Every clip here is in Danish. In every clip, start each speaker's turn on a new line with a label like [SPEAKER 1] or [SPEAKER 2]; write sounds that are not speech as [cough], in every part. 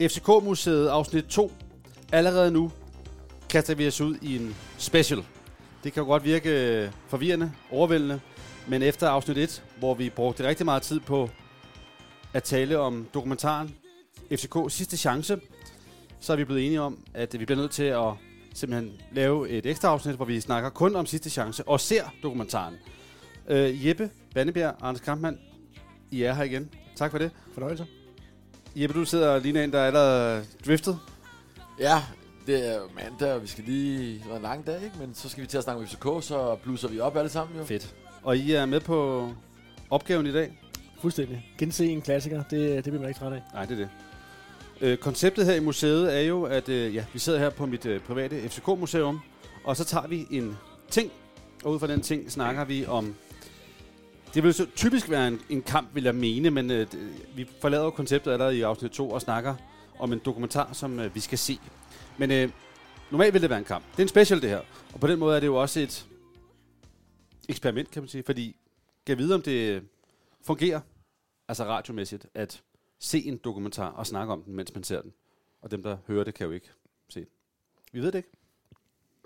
[SPEAKER 1] FCK-museet afsnit 2. Allerede nu kaster vi os ud i en special. Det kan jo godt virke øh, forvirrende, overvældende, men efter afsnit 1, hvor vi brugte rigtig meget tid på at tale om dokumentaren FCK sidste chance, så er vi blevet enige om, at vi bliver nødt til at simpelthen lave et ekstra afsnit, hvor vi snakker kun om sidste chance og ser dokumentaren. Øh, Jeppe, Vannebjerg, Anders Kampmann, I er her igen. Tak for det.
[SPEAKER 2] Fornøjelse.
[SPEAKER 1] Jeppe, du sidder lige en, der er allerede driftet.
[SPEAKER 3] Ja, det er jo mandag, og vi skal lige... Det var en lang dag, ikke? Men så skal vi til at snakke om FCK, så bluser vi op alle sammen jo.
[SPEAKER 1] Fedt. Og I er med på opgaven i dag?
[SPEAKER 2] Fuldstændig. Gense en klassiker, det, det bliver man ikke træt af.
[SPEAKER 1] Nej, det er det. Øh, konceptet her i museet er jo, at øh, ja, vi sidder her på mit øh, private FCK-museum, og så tager vi en ting, og ud fra den ting snakker vi om... Det vil så typisk være en, en kamp, vil jeg mene, men øh, det- vi forlader jo konceptet allerede i afsnit 2 og snakker om en dokumentar, som øh, vi skal se. Men øh, normalt vil det være en kamp. Det er en special, det her. Og på den måde er det jo også et eksperiment, kan man sige, fordi kan vide, om det øh, fungerer, altså radiomæssigt, at se en dokumentar og snakke om den, mens man ser den. Og dem, der hører det, kan jo ikke se den. Vi ved det ikke.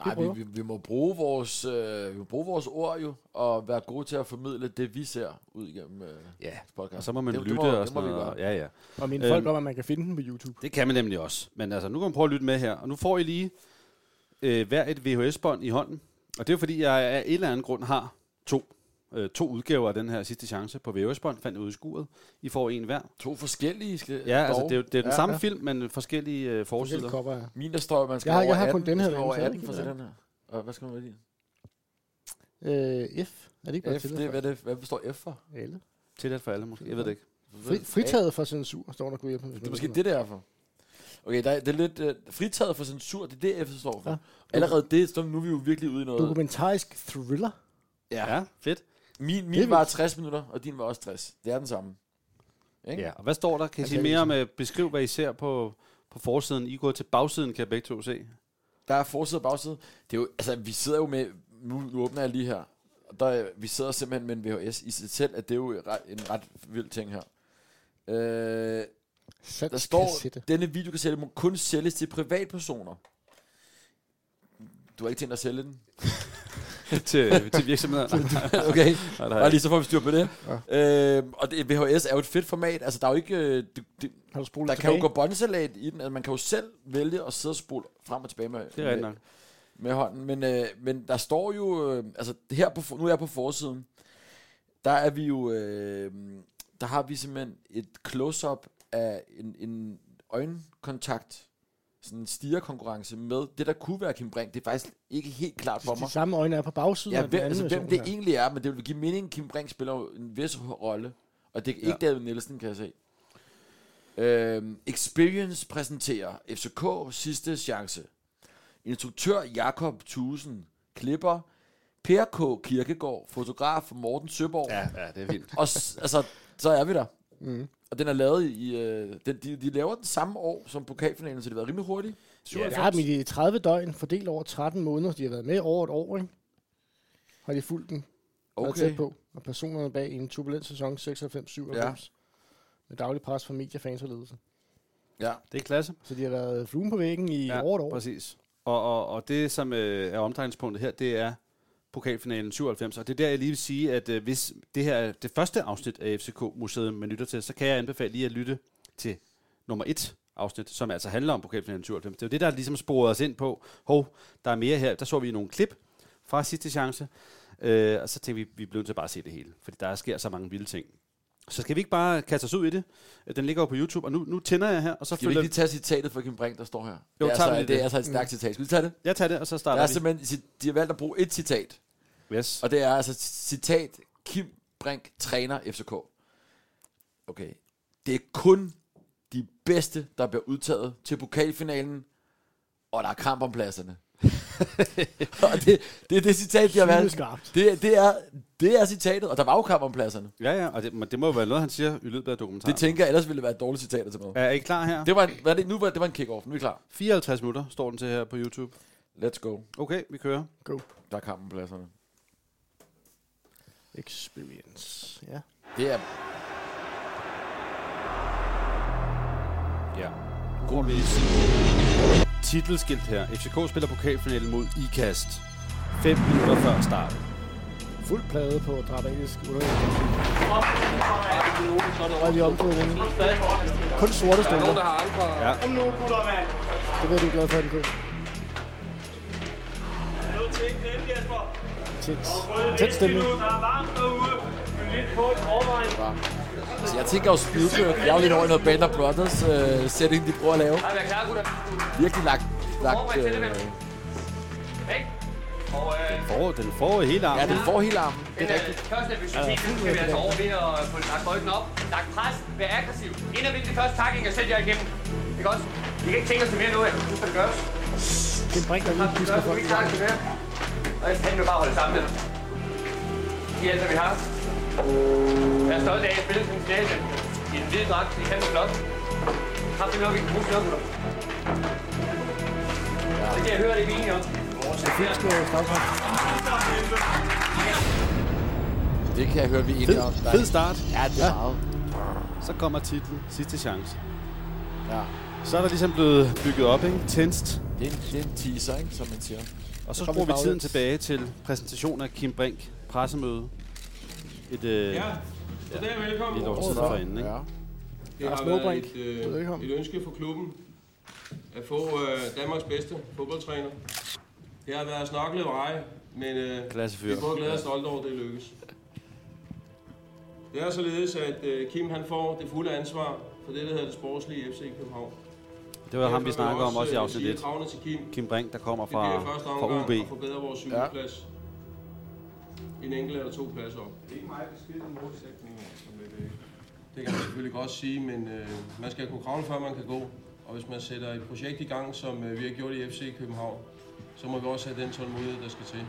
[SPEAKER 3] Nej, vi, vi, vi, må bruge vores, øh, vi må bruge vores ord jo, og være gode til at formidle det, vi ser ud igennem øh,
[SPEAKER 1] Ja.
[SPEAKER 3] podcast.
[SPEAKER 1] Og så må man
[SPEAKER 3] det,
[SPEAKER 1] lytte
[SPEAKER 3] det må,
[SPEAKER 1] og
[SPEAKER 3] det må
[SPEAKER 1] sådan
[SPEAKER 3] vi
[SPEAKER 1] noget.
[SPEAKER 3] gøre.
[SPEAKER 1] Ja, ja.
[SPEAKER 2] Og mine
[SPEAKER 1] Øhm.
[SPEAKER 2] folk om, at man kan finde den på YouTube.
[SPEAKER 1] Det kan man nemlig også. Men altså, nu kan man prøve at lytte med her. Og nu får I lige øh, hver et VHS-bånd i hånden. Og det er jo fordi, jeg af en eller anden grund har to, øh, to udgaver af den her sidste chance på VHS-bånd. Fandt jeg ude i skuret. I får en hver.
[SPEAKER 3] To forskellige skal
[SPEAKER 1] Ja,
[SPEAKER 3] dog.
[SPEAKER 1] altså, det er, jo- det er den
[SPEAKER 3] Ja,
[SPEAKER 1] ja, samme
[SPEAKER 2] ja.
[SPEAKER 1] ja. film, men forskellige øh, forsider.
[SPEAKER 2] Forskellige cover, ja.
[SPEAKER 3] Min, der står, man skal
[SPEAKER 2] Jeg har- jeg
[SPEAKER 3] over
[SPEAKER 2] har kun
[SPEAKER 3] 18,
[SPEAKER 2] den her
[SPEAKER 3] man skal
[SPEAKER 2] derinde,
[SPEAKER 3] over
[SPEAKER 2] så jeg
[SPEAKER 3] 18
[SPEAKER 2] kan
[SPEAKER 3] for
[SPEAKER 2] ikke
[SPEAKER 3] den her. Og hvad skal man være i?
[SPEAKER 2] Øh, F. Er det ikke bare
[SPEAKER 3] F, det, er- hvad, er det, hvad står F for?
[SPEAKER 2] faktisk? Eller?
[SPEAKER 1] Tilladt for alle, måske. Jeg ved det ikke.
[SPEAKER 2] Fri, fritaget for censur, står der kunne hjælpe.
[SPEAKER 3] Det er måske det, der er for. Okay, der er, det er lidt øh, fritaget for censur, det er det, F står for.
[SPEAKER 2] Ja.
[SPEAKER 3] Ja. Allerede det, så nu er vi jo virkelig ude i noget.
[SPEAKER 2] Dokumentarisk thriller.
[SPEAKER 1] Ja, ja fedt.
[SPEAKER 3] Min,
[SPEAKER 2] Det er
[SPEAKER 3] min var
[SPEAKER 2] vildt.
[SPEAKER 3] 60 minutter, og din var også 60. Det er den samme. Ikke?
[SPEAKER 1] Ja, og hvad står der? Kan I
[SPEAKER 2] Altså,
[SPEAKER 1] sige
[SPEAKER 2] jeg
[SPEAKER 1] mere
[SPEAKER 2] ved
[SPEAKER 1] om, øh, beskriv hvad I ser på, på forsiden? I går til bagsiden, kan jeg begge to se.
[SPEAKER 3] Der er forside og bagside. Det er jo, altså, vi sidder jo med... Nu, nu åbner jeg lige her. Og Der, er- vi sidder simpelthen med en VHS i sig selv, at det er jo ret- en ret vild ting her. Øh,
[SPEAKER 2] Sat
[SPEAKER 3] der står,
[SPEAKER 2] kassette.
[SPEAKER 3] denne videokassette må kun sælges til privatpersoner. Du har ikke tænkt dig at sælge den?
[SPEAKER 1] [laughs] til, til virksomheder.
[SPEAKER 3] [laughs]
[SPEAKER 1] [laughs]
[SPEAKER 3] okay.
[SPEAKER 1] Nej,
[SPEAKER 3] Bare
[SPEAKER 1] nej.
[SPEAKER 3] lige så får vi styr på det. Ja. Øh, og det, VHS er jo et fedt format. Altså, der er jo ikke... øh, Det, det,
[SPEAKER 2] Har du spolet
[SPEAKER 3] der kan
[SPEAKER 2] tilbage?
[SPEAKER 3] jo gå båndsalat i den. Altså, man kan jo selv vælge at sidde og spole frem og tilbage med,
[SPEAKER 1] Det er rigtigt
[SPEAKER 3] med,
[SPEAKER 1] nok.
[SPEAKER 3] med hånden. Men, øh, men der står jo... Øh, altså, her på, for- nu er jeg på forsiden. Der er vi jo... Øh, der har vi simpelthen et close-up af en, en øjenkontakt. Sådan en stigerkonkurrence med det, der kunne være Kim Brink. Det er faktisk ikke helt klart for mig.
[SPEAKER 2] De samme øjne er på bagsiden
[SPEAKER 3] Ja,
[SPEAKER 2] af den
[SPEAKER 3] hvem,
[SPEAKER 2] anden
[SPEAKER 3] altså, hvem
[SPEAKER 2] version
[SPEAKER 3] det
[SPEAKER 2] her.
[SPEAKER 3] egentlig er, men det vil give mening, Kim Brink spiller jo en vis rolle. Og det er ikke
[SPEAKER 1] Ja.
[SPEAKER 3] ja. David Nielsen, kan jeg se. Øhm, Experience præsenterer FCK sidste chance. Instruktør Jakob Thusen. Klipper Per K. Kirkegaard. Fotograf Morten Søborg. Ja.
[SPEAKER 1] Ja, ja, det er vildt.
[SPEAKER 3] Og s- altså, så er vi der.
[SPEAKER 2] Mm.
[SPEAKER 3] Og den er lavet i... Øh, den, de, de laver den samme år som pokalfinalen, så det har været rimelig hurtigt.
[SPEAKER 2] Ja, det har dem i de 30 døgn, fordelt over 13 måneder. De har været med over et år, ikke? Har de fulgt den okay. tæt
[SPEAKER 3] Okay.
[SPEAKER 2] på. Og personerne bag i en turbulent sæson 96-97. Ja. Med daglig pres fra medier, fans og ledelse.
[SPEAKER 3] Ja.
[SPEAKER 1] Det er klasse.
[SPEAKER 2] Så de har været fluen på væggen i
[SPEAKER 1] Ja,
[SPEAKER 2] ja, over et år.
[SPEAKER 1] Præcis. Og, og, og det, som øh, er omdrejningspunktet her, det er pokalfinalen 97. Og det er der, jeg lige vil sige, at øh, hvis det her er det første afsnit af FCK-museet, man lytter til, så kan jeg anbefale lige at lytte til nummer et afsnit, som altså handler om pokalfinalen 97. Det er jo det, der ligesom sporede os ind på, hov, der er mere her. Der så vi nogle klip fra sidste chance, øh, og så tænkte vi, vi blev nødt til bare at se det hele, fordi der sker så mange vilde ting. Så skal vi ikke bare kaste os ud i det? Øh, Den ligger jo på YouTube, og nu, nu tænder jeg her, og så
[SPEAKER 3] Skal vi ikke
[SPEAKER 1] følger...
[SPEAKER 3] lige tage citatet fra Kim Brink, der står her?
[SPEAKER 1] Jo,
[SPEAKER 3] det er,
[SPEAKER 1] tager vi
[SPEAKER 3] altså,
[SPEAKER 1] lige
[SPEAKER 3] det. det
[SPEAKER 1] det.
[SPEAKER 3] er altså et stærkt citat. Skal vi tage det?
[SPEAKER 1] Jeg tager det, og så starter
[SPEAKER 3] Der er
[SPEAKER 1] vi.
[SPEAKER 3] simpelthen, de har valgt at bruge et citat,
[SPEAKER 1] Yes.
[SPEAKER 3] og det er altså citat, Kim Brink træner FCK. Okay. Det er kun de bedste, der bliver udtaget til pokalfinalen, og der er kamp
[SPEAKER 1] [laughs]
[SPEAKER 3] om pladserne. og det, det er det citat, de har valgt.
[SPEAKER 2] skarpt.
[SPEAKER 3] Det, det, er, det er citatet, og der var jo kamp om pladserne.
[SPEAKER 1] Ja, ja, og det, men det må jo være noget, han siger i løbet af dokumentaren.
[SPEAKER 3] Det tænker jeg, ellers ville det være et dårligt citat at tage med.
[SPEAKER 1] er I klar her?
[SPEAKER 3] Det var en, hvad er det, nu var, det var en kick-off, nu er vi klar.
[SPEAKER 1] 54 minutter står den til her på YouTube.
[SPEAKER 3] Let's go.
[SPEAKER 1] Okay, vi kører.
[SPEAKER 2] Go.
[SPEAKER 3] Der er kamp om pladserne.
[SPEAKER 2] Experience. Ja.
[SPEAKER 3] Det er
[SPEAKER 1] Ja. Grundvis. Titelskilt her. FCK spiller pokalfinalen mod IKAST. 5 minutter før start.
[SPEAKER 2] Fuld plade på dramatisk underlægning. Og de omkring den. Kun sorte
[SPEAKER 4] Nogen, der
[SPEAKER 2] støvler.
[SPEAKER 4] har andre...
[SPEAKER 1] Ja.
[SPEAKER 5] Kom nu, gutter, mand.
[SPEAKER 2] Det ved du er glad for, MK.
[SPEAKER 5] Jeg er nødt til at glemme, Jesper.
[SPEAKER 2] Tæt,
[SPEAKER 5] Røde Vest
[SPEAKER 2] tæt stemning.
[SPEAKER 5] lige nu. Der er varmt derude. Fyld lidt på en overvejende.
[SPEAKER 3] Altså, jeg tænker jo Spielberg. Jeg er jo lidt over i noget Band of Brothers øh, setting, de prøver at lave.
[SPEAKER 4] Nej, vær klar, gutter.
[SPEAKER 3] Virkelig lagt, lagt øh,
[SPEAKER 4] Ikke? Og øh,
[SPEAKER 1] Får, den får hele
[SPEAKER 3] ja,
[SPEAKER 1] armen.
[SPEAKER 3] den får hele armen.
[SPEAKER 4] den øh, første episode, så skal vi altså over ved at få lagt ryggen op. Lagt pres, vær aggressiv. Ind og vind det første takling og sæt jer igennem. Ikke også? Vi kan ikke tænke os til mere nu, jeg husker det gøres.
[SPEAKER 2] Den bringer lige en
[SPEAKER 4] Vi
[SPEAKER 2] pisk
[SPEAKER 4] gør
[SPEAKER 2] for
[SPEAKER 4] det, vi klarer det mere. Og jeg kan jo bare holde sammen med dig. De ældre, vi har. Jeg er stolt af, at jeg spillede som finale. I en hvid dragt, i kæmpe blok. Har det noget, vi kan bruge til noget, gutter? Det kan jeg høre, det er vi enige om.
[SPEAKER 2] på strafspark.
[SPEAKER 3] Det kan jeg høre, vi er enige om. Der
[SPEAKER 1] Fed,
[SPEAKER 3] er-
[SPEAKER 1] fed start.
[SPEAKER 3] Ja, det er meget.
[SPEAKER 1] Så kommer titlen. Sidste chance.
[SPEAKER 3] Ja.
[SPEAKER 1] Så er der ligesom blevet bygget op, ikke? Tændst.
[SPEAKER 3] Det er, en, det er en teaser, ikke, som man siger.
[SPEAKER 1] Og så
[SPEAKER 2] Kom
[SPEAKER 1] skruer
[SPEAKER 2] lidt
[SPEAKER 1] vi tiden
[SPEAKER 2] baglæns.
[SPEAKER 1] tilbage til præsentationen af Kim Brink. Pressemøde. Et, øh, ja.
[SPEAKER 6] Goddag og velkommen.
[SPEAKER 1] et års tid
[SPEAKER 2] Året før.
[SPEAKER 1] forinden, ikke?
[SPEAKER 3] Ja.
[SPEAKER 6] Det
[SPEAKER 2] Lars
[SPEAKER 6] har
[SPEAKER 2] Nordbrink.
[SPEAKER 6] været et, øh,
[SPEAKER 2] Velkommen.
[SPEAKER 6] et ønske for klubben at få øh, Danmarks bedste fodboldtræner. Det har været snoklet veje, men øh,
[SPEAKER 1] Klasse
[SPEAKER 6] vi
[SPEAKER 1] fyr.
[SPEAKER 6] er både glade og stolte over, at det lykkes. Det er således, at øh, Kim han får det fulde ansvar for det, der hedder det sportslige FC København.
[SPEAKER 1] Det var ham, vi snakkede om også i afsnit 1.
[SPEAKER 6] øh, Kravene til Kim.
[SPEAKER 1] Kim Brink, der kommer
[SPEAKER 6] Det bliver
[SPEAKER 1] fra,
[SPEAKER 6] i første
[SPEAKER 1] fra
[SPEAKER 6] omgang
[SPEAKER 1] UB.
[SPEAKER 6] at forbedre vores syvplads. En enkelt eller to pladser op. Det er ikke meget beskidte målsætninger, som det Det kan man selvfølgelig godt sige, men øh, man skal kunne kravle, før man kan gå. Og hvis man sætter et projekt i gang, som øh, vi har gjort i FC København, så må vi også have den tålmodighed, der skal til.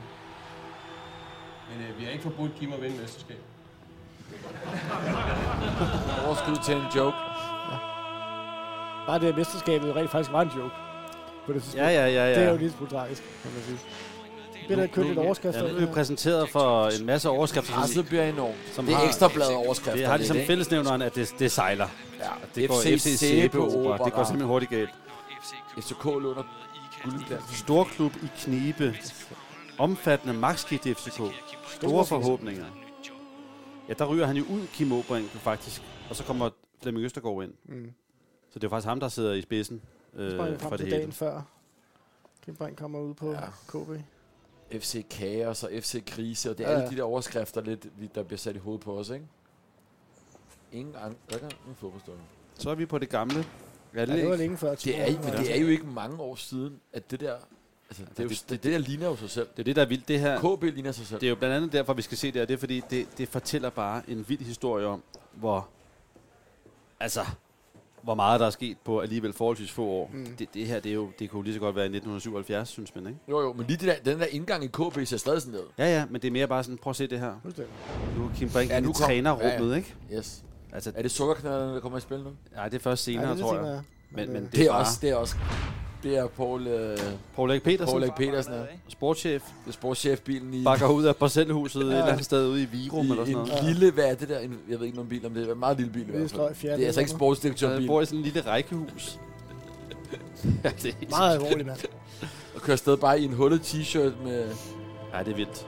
[SPEAKER 6] Men øh, vi har ikke forbudt Kim at vinde mesterskab.
[SPEAKER 3] Overskud til en joke.
[SPEAKER 2] Bare det, at mesterskabet rent faktisk var en joke. På det tidspunkt.
[SPEAKER 1] Ja, ja, ja, ja.
[SPEAKER 2] Det er jo en lille smule tragisk, kan man sige. Det er da købt et overskrift.
[SPEAKER 1] Ja, nu er vi præsenteret for en masse overskrifter, som,
[SPEAKER 3] Presset bliver enormt.
[SPEAKER 1] Som
[SPEAKER 3] det er
[SPEAKER 1] har-
[SPEAKER 3] ekstrabladet overskrifter.
[SPEAKER 1] det har ligesom
[SPEAKER 3] lidt, ikke?
[SPEAKER 1] fællesnævneren, at det, det sejler.
[SPEAKER 3] Ja,
[SPEAKER 1] Det går FC Sæbeopera. Det går simpelthen hurtigt galt.
[SPEAKER 3] FCK låner guldplads.
[SPEAKER 1] Storklub i knibe. Omfattende magtskift i FCK. Store forhåbninger. Ja, der ryger han jo ud, Kim Åbrink, faktisk. Og så kommer Flemming Østergaard ind.
[SPEAKER 2] Mm.
[SPEAKER 1] Så det er faktisk ham, der sidder i spidsen øh,
[SPEAKER 2] Sprang frem
[SPEAKER 1] for det
[SPEAKER 2] til dagen
[SPEAKER 1] hele.
[SPEAKER 2] før. Kim Brink kommer ud på
[SPEAKER 3] Ja.
[SPEAKER 2] KB.
[SPEAKER 3] FC Kaos og FC Krise, og det er
[SPEAKER 2] Ja,
[SPEAKER 3] alle
[SPEAKER 2] ja.
[SPEAKER 3] de der overskrifter lidt, vi- der bliver sat i hovedet på os, ikke? Ingen ang- der er ikke engang en fodboldstøvle.
[SPEAKER 1] Så er vi på det gamle.
[SPEAKER 2] Ja, det var
[SPEAKER 1] Anlæg.
[SPEAKER 2] længe før.
[SPEAKER 3] Det er, men det er jo ikke mange år siden, at det der... Altså, det, er jo, det, det der ligner jo sig selv.
[SPEAKER 1] Det er det, der er vildt. Det her,
[SPEAKER 3] KB ligner sig selv.
[SPEAKER 1] Det er jo blandt andet derfor, vi skal se det her. Det er fordi, det, det fortæller bare en vild historie om, hvor, altså, hvor meget der er sket på alligevel forholdsvis få år. Mm. Det, det her, det, er jo, det kunne jo lige så godt være i 1977, synes man, ikke?
[SPEAKER 3] Jo, jo, men lige det der, den der indgang i KB ser stadig sådan ud.
[SPEAKER 1] Ja, ja, men det er mere bare sådan, prøv at se det her.
[SPEAKER 2] Fuldstændig.
[SPEAKER 1] Nu er Kim Brink
[SPEAKER 3] Ja,
[SPEAKER 1] ja,
[SPEAKER 3] nu
[SPEAKER 1] nu i
[SPEAKER 3] kom-
[SPEAKER 1] trænerrummet,
[SPEAKER 3] ja,
[SPEAKER 1] ja, ja. ikke?
[SPEAKER 3] Yes.
[SPEAKER 1] Altså,
[SPEAKER 3] Er det sukkerknalderne, der kommer i spil nu?
[SPEAKER 1] nej, det er først senere,
[SPEAKER 2] Ja,
[SPEAKER 1] ja,
[SPEAKER 2] det
[SPEAKER 1] tror
[SPEAKER 2] tænker
[SPEAKER 1] jeg.
[SPEAKER 2] jeg. øh,
[SPEAKER 1] Men, men
[SPEAKER 3] Det er, også, det er også... Det er Paul, øh,
[SPEAKER 1] Paul Erik Petersen,
[SPEAKER 3] Paul
[SPEAKER 1] Paul
[SPEAKER 3] Erik Petersen her.
[SPEAKER 1] sportschef,
[SPEAKER 3] Det er sportschefbilen i...
[SPEAKER 1] bakker ud af parcelhuset et eller andet sted ude i Virum eller
[SPEAKER 3] I
[SPEAKER 1] sådan
[SPEAKER 3] en
[SPEAKER 1] noget.
[SPEAKER 3] lille, hvad er det der? En, jeg ved ikke noget om bil, om det er en meget lille bil i
[SPEAKER 2] Lille
[SPEAKER 3] hvert fald.
[SPEAKER 2] sløj
[SPEAKER 3] Det
[SPEAKER 2] fjerde
[SPEAKER 3] er altså ikke
[SPEAKER 2] nummer.
[SPEAKER 1] Han
[SPEAKER 3] sportsdirektørbil.
[SPEAKER 1] bor i sådan en lille
[SPEAKER 3] [laughs]
[SPEAKER 1] rækkehus. ja, det er,
[SPEAKER 2] Meget alvorligt, mand.
[SPEAKER 3] Og kører afsted bare i en hullet t-shirt med...
[SPEAKER 1] ja, det er vildt.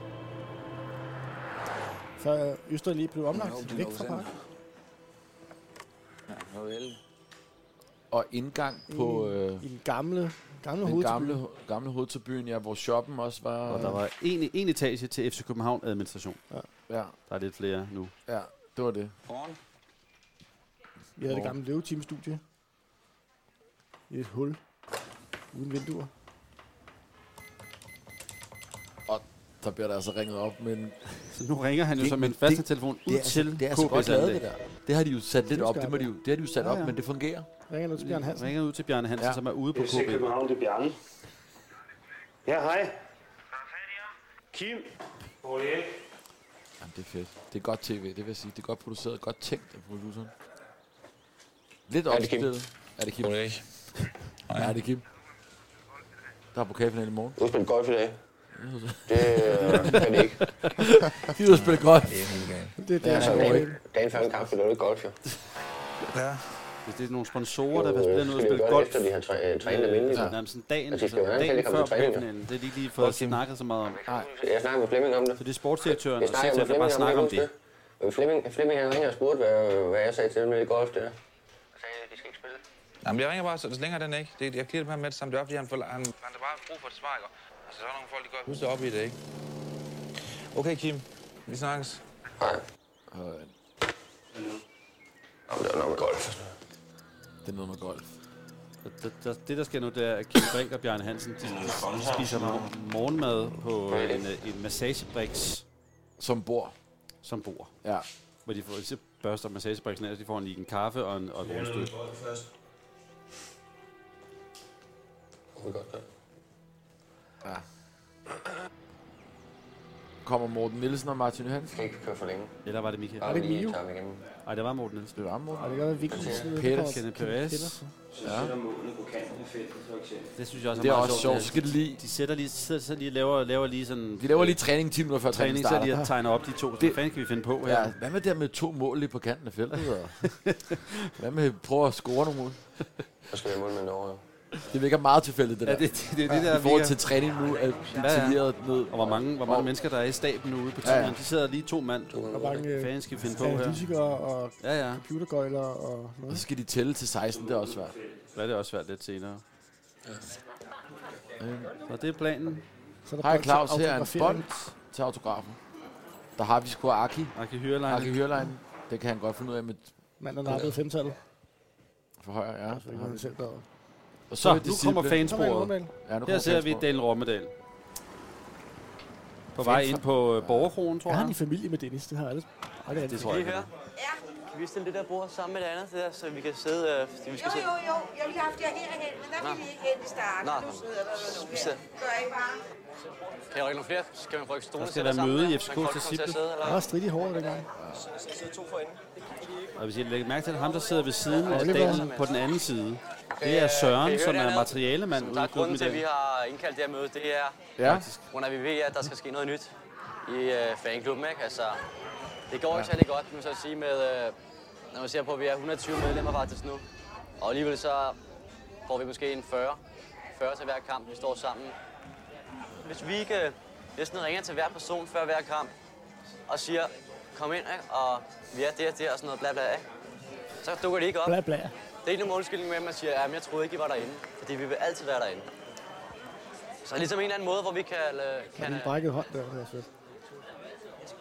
[SPEAKER 2] Før Øster lige blev omlagt.
[SPEAKER 7] det
[SPEAKER 2] Væk
[SPEAKER 7] lå
[SPEAKER 2] fra
[SPEAKER 7] sandt.
[SPEAKER 2] parken.
[SPEAKER 7] Noel.
[SPEAKER 3] Og indgang på øh,
[SPEAKER 2] I den gamle, gamle
[SPEAKER 3] den
[SPEAKER 2] hovedtribune.
[SPEAKER 3] gamle, gamle hovedtribune, ja, hvor shoppen også var...
[SPEAKER 1] Og der var en, en etage til FC København administration.
[SPEAKER 3] Ja,
[SPEAKER 1] Der er lidt flere nu.
[SPEAKER 3] ja, det var det.
[SPEAKER 7] Morgen.
[SPEAKER 2] Vi havde det gamle løvetimestudie. I et hul. Uden vinduer.
[SPEAKER 3] Der bliver der altså ringet op, men
[SPEAKER 1] Så nu ringer han jo
[SPEAKER 3] Det-
[SPEAKER 1] som
[SPEAKER 3] men
[SPEAKER 1] en
[SPEAKER 3] det-
[SPEAKER 1] fast telefon ud
[SPEAKER 3] det er,
[SPEAKER 1] til
[SPEAKER 3] altså, det er altså godt
[SPEAKER 1] KB's
[SPEAKER 3] lavet, det
[SPEAKER 1] anlæg.
[SPEAKER 3] der. Det har de jo sat lidt
[SPEAKER 2] Det er
[SPEAKER 3] op, det, må
[SPEAKER 2] skarpt,
[SPEAKER 3] de jo, det har de jo sat
[SPEAKER 1] Ja,
[SPEAKER 3] op,
[SPEAKER 1] ja.
[SPEAKER 3] men det fungerer.
[SPEAKER 2] Ringer nu til Bjørn Hansen.
[SPEAKER 1] Ringer ud til Bjørne Hansen,
[SPEAKER 3] Ja.
[SPEAKER 1] ja. som er ude på
[SPEAKER 8] FC
[SPEAKER 1] KB.
[SPEAKER 8] København, det er Bjarne. Ja, hej. Kim. Hvor er det?
[SPEAKER 3] Jamen, det er fedt. Det er godt tv, det vil jeg sige. Det er godt produceret, godt tænkt af produceren. Lidt
[SPEAKER 7] Er det Kim?
[SPEAKER 3] omstillet. Er det Kim?
[SPEAKER 7] Goddag.
[SPEAKER 3] Ja, er det Kim? Der er pokalfinale i morgen.
[SPEAKER 7] Du har spillet golf i
[SPEAKER 3] [laughs]
[SPEAKER 7] dag. Det øh, kan det ikke.
[SPEAKER 3] De er ude at spille godt.
[SPEAKER 7] Det er helt galt.
[SPEAKER 2] Det er der,
[SPEAKER 7] Altså,
[SPEAKER 2] ja,
[SPEAKER 7] dagen, dagen før en kamp spiller du ikke golf, jo.
[SPEAKER 9] Ja,
[SPEAKER 1] Hvis det er nogle sponsorer, der passer spillerne ud og spille golf,
[SPEAKER 7] Efter de har træ- øh, trænet
[SPEAKER 1] øh,
[SPEAKER 7] almindeligt.
[SPEAKER 1] altså nærmest sådan dagen,
[SPEAKER 7] Altså, de
[SPEAKER 1] altså,
[SPEAKER 7] skal jo have en
[SPEAKER 1] dagen før
[SPEAKER 7] helikopter træning, jo.
[SPEAKER 1] pokalfinalen. Det er de ikke lige fået snakket så meget om.
[SPEAKER 7] Så Jeg snakkede med Flemming om det.
[SPEAKER 1] Så det er sportsdirektøren,
[SPEAKER 7] Jeg
[SPEAKER 1] og
[SPEAKER 7] snakkede med
[SPEAKER 1] cheftræner, der
[SPEAKER 7] Flemming
[SPEAKER 1] bare
[SPEAKER 7] om det.
[SPEAKER 1] snakker om det.
[SPEAKER 7] jeg husker det. Øh, Flemming, Flemming han ringede og spurgte, hvad, hvad jeg sagde til dem med det golf der. Jeg
[SPEAKER 10] Altså,
[SPEAKER 7] sagde, de skal ikke spille.
[SPEAKER 9] Jamen, jeg ringer bare, så længere den ikke. Det, jeg giver det her med det samme. Det er fordi, han, forla- han, han har bare brug for et svar, ikke? Altså, så er der nogle folk, de godt huske op i det, ikke? Okay, Kim. Vi snakkes.
[SPEAKER 7] Nej. Om det var noget med golf. og sådan noget.
[SPEAKER 3] Det er noget med golf.
[SPEAKER 1] Og der- der- Det, der sker nu, det er, at Kim Brink og Bjarne Hansen de spiser mor- morgenmad på øh, en, øh, en massagebriks,
[SPEAKER 3] Som bor.
[SPEAKER 1] som bor.
[SPEAKER 3] Ja.
[SPEAKER 1] Hvor de får så børster massagebriksen af, og de får en, en kaffe og en, og et rundstykke.
[SPEAKER 7] Kunne vi godt gøre.
[SPEAKER 3] Kommer Morten Nielsen og Martin Johansen.
[SPEAKER 7] Kan ikke køre for længe.
[SPEAKER 1] Eller var det Michael?
[SPEAKER 7] Bare
[SPEAKER 2] det
[SPEAKER 7] lige
[SPEAKER 2] Mio?
[SPEAKER 7] tager ham igennem.
[SPEAKER 1] Nej, det var Morten Nielsen.
[SPEAKER 3] Det var Morten.
[SPEAKER 2] Og det gør, at Vicky sidder
[SPEAKER 3] Peters.
[SPEAKER 1] Altså, Kenneth Perez. Det synes jeg også er,
[SPEAKER 3] Det er
[SPEAKER 1] meget
[SPEAKER 3] også sjovt. Så
[SPEAKER 1] sjovt.
[SPEAKER 3] skal det lige...
[SPEAKER 1] De sætter lige, sidder, sidder lige og laver, laver lige sådan
[SPEAKER 3] De laver lige træning 10 minutter før træningen
[SPEAKER 1] træning, så de
[SPEAKER 3] starter.
[SPEAKER 1] har tegnet op de to. Hvad fanden kan vi finde på her?
[SPEAKER 3] Ja, hvad med der med to mål lige på kanten af feltet? Og
[SPEAKER 1] [laughs]
[SPEAKER 3] hvad med at prøve at score nogle mål?
[SPEAKER 7] Så skal vi i mål med Norge. jo.
[SPEAKER 3] Det virker meget tilfældigt, det der.
[SPEAKER 1] Ja, det, det, det, det, det der
[SPEAKER 3] I forhold
[SPEAKER 1] virker-
[SPEAKER 3] til træning nu er detaljeret ned.
[SPEAKER 1] Og hvor mange, hvor mange
[SPEAKER 3] Og-
[SPEAKER 1] mennesker, der er i staben ude på turen.
[SPEAKER 3] Ja,
[SPEAKER 1] Ja,
[SPEAKER 3] ja.
[SPEAKER 1] ja. De sidder lige to mand.
[SPEAKER 2] og mange
[SPEAKER 1] Hvad
[SPEAKER 2] øh,
[SPEAKER 1] fanden skal vi finde på her?
[SPEAKER 2] analytikere og
[SPEAKER 1] Ja, ja.
[SPEAKER 2] computergøjler og
[SPEAKER 3] Og
[SPEAKER 2] noget.
[SPEAKER 3] så skal de tælle til 16, det er også svært.
[SPEAKER 1] Hvad er det også svært lidt senere? Så det er planen.
[SPEAKER 2] Så er der
[SPEAKER 3] Hej Claus, her er en
[SPEAKER 2] autografering.
[SPEAKER 3] bånd til autografen. Der har vi sgu Aki.
[SPEAKER 1] Aki
[SPEAKER 3] Aki
[SPEAKER 1] Hyrlein.
[SPEAKER 3] Hørlein. Det kan han godt finde ud af med
[SPEAKER 2] Manden er nappet femtallet.
[SPEAKER 3] for højre, ja.
[SPEAKER 2] Så det kan han selv derovre.
[SPEAKER 3] Og
[SPEAKER 1] Så,
[SPEAKER 3] er det
[SPEAKER 1] nu kommer
[SPEAKER 3] Sible.
[SPEAKER 2] Kom ind,
[SPEAKER 1] fansporet.
[SPEAKER 2] Rundal.
[SPEAKER 3] Ja, nu
[SPEAKER 1] Her
[SPEAKER 3] kommer
[SPEAKER 1] ser vi
[SPEAKER 3] fansporet.
[SPEAKER 1] Daniel Rommedal. På vej ind på øh, Borgerkronen, tror
[SPEAKER 2] Er han i
[SPEAKER 1] jeg.
[SPEAKER 2] familie med Dennis? Det har jeg aldrig. Ej, det er
[SPEAKER 1] Det tror jeg. ikke.
[SPEAKER 11] Kan vi stille det der bord sammen med det andet, det der, så vi kan sidde, øh, fordi vi skal sidde?
[SPEAKER 10] Jo, jo, jeg ville have haft jer herhen, men der ville I ikke hen i starten.
[SPEAKER 11] Nå.
[SPEAKER 10] Nu sidder der nogen her. Gør I bare.
[SPEAKER 11] Kan jeg rykke nogle flere? Skal man rykke stolen
[SPEAKER 1] Der skal være møde i FCK til Sible.
[SPEAKER 2] Han var stridt i håret dengang.
[SPEAKER 1] Og hvis I lægger mærke til, at ham, der sidder ved siden af
[SPEAKER 2] Oliver.
[SPEAKER 1] Daniel på den anden side, det er Søren, som er materialemand
[SPEAKER 11] Der
[SPEAKER 1] ude i
[SPEAKER 11] er grunden
[SPEAKER 1] gruppen i
[SPEAKER 11] til, at vi
[SPEAKER 1] dag.
[SPEAKER 11] har indkaldt det her møde, det er,
[SPEAKER 3] Ja,
[SPEAKER 11] på grund af, at vi ved, at der skal ske noget nyt i øh, fanklubben, ikke? Altså, det går ikke særlig godt, nu så at sige, med, øh, når man ser på, at vi er 120 medlemmer faktisk nu. Og alligevel så får vi måske en 40, 40 til hver kamp, vi står sammen. Hvis vi ikke øh, næsten ringer til hver person før hver kamp, og siger, kom ind, ikke? og vi er der, der og sådan noget, bla bla, ikke? så dukker de ikke op.
[SPEAKER 2] Bla, bla.
[SPEAKER 11] Det er ikke nogen undskyldning med, at man siger, at jeg troede ikke, I var derinde. Fordi vi vil altid være derinde. Så ligesom en eller anden måde, hvor vi kan, øh,
[SPEAKER 2] Han
[SPEAKER 11] kan,
[SPEAKER 2] er en
[SPEAKER 11] øh,
[SPEAKER 2] brækket hånd der. Det er fedt.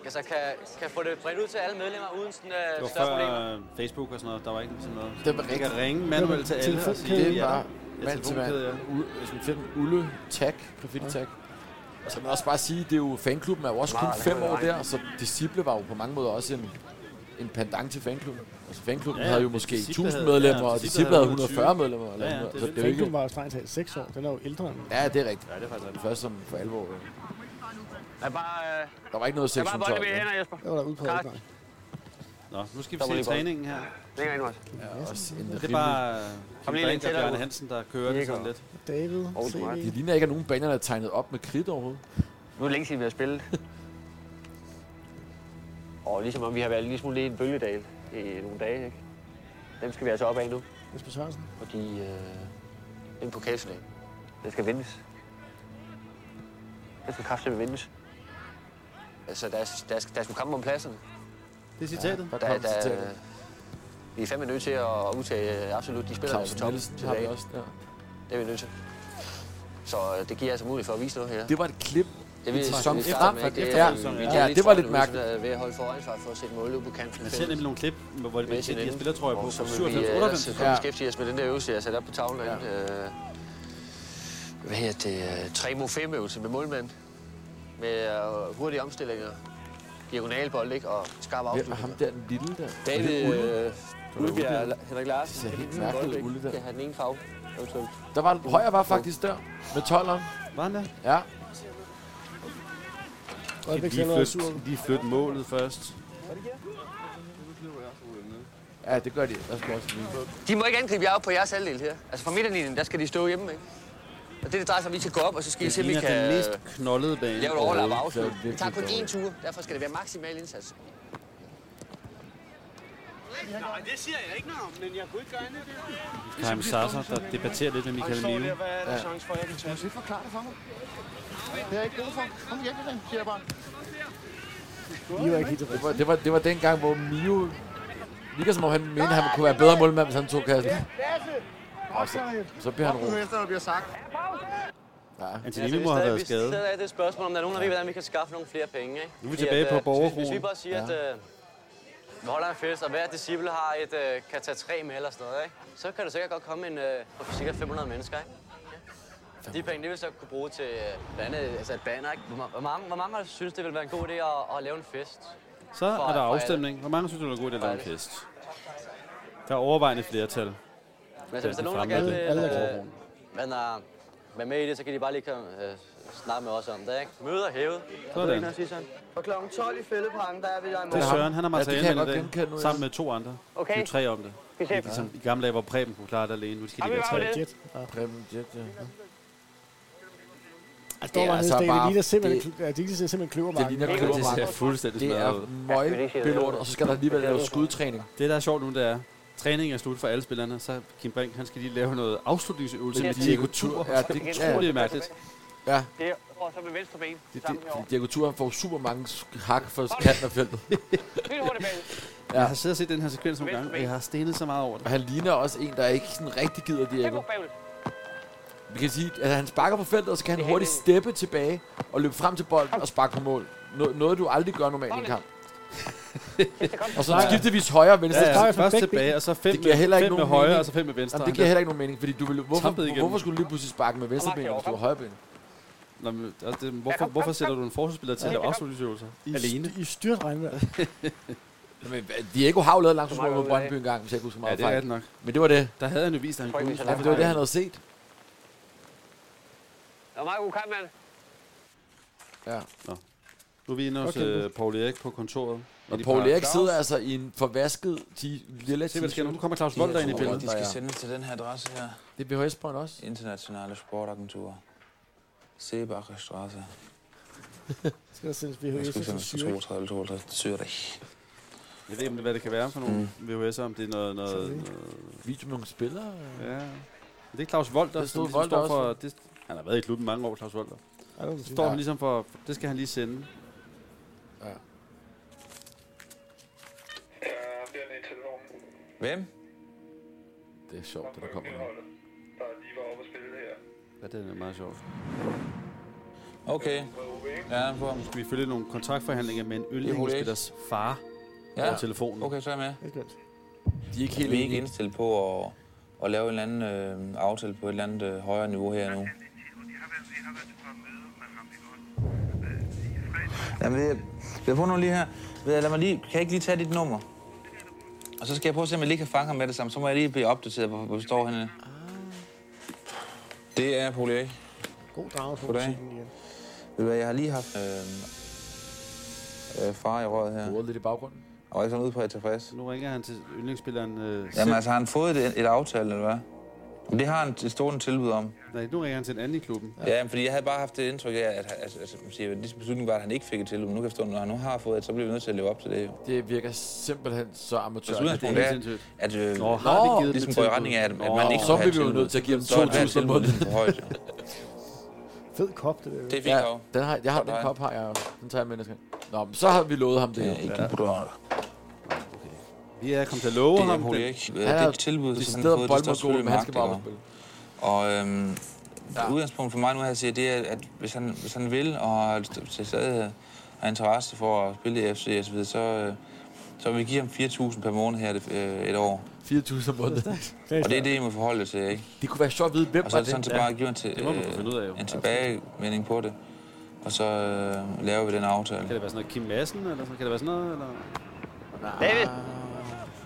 [SPEAKER 11] altså, kan, kan få det bredt ud til alle medlemmer uden sådan
[SPEAKER 1] Det
[SPEAKER 11] uh,
[SPEAKER 1] var
[SPEAKER 11] større
[SPEAKER 1] før
[SPEAKER 11] problemer.
[SPEAKER 1] øh, Facebook og sådan noget. Der var ikke sådan noget.
[SPEAKER 3] det var
[SPEAKER 1] Man kan
[SPEAKER 3] rigtigt.
[SPEAKER 1] ringe manuelt til alle og sige,
[SPEAKER 2] Telefonkæde.
[SPEAKER 1] vi
[SPEAKER 3] Det
[SPEAKER 1] er der.
[SPEAKER 3] var
[SPEAKER 1] Ja,
[SPEAKER 3] mand til mand.
[SPEAKER 1] telefonkæde, ja.
[SPEAKER 3] U- Hvis man finder Ulle, tag, graffiti tag. Og så kan man også bare sige, det er jo, fanklubben er jo også kun fem år der, så Disciple var jo på mange måder også en, en pendant til fanklubben. Altså fanklubben
[SPEAKER 1] Ja,
[SPEAKER 3] ja,
[SPEAKER 1] ja,
[SPEAKER 3] havde jo måske
[SPEAKER 1] Disciple
[SPEAKER 3] 1000
[SPEAKER 1] havde-
[SPEAKER 3] medlemmer,
[SPEAKER 1] ja,
[SPEAKER 3] og
[SPEAKER 1] Disciple
[SPEAKER 3] Disciple havde
[SPEAKER 1] havde
[SPEAKER 3] 140 medlemmer. Eller
[SPEAKER 1] Ja,
[SPEAKER 3] ja,
[SPEAKER 1] ja,
[SPEAKER 3] ja,
[SPEAKER 1] det er
[SPEAKER 3] så
[SPEAKER 1] lidt
[SPEAKER 3] det er jo
[SPEAKER 2] Fanklubben
[SPEAKER 3] ikke...
[SPEAKER 2] var jo strengt taget 6 år. Den er jo ældre end
[SPEAKER 3] Ja, det er rigtigt.
[SPEAKER 1] Ja, det er faktisk rigtigt.
[SPEAKER 3] Først som for alvor. ja.
[SPEAKER 11] Jeg bare, øh,
[SPEAKER 3] Der var ikke noget
[SPEAKER 11] jeg bare
[SPEAKER 3] sektion
[SPEAKER 11] bolde
[SPEAKER 3] 12.
[SPEAKER 11] med
[SPEAKER 3] ja.
[SPEAKER 11] hænder, Jesper.
[SPEAKER 2] Jeg var der ude på
[SPEAKER 11] Karsten.
[SPEAKER 2] dengang.
[SPEAKER 1] Nå, nu skal vi se træningen her.
[SPEAKER 11] Længere ind, Mads.
[SPEAKER 3] Ja, også en
[SPEAKER 1] Det er
[SPEAKER 3] rimelig-
[SPEAKER 1] bare Kim
[SPEAKER 11] lige lidt
[SPEAKER 1] Brink og
[SPEAKER 11] tættere
[SPEAKER 1] Bjarne
[SPEAKER 11] ud.
[SPEAKER 1] Hansen, der kører det sådan lidt.
[SPEAKER 2] David, CV.
[SPEAKER 3] Det ligner ikke, at nogen baner er tegnet op med kridt overhovedet.
[SPEAKER 11] Nu er det længe siden, vi har spillet. Og ligesom om vi har været en lille smule i en bølgedal i nogle dage, ikke? Dem skal vi altså op af nu,
[SPEAKER 2] Jesper Sørensen.
[SPEAKER 11] fordi øh, det er en pokalfinal. Den skal vindes. Den skal kraftigt vindes. Altså, der er, der, er, der er sgu kamp om pladserne.
[SPEAKER 1] Det er citatet.
[SPEAKER 3] Der
[SPEAKER 11] Der,
[SPEAKER 3] kom
[SPEAKER 11] der,
[SPEAKER 3] citatet.
[SPEAKER 11] vi er fandme nødt til at udtage øh, absolut de spillere, der er på
[SPEAKER 3] Claus
[SPEAKER 11] toppen
[SPEAKER 3] Nielsen
[SPEAKER 11] til
[SPEAKER 3] har vi
[SPEAKER 11] dag.
[SPEAKER 3] også der.
[SPEAKER 11] Det er vi nødt til. Så øh, det giver altså mulighed for at vise noget her.
[SPEAKER 3] Det var et klip.
[SPEAKER 11] Det vil
[SPEAKER 3] sæson
[SPEAKER 11] sæsonen
[SPEAKER 3] efter-
[SPEAKER 11] frem,
[SPEAKER 1] efter-
[SPEAKER 11] ikke?
[SPEAKER 1] efter
[SPEAKER 11] øh,
[SPEAKER 1] sæsonen,
[SPEAKER 11] vi
[SPEAKER 1] ja.
[SPEAKER 11] tager
[SPEAKER 3] Ja, det var
[SPEAKER 11] sådan
[SPEAKER 3] lidt
[SPEAKER 11] ud,
[SPEAKER 3] mærkeligt.
[SPEAKER 11] sådan, øh, Ved at holde foransvar for at sætte mål ud på kanten.
[SPEAKER 1] Man ser nemlig nogle klip, hvor de, de, de har spillertrøjer på.
[SPEAKER 11] Så
[SPEAKER 1] Som
[SPEAKER 11] vil vi
[SPEAKER 1] 97,
[SPEAKER 11] øh,
[SPEAKER 1] 98.
[SPEAKER 11] altså komme
[SPEAKER 3] Ja.
[SPEAKER 11] beskæftige os med den der øvelse, jeg satte op på tavlen. Øh, hvad hedder det? øh, 3 mod 5 øvelse med målmand. Med øh, hurtige omstillinger. Diagonalbold, ikke? Og skarp
[SPEAKER 3] Hvem er
[SPEAKER 11] afslutning.
[SPEAKER 3] ham der, den lille der?
[SPEAKER 11] David øh, Ulbjerg og Henrik
[SPEAKER 3] Det
[SPEAKER 11] Larsen.
[SPEAKER 3] ser
[SPEAKER 11] kan
[SPEAKER 3] helt
[SPEAKER 11] lide den
[SPEAKER 3] mærkeligt
[SPEAKER 11] bold, ikke?
[SPEAKER 3] ud, det der.
[SPEAKER 11] Kan have den ene farve. eventuelt.
[SPEAKER 3] Der var, højre var faktisk der, med 12'eren.
[SPEAKER 1] Var han der?
[SPEAKER 3] Ja,
[SPEAKER 2] Rødbæk
[SPEAKER 1] Lige
[SPEAKER 2] selv er sur.
[SPEAKER 1] flyt, lige flyt målet først.
[SPEAKER 3] ja det gør de. Der skal også lige.
[SPEAKER 11] De må ikke angribe jer op på jeres halvdel her. Altså fra midterlinjen, der skal de stå hjemme, ikke? Og det, det drejer sig om, vi skal gå op, og så skal I
[SPEAKER 1] Det
[SPEAKER 11] se, om I
[SPEAKER 1] ligner
[SPEAKER 11] kan
[SPEAKER 1] den
[SPEAKER 11] øh,
[SPEAKER 1] mest knoldede bane.
[SPEAKER 11] lave et overlap og
[SPEAKER 3] Det er
[SPEAKER 11] afslut.
[SPEAKER 3] virkelig
[SPEAKER 11] Det tager kun
[SPEAKER 3] dårligt.
[SPEAKER 11] én tur, derfor skal det være maksimal indsats.
[SPEAKER 12] Nej, det siger jeg ikke noget om, men jeg kunne ikke gøre andet.
[SPEAKER 1] Karim Sasser, der debatterer lidt med Michael
[SPEAKER 12] Og I står
[SPEAKER 1] Mio.
[SPEAKER 12] der, hvad er der
[SPEAKER 1] Ja.
[SPEAKER 12] chance for, at jeg kan tage?
[SPEAKER 13] Du ikke forklare det for mig. Det er jeg ikke god for. Kom hjem med den, siger jeg bare.
[SPEAKER 3] det var, det var, det var dengang, hvor Mio... Ligger som om han mente, at han kunne være bedre målmand, hvis han tog kassen. Og så, så bliver han roet.
[SPEAKER 13] efter, der bliver sagt.
[SPEAKER 3] Ja.
[SPEAKER 1] Antonini må have været skadet.
[SPEAKER 11] sidder af det spørgsmål, om der er nogen, der ved, hvordan vi kan skaffe nogle flere penge. Ikke?
[SPEAKER 1] Nu er vi
[SPEAKER 11] Fordi
[SPEAKER 1] tilbage
[SPEAKER 11] at,
[SPEAKER 1] på
[SPEAKER 11] øh,
[SPEAKER 1] borgerkroen.
[SPEAKER 11] Hvis, hvis vi bare siger, ja. at øh, vi holder en fest, og hver disciple har et, øh, kan tage tre med eller sådan noget, ikke? så kan der sikkert godt komme en, øh, på cirka 500 mennesker. Ikke? Ja. De penge, det vil så kunne bruge til øh, blandt andet, altså et banner. Ikke? Hvor, ma- hvor, mange, hvor mange synes, det ville være en god idé at, at lave en fest?
[SPEAKER 1] Så
[SPEAKER 11] For-
[SPEAKER 1] er
[SPEAKER 11] for
[SPEAKER 1] der
[SPEAKER 11] alle?
[SPEAKER 1] afstemning. Hvor mange synes du, det er god, det er en fest? Der er overvejende flertal.
[SPEAKER 11] Men altså, hvis der er nogen, der gerne vil øh, men, øh, være med i det, så kan de bare lige komme, øh, snakke med os om det. Ikke? Møder hævet.
[SPEAKER 1] Sådan.
[SPEAKER 14] Og kl. 12 i Fældeparken, der er vi der i
[SPEAKER 1] Det er Søren, han har mig ja,
[SPEAKER 3] kan jeg
[SPEAKER 1] i
[SPEAKER 3] godt
[SPEAKER 1] dag,
[SPEAKER 3] genkende nu, ja.
[SPEAKER 1] sammen med to andre.
[SPEAKER 14] Okay.
[SPEAKER 1] De er tre om det.
[SPEAKER 14] Vi
[SPEAKER 1] Det
[SPEAKER 14] ses.
[SPEAKER 1] er ligesom i gamle dage, hvor Preben kunne klare det alene. Nu skal
[SPEAKER 14] Ej,
[SPEAKER 1] de
[SPEAKER 14] vi
[SPEAKER 1] være
[SPEAKER 14] var jo
[SPEAKER 1] tre.
[SPEAKER 14] lidt.
[SPEAKER 3] Preben Jet, ja.
[SPEAKER 2] Altså, det, er altså bare, det ligner simpelthen, det, det, ligner simpelthen kløvermarken.
[SPEAKER 3] Det ligner kløvermarken.
[SPEAKER 1] Det ser fuldstændig
[SPEAKER 3] Det
[SPEAKER 1] smadret
[SPEAKER 3] er
[SPEAKER 1] ud.
[SPEAKER 3] møgbelort, og så skal der alligevel lave skudtræning.
[SPEAKER 1] Det, der er sjovt nu, det er, træningen er slut for alle spillerne, så Kim Brink, han skal lige lave noget afslutningsøvelse med Diego Tur.
[SPEAKER 3] Ja, det
[SPEAKER 1] er utroligt mærkeligt.
[SPEAKER 3] Ja,
[SPEAKER 14] Det og så med venstre ben.
[SPEAKER 3] det,
[SPEAKER 14] sammen
[SPEAKER 3] det,
[SPEAKER 14] herovre.
[SPEAKER 3] fordi Diego Tur, han får super mange sk- hak for kanten af
[SPEAKER 14] [laughs]
[SPEAKER 3] feltet.
[SPEAKER 1] Ja. Jeg har siddet og set den her sekvens nogle gange, og jeg har stenet så meget over det.
[SPEAKER 3] Og han ligner også en, der ikke sådan rigtig gider Diego.
[SPEAKER 14] bagud.
[SPEAKER 3] Vi kan sige, at han sparker på feltet, og så kan han hurtigt steppe tilbage og løbe frem til bolden og sparke på mål. Nå- noget, du aldrig gør normalt
[SPEAKER 14] [laughs]
[SPEAKER 3] i en kamp. og så
[SPEAKER 1] Ja.
[SPEAKER 3] skiftevis højre og venstre.
[SPEAKER 1] Ja, ja, først tilbage, og så fem
[SPEAKER 3] det giver
[SPEAKER 1] med-
[SPEAKER 3] heller ikke
[SPEAKER 1] fem med
[SPEAKER 3] nogen
[SPEAKER 1] højre,
[SPEAKER 3] mening.
[SPEAKER 1] og så fem med venstre.
[SPEAKER 3] Jamen,
[SPEAKER 1] Han
[SPEAKER 3] det giver
[SPEAKER 1] bliver
[SPEAKER 3] heller ikke nogen mening, fordi du vil, hvorfor,
[SPEAKER 1] trampet igennem.
[SPEAKER 3] hvorfor skulle du lige pludselig sparke med venstre ben, hvis du var højre ben?
[SPEAKER 1] Nå, men, altså, det, hvorfor, hvorfor sætter du en forsvarsspiller til at lave afslutningsøvelser? Alene.
[SPEAKER 2] I styrt
[SPEAKER 3] [laughs]
[SPEAKER 2] regnvejr.
[SPEAKER 3] Jamen, Diego har jo lavet langtidsmål
[SPEAKER 1] Meget
[SPEAKER 3] på
[SPEAKER 1] ud af.
[SPEAKER 3] Brøndby en gang, hvis jeg ikke husker
[SPEAKER 1] Ja,
[SPEAKER 3] meget
[SPEAKER 1] det er
[SPEAKER 3] fejl.
[SPEAKER 1] det nok.
[SPEAKER 3] Men det var det.
[SPEAKER 1] Der havde han jo vist, at han kunne.
[SPEAKER 3] Ja, for det var det, han havde set.
[SPEAKER 14] Det var meget god kamp, mand.
[SPEAKER 3] Ja.
[SPEAKER 1] Nå. Nu er vi inde hos
[SPEAKER 3] Okay.
[SPEAKER 1] okay. Paul Erik på kontoret.
[SPEAKER 3] Og Paul Erik sidder altså i en forvasket t- lille t-shirt.
[SPEAKER 1] Se, hvad der sker nu. Nu kommer Claus Volter ind i billedet.
[SPEAKER 9] De skal sendes til den her adresse her.
[SPEAKER 3] Det er VHS-bånd også.
[SPEAKER 9] Internationale sportagenturer. Sebacher Straße.
[SPEAKER 2] Skal der sendes
[SPEAKER 9] Jeg
[SPEAKER 2] VHS
[SPEAKER 9] skal
[SPEAKER 2] til
[SPEAKER 9] sendes til
[SPEAKER 2] Zürich?
[SPEAKER 9] 32, 32, Zürich.
[SPEAKER 1] Jeg ved ikke, hvad det kan være for nogle VHS'er, om det er noget... noget,
[SPEAKER 3] Sådan.
[SPEAKER 1] noget...
[SPEAKER 3] Video med nogle spillere?
[SPEAKER 1] Ja. Men det er Claus Volter,
[SPEAKER 3] Det
[SPEAKER 1] det
[SPEAKER 3] stod
[SPEAKER 1] som ligesom står
[SPEAKER 3] Volter
[SPEAKER 1] for...
[SPEAKER 3] også.
[SPEAKER 1] Det, han har været i klubben mange år, Claus Volter.
[SPEAKER 2] Ja, det må man
[SPEAKER 1] Så
[SPEAKER 2] sige.
[SPEAKER 1] står
[SPEAKER 2] Ja.
[SPEAKER 1] han ligesom for... Det skal han lige sende.
[SPEAKER 3] Ja.
[SPEAKER 9] Hvem?
[SPEAKER 3] Det er sjovt, det der kommer nu.
[SPEAKER 1] Ja, det er meget sjovt.
[SPEAKER 9] Okay. Ja, på.
[SPEAKER 1] Nu skal vi følge nogle kontraktforhandlinger med en yndlingsspillers far ja.
[SPEAKER 9] Ja.
[SPEAKER 1] over telefonen.
[SPEAKER 9] Okay, så er jeg med.
[SPEAKER 3] De er ikke
[SPEAKER 9] Altså, Vi er
[SPEAKER 3] helt
[SPEAKER 9] ikke
[SPEAKER 3] enige.
[SPEAKER 9] indstillet på at, at lave en eller anden øh, aftale på et eller andet øh, højere niveau her nu. Jamen, det, jeg prøver nu lige her. Ved jeg, Lad mig lige, kan jeg ikke lige tage dit nummer? Og så skal jeg prøve at se, om jeg lige kan fange ham med det samme. Så må jeg lige blive opdateret, hvor, hvor vi står henne. Det er Paul Erik.
[SPEAKER 2] God drage på
[SPEAKER 9] Goddag.
[SPEAKER 2] musikken igen.
[SPEAKER 9] Ved du hvad, jeg har lige haft øh, øh, far i røret her.
[SPEAKER 3] Ordet lidt i baggrunden.
[SPEAKER 9] Og ikke sådan ud på, at jeg er tilfreds.
[SPEAKER 1] Nu ringer han til yndlingsspilleren... Øh,
[SPEAKER 9] Jamen altså, har han fået et, et aftale, eller hvad? Men Det har han et stort tilbud om.
[SPEAKER 1] Nej, nu ringer han til en anden i klubben.
[SPEAKER 9] Ja, men fordi jeg havde bare haft det indtryk af, at, at, at, at, man siger, at ligesom beslutningen var, at han ikke fik et tilbud. Men nu kan jeg forstå, at når han nu har fået et, så bliver vi nødt til at leve op til det jo.
[SPEAKER 3] Det virker simpelthen så amatør.
[SPEAKER 9] Så udgangspunktet er, at øh,
[SPEAKER 3] Nå,
[SPEAKER 9] Nå,
[SPEAKER 3] har vi givet dem
[SPEAKER 9] ligesom
[SPEAKER 3] et
[SPEAKER 9] går i
[SPEAKER 3] tilbud?
[SPEAKER 9] retning af, at, at
[SPEAKER 3] Nå,
[SPEAKER 9] man ikke
[SPEAKER 3] så
[SPEAKER 9] må have
[SPEAKER 3] bliver vi jo
[SPEAKER 9] tilbud.
[SPEAKER 3] nødt til at give dem
[SPEAKER 9] Så er det
[SPEAKER 3] 2.000 om
[SPEAKER 9] tilbud
[SPEAKER 3] måneden.
[SPEAKER 9] lidt for højt, jo.
[SPEAKER 2] Fed kop, det der.
[SPEAKER 9] Det er fint, Karo.
[SPEAKER 3] Den har, jeg har
[SPEAKER 9] Godt
[SPEAKER 3] den
[SPEAKER 9] dig.
[SPEAKER 3] kop, har jeg jo. Den tager jeg med næste gang. Nå, men så har vi lovet ham det.
[SPEAKER 9] Ja, ikke en brød.
[SPEAKER 1] Vi er kommet til at love
[SPEAKER 9] det er
[SPEAKER 1] ham
[SPEAKER 9] Paul
[SPEAKER 1] den.
[SPEAKER 9] Erik.
[SPEAKER 1] Han
[SPEAKER 9] Det
[SPEAKER 1] er
[SPEAKER 9] er et tilbud, som han har
[SPEAKER 1] decideret
[SPEAKER 9] fået.
[SPEAKER 1] boldmodgod,
[SPEAKER 9] selvfølgelig
[SPEAKER 1] men han skal
[SPEAKER 9] magt,
[SPEAKER 1] bare
[SPEAKER 9] ikke? Og øhm, ja. udgangspunkt for mig nu her siger, det er, at hvis han, hvis han vil og har lyst til stadig har interesse for at spille i FC og så videre, så, øh, så vil vi give ham 4.000 per måned her det, øh, et år.
[SPEAKER 3] 4.000 om måneden.
[SPEAKER 9] Og det er det, I må forholde jer til, ikke?
[SPEAKER 3] Det kunne være sjovt at vide, hvem
[SPEAKER 9] Og så er det
[SPEAKER 3] var
[SPEAKER 9] sådan
[SPEAKER 3] det?
[SPEAKER 9] set bare
[SPEAKER 3] Ja.
[SPEAKER 9] at give en, til,
[SPEAKER 3] Det må man kunne finde ud af, jo.
[SPEAKER 9] øh,
[SPEAKER 1] Altså.
[SPEAKER 9] en tilbagemelding på det. Og så øh, laver vi den aftale.
[SPEAKER 1] Kan det være sådan noget Kim Madsen, eller sådan- kan det være sådan noget? Eller?
[SPEAKER 14] David,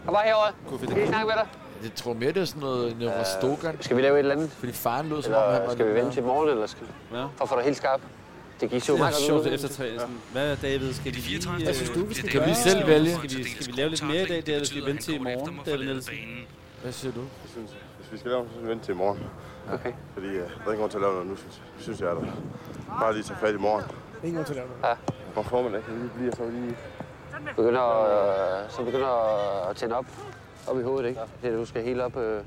[SPEAKER 14] kom bare herover.
[SPEAKER 1] Skal
[SPEAKER 14] vi snakke med dig?
[SPEAKER 3] Jeg tror mere, det er sådan noget en Rostogan.
[SPEAKER 14] Skal vi lave et eller andet?
[SPEAKER 3] Fordi faren lød som om, han
[SPEAKER 7] Eller
[SPEAKER 3] var
[SPEAKER 7] skal vi
[SPEAKER 3] lidt
[SPEAKER 7] vente
[SPEAKER 3] mere-
[SPEAKER 7] til i morgen, eller skal
[SPEAKER 1] ja.
[SPEAKER 7] for at få dig helt skarp? Det gik så
[SPEAKER 1] Det
[SPEAKER 7] meget
[SPEAKER 1] er
[SPEAKER 7] godt
[SPEAKER 1] sjovt
[SPEAKER 7] ud.
[SPEAKER 1] efter tre. Sådan, hvad David, skal vi lige...
[SPEAKER 7] Hvad synes du, vi skal
[SPEAKER 1] kan vi
[SPEAKER 7] gøre?
[SPEAKER 1] selv vælge? Skal vi, skal vi lave lidt mere i dag, David? Skal vi vente til i morgen, David Nielsen?
[SPEAKER 3] Hvad siger du?
[SPEAKER 15] Jeg synes, hvis vi skal lave noget, så skal vi vente til i morgen. Okay. Fordi øh, der er ingen grund til at lave noget nu, synes, synes jeg. Der. Bare lige tage fat i morgen.
[SPEAKER 2] Ingen grund til at lave noget.
[SPEAKER 15] Ja. Om formiddag kan vi lige blive, og så lige
[SPEAKER 7] begynder, øh, som begynder at tænde op, op i hovedet. Ikke? Det, er, du skal helt op. Øh,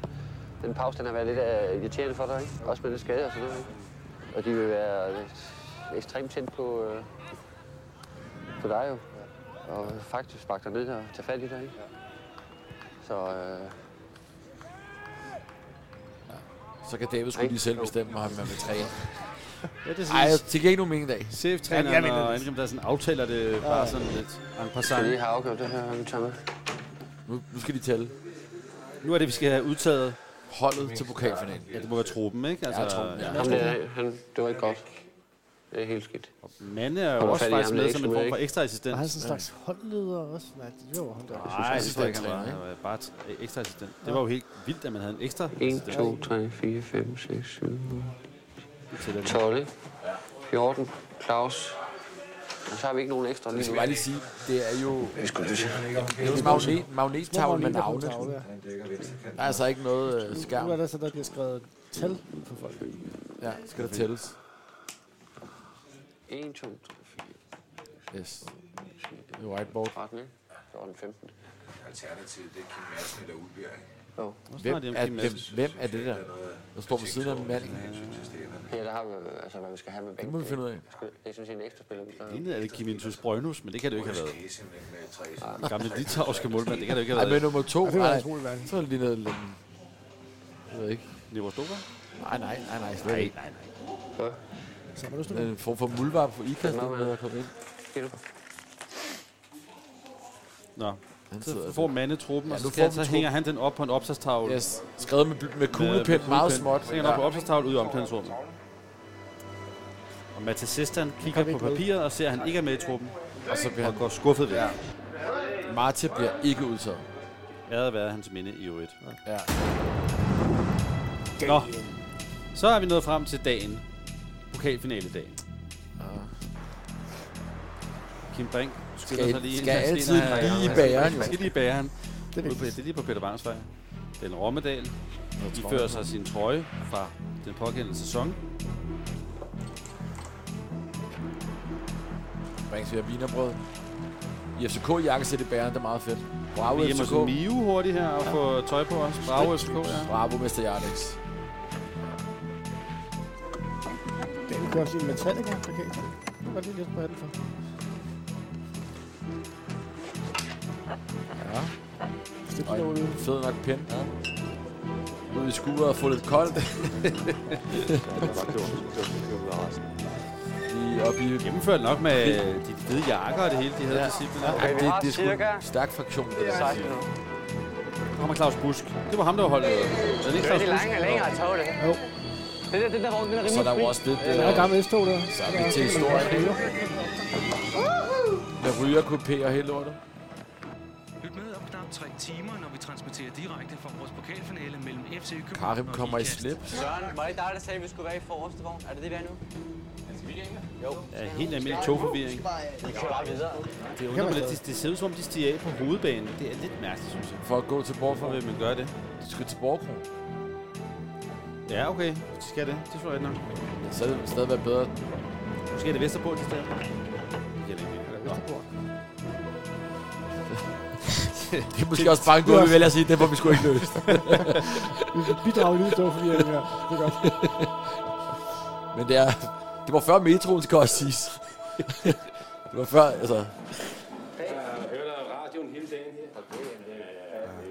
[SPEAKER 7] den pause den har været lidt øh, irriterende for dig, ikke? også med lidt skade og sådan noget. Ikke? Og de vil være øh, ekstremt tændt på, øh, på dig jo. Og faktisk sparke dig ned og tage fat i dig. Ikke? Så øh,
[SPEAKER 3] Så kan David skulle lige selv bestemme, om han vil træne.
[SPEAKER 1] Ja, det er
[SPEAKER 3] Ej, det giver ikke nogen mening i dag.
[SPEAKER 1] Cheftræneren
[SPEAKER 3] Jamen, jeg mener
[SPEAKER 1] og
[SPEAKER 3] det.
[SPEAKER 1] Henrik Madsen aftaler det bare sådan lidt en passant.
[SPEAKER 7] Skal lige have afgjort det her, vi tager med.
[SPEAKER 3] Nu, nu skal de tælle.
[SPEAKER 1] Nu er det, vi skal have udtaget
[SPEAKER 3] holdet til pokalfinalen.
[SPEAKER 1] Ja, det må være truppen, ikke? Altså,
[SPEAKER 7] Ja, truppen, ja. Ham der, han, det var ikke godt. Det er helt skidt.
[SPEAKER 1] Mande er jo også faktisk med som en form for ekstra assistent.
[SPEAKER 2] Og han er sådan en slags holdleder også. Nej, det var jo ham der.
[SPEAKER 1] Nej, det tror jeg ikke, han var. Han var bare t- ekstra assistent. Det var jo helt vildt, at man havde en ekstra
[SPEAKER 7] 1,
[SPEAKER 1] assistent.
[SPEAKER 7] 2, 3, 4, 5, 6, 7, 12, ikke? 14, Claus. Og så har vi ikke nogen ekstra
[SPEAKER 3] Jeg
[SPEAKER 7] lige
[SPEAKER 3] skal
[SPEAKER 7] nu.
[SPEAKER 3] bare lige sige, det er jo
[SPEAKER 7] Jeg skulle lige
[SPEAKER 3] det er jo en magnet, magnettavle med navne. Der er altså ikke noget øh, skærm.
[SPEAKER 2] Nu er der så, der bliver skrevet tal for folk.
[SPEAKER 3] Ja, skal der tælles.
[SPEAKER 7] 1, 2, 3,
[SPEAKER 3] 4. Yes. Det er whiteboard.
[SPEAKER 7] 13, ikke? 14, 15.
[SPEAKER 16] Alternativet, det er Kim Madsen eller Ulbjerg.
[SPEAKER 7] Jo.
[SPEAKER 3] Hvem er, hvem, hvem er det der? Der står på siden af den mand.
[SPEAKER 7] Ja, der har vi øh, altså, hvad vi skal have med bænken.
[SPEAKER 3] Det må vi finde ud af.
[SPEAKER 7] Det er sådan set en ekstra spiller, vi skal have.
[SPEAKER 1] Lignede er det Kim Intus Brøgnus, men det kan det jo ikke have været. Den Gamle litauiske målmand, det kan det jo ikke
[SPEAKER 3] Ej,
[SPEAKER 1] have
[SPEAKER 3] men
[SPEAKER 1] været.
[SPEAKER 3] nummer to.
[SPEAKER 2] Ja, det var
[SPEAKER 3] nej,
[SPEAKER 2] utrolig mærkeligt.
[SPEAKER 3] Så er det lige noget... lidt- Jeg ved ikke.
[SPEAKER 1] Det var Stoker?
[SPEAKER 3] Nej, nej, nej, nej.
[SPEAKER 1] Nej,
[SPEAKER 3] Slet ikke.
[SPEAKER 1] nej,
[SPEAKER 2] Så må du stå.
[SPEAKER 3] Det er en form for muldvarp for ikast, der er kommet ind.
[SPEAKER 1] Nå,
[SPEAKER 3] Han
[SPEAKER 1] så
[SPEAKER 3] sidder altså-
[SPEAKER 1] får mande truppen,
[SPEAKER 3] Ja,
[SPEAKER 1] og så,
[SPEAKER 3] nu
[SPEAKER 1] skal,
[SPEAKER 3] får
[SPEAKER 1] så
[SPEAKER 3] man
[SPEAKER 1] hænger
[SPEAKER 3] truppen.
[SPEAKER 1] han den op på en opslagstavle.
[SPEAKER 3] Yes. Skrevet med, med kuglepen, meget småt.
[SPEAKER 1] Så hænger den op på
[SPEAKER 3] Ja.
[SPEAKER 1] opslagstavle ude i omklædningsrummet. Og Mathis Sestan kigger på papiret og ser, at han ikke er med i truppen.
[SPEAKER 3] Og så bliver
[SPEAKER 1] han går skuffet ved. Ja.
[SPEAKER 3] Marta bliver ikke udtaget.
[SPEAKER 1] Æret være hans minde i øvrigt.
[SPEAKER 3] Ja.
[SPEAKER 1] Nå, så er vi nået frem til dagen. Pokalfinaledagen.
[SPEAKER 3] Ah.
[SPEAKER 1] Kim Brink skynder
[SPEAKER 3] Skal-
[SPEAKER 1] sig lige ind.
[SPEAKER 3] skal
[SPEAKER 1] Han
[SPEAKER 3] altid
[SPEAKER 1] slinder her. altså,
[SPEAKER 3] lige i bageren, jo.
[SPEAKER 1] Skal lige i bageren.
[SPEAKER 2] Det er
[SPEAKER 1] Ude på-
[SPEAKER 2] vigtigt.
[SPEAKER 1] Det er lige på Peter Barnsvej. Den Rommedal ifører
[SPEAKER 3] trøje.
[SPEAKER 1] sig sin trøje fra den pågældende sæson.
[SPEAKER 3] Brings vi af vinerbrød. I FCK jakkesæt i bæren, det er meget fedt. Bravo
[SPEAKER 1] Vi er hjemme
[SPEAKER 3] FCK.
[SPEAKER 1] hos Miu hurtigt her og få tøj på os. Bravo FCK, ja.
[SPEAKER 3] Bravo Mester Jardex.
[SPEAKER 2] Det er jo også en Metallica-plakat. Det var lige lidt på den for.
[SPEAKER 3] Ja.
[SPEAKER 2] Det
[SPEAKER 3] Og en fed nok pind. Ja. Ud i skuret og få lidt [laughs] koldt. De er oppe i...
[SPEAKER 1] Gennemført nok med øh, de hvide jakker og det hele, de havde
[SPEAKER 3] Ja.
[SPEAKER 1] disciplen.
[SPEAKER 3] Ja,
[SPEAKER 1] Ja.
[SPEAKER 3] det, det er sgu en stærk fraktion, det der.
[SPEAKER 1] Der kommer Claus Busk. Det var ham, der var holdet. Så det er ikke Claus Busk.
[SPEAKER 14] længere tog, det.
[SPEAKER 2] Jo.
[SPEAKER 14] Det der, det der vogn, den er
[SPEAKER 3] Så er der jo også lidt... øh,
[SPEAKER 2] Det er en gammel S-tog der.
[SPEAKER 3] Så er vi til historien, ikke? Der ryger kupéer helt lortet.
[SPEAKER 17] Lyt med om knap tre timer, når vi transmitterer direkte fra vores pokalfinale mellem FC København
[SPEAKER 3] Karim kommer i slips.
[SPEAKER 11] Søren, var det dig, der sagde, at vi skulle være i forreste vogn? Er det det, vi er nu? Skal vi ikke Jo.
[SPEAKER 1] Ja, helt almindelig togforvirring.
[SPEAKER 11] Vi kører bare videre.
[SPEAKER 1] Det, undrer mig lidt. det, det ser ud som om, de stiger af på hovedbanen. Det er lidt mærkeligt, synes jeg.
[SPEAKER 3] For at gå til Borgfra.
[SPEAKER 1] Hvorfor vil man gøre det?
[SPEAKER 3] De skal til Borgkro.
[SPEAKER 1] Ja, okay. De skal det. Det tror jeg nok.
[SPEAKER 3] Så vil det stadig være bedre.
[SPEAKER 1] Måske er det Vesterport i stedet. Det kan det ikke. Nå.
[SPEAKER 3] Det er måske også bare en god, vi vælger at sige, det får vi sgu ikke løst.
[SPEAKER 2] Vi bidrager lige til forvirringen her. Det er godt.
[SPEAKER 3] Men det er... Det var før metroen, skal også siges. [laughs] det var før, altså...
[SPEAKER 16] Jeg hører radioen hele dagen her.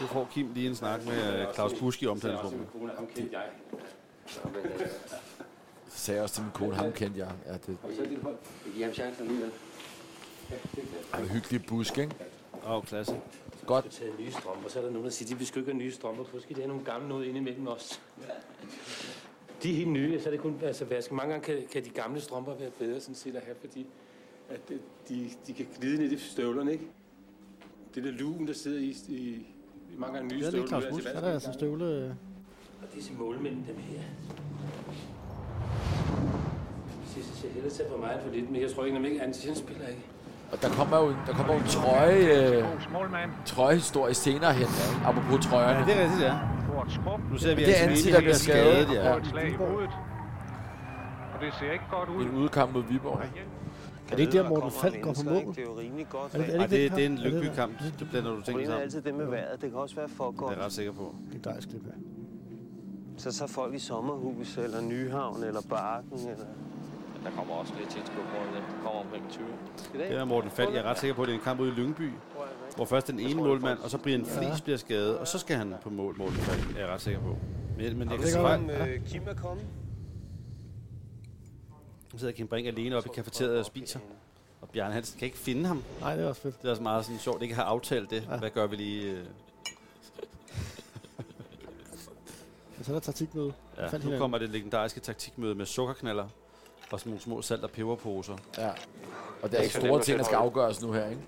[SPEAKER 1] Nu får Kim lige en snak med øh, Claus Busk i omklædningsrummet.
[SPEAKER 16] Ham kendte jeg.
[SPEAKER 3] Så sagde jeg også til min kone, ham kendte jeg. Ja, det
[SPEAKER 7] Og så er dit hold. Jamen, chancen alligevel.
[SPEAKER 3] er en hyggelig busk, ikke?
[SPEAKER 1] Åh, oh, klasse.
[SPEAKER 3] Godt.
[SPEAKER 16] Vi har taget nye strømper, så er der nogen, der siger, de vil sgu ikke have nye strømper på. Skal de have nogle gamle noget ind imellem os? De er helt nye, så er det kun altså, vaske. Mange gange kan, kan de gamle strømper være bedre sådan set at have, fordi at det- de, de kan glide ned i støvlerne, ikke? Det der lugen, der sidder i, i, i mange gange nye
[SPEAKER 2] Det er lige
[SPEAKER 16] støvler.
[SPEAKER 2] Claus
[SPEAKER 16] altså,
[SPEAKER 2] Busk. Så
[SPEAKER 16] hvad
[SPEAKER 2] er
[SPEAKER 16] skal
[SPEAKER 2] der
[SPEAKER 16] vi
[SPEAKER 2] altså
[SPEAKER 16] gøre?
[SPEAKER 2] støvle...
[SPEAKER 16] Og disse målmænd, dem her. Sidste ser hellere til for meget for lidt, men jeg tror ikke, at ikke Andersen spiller ikke.
[SPEAKER 3] Og der kommer jo, der kommer jo en trøje, øh,
[SPEAKER 16] Målmand.
[SPEAKER 3] trøjehistorie senere hen, ja, apropos trøjerne.
[SPEAKER 1] Ja, det er rigtigt, ja. Nu ser vi
[SPEAKER 3] det er
[SPEAKER 1] altså Mini,
[SPEAKER 3] Antti, der
[SPEAKER 1] der
[SPEAKER 3] bliver
[SPEAKER 1] bliver
[SPEAKER 3] skadet.
[SPEAKER 1] skadet,
[SPEAKER 3] ja.
[SPEAKER 1] ja.
[SPEAKER 16] slag i hovedet. Og det ser ikke godt
[SPEAKER 3] En udkamp mod Viborg.
[SPEAKER 2] Er det ikke der, Morten Falk går på mål?
[SPEAKER 18] Det er jo rimelig godt.
[SPEAKER 2] Er det- er det
[SPEAKER 1] Nej,
[SPEAKER 2] ikke den
[SPEAKER 1] det, det er en
[SPEAKER 2] kamp? Er det
[SPEAKER 1] lykkekamp.
[SPEAKER 2] den?
[SPEAKER 1] Det blander du tingene
[SPEAKER 18] Problemet er
[SPEAKER 1] sammen.
[SPEAKER 18] altid det med vejret. Det kan også være for
[SPEAKER 1] Det er
[SPEAKER 18] godt.
[SPEAKER 1] jeg ret sikker på.
[SPEAKER 2] Det er dejligt klip af.
[SPEAKER 18] Så så folk i sommerhus, eller Nyhavn, eller Barken, eller... Der kommer også lidt til skubbrød. Der kommer omkring 20.
[SPEAKER 1] Det er Morten Fald. Jeg er ret sikker på, at det er en kamp ude i Lyngby, hvor først den ene målmand, og så Brian Flis bliver skadet, og så skal han på mål, Morten Fald. Jeg er ret sikker på. Men, men jeg kan se fejl.
[SPEAKER 18] Kim er kommet.
[SPEAKER 1] Nu sidder Kim Brink alene oppe i kafeteriet og spiser. Og Bjarne Hansen kan ikke finde ham.
[SPEAKER 2] Nej, det er også fedt.
[SPEAKER 1] Det er også meget sådan sjovt. Ikke at have aftalt det. Hvad gør vi lige? øh?
[SPEAKER 2] Men så er der taktikmøde. Fandt
[SPEAKER 1] Ja, nu
[SPEAKER 2] hinanden.
[SPEAKER 1] kommer det legendariske taktikmøde med sukkerknaller og sådan nogle små salt- og peberposer.
[SPEAKER 3] Ja. Og Altså, det er ikke store ting, der skal afgøres nu her, ikke?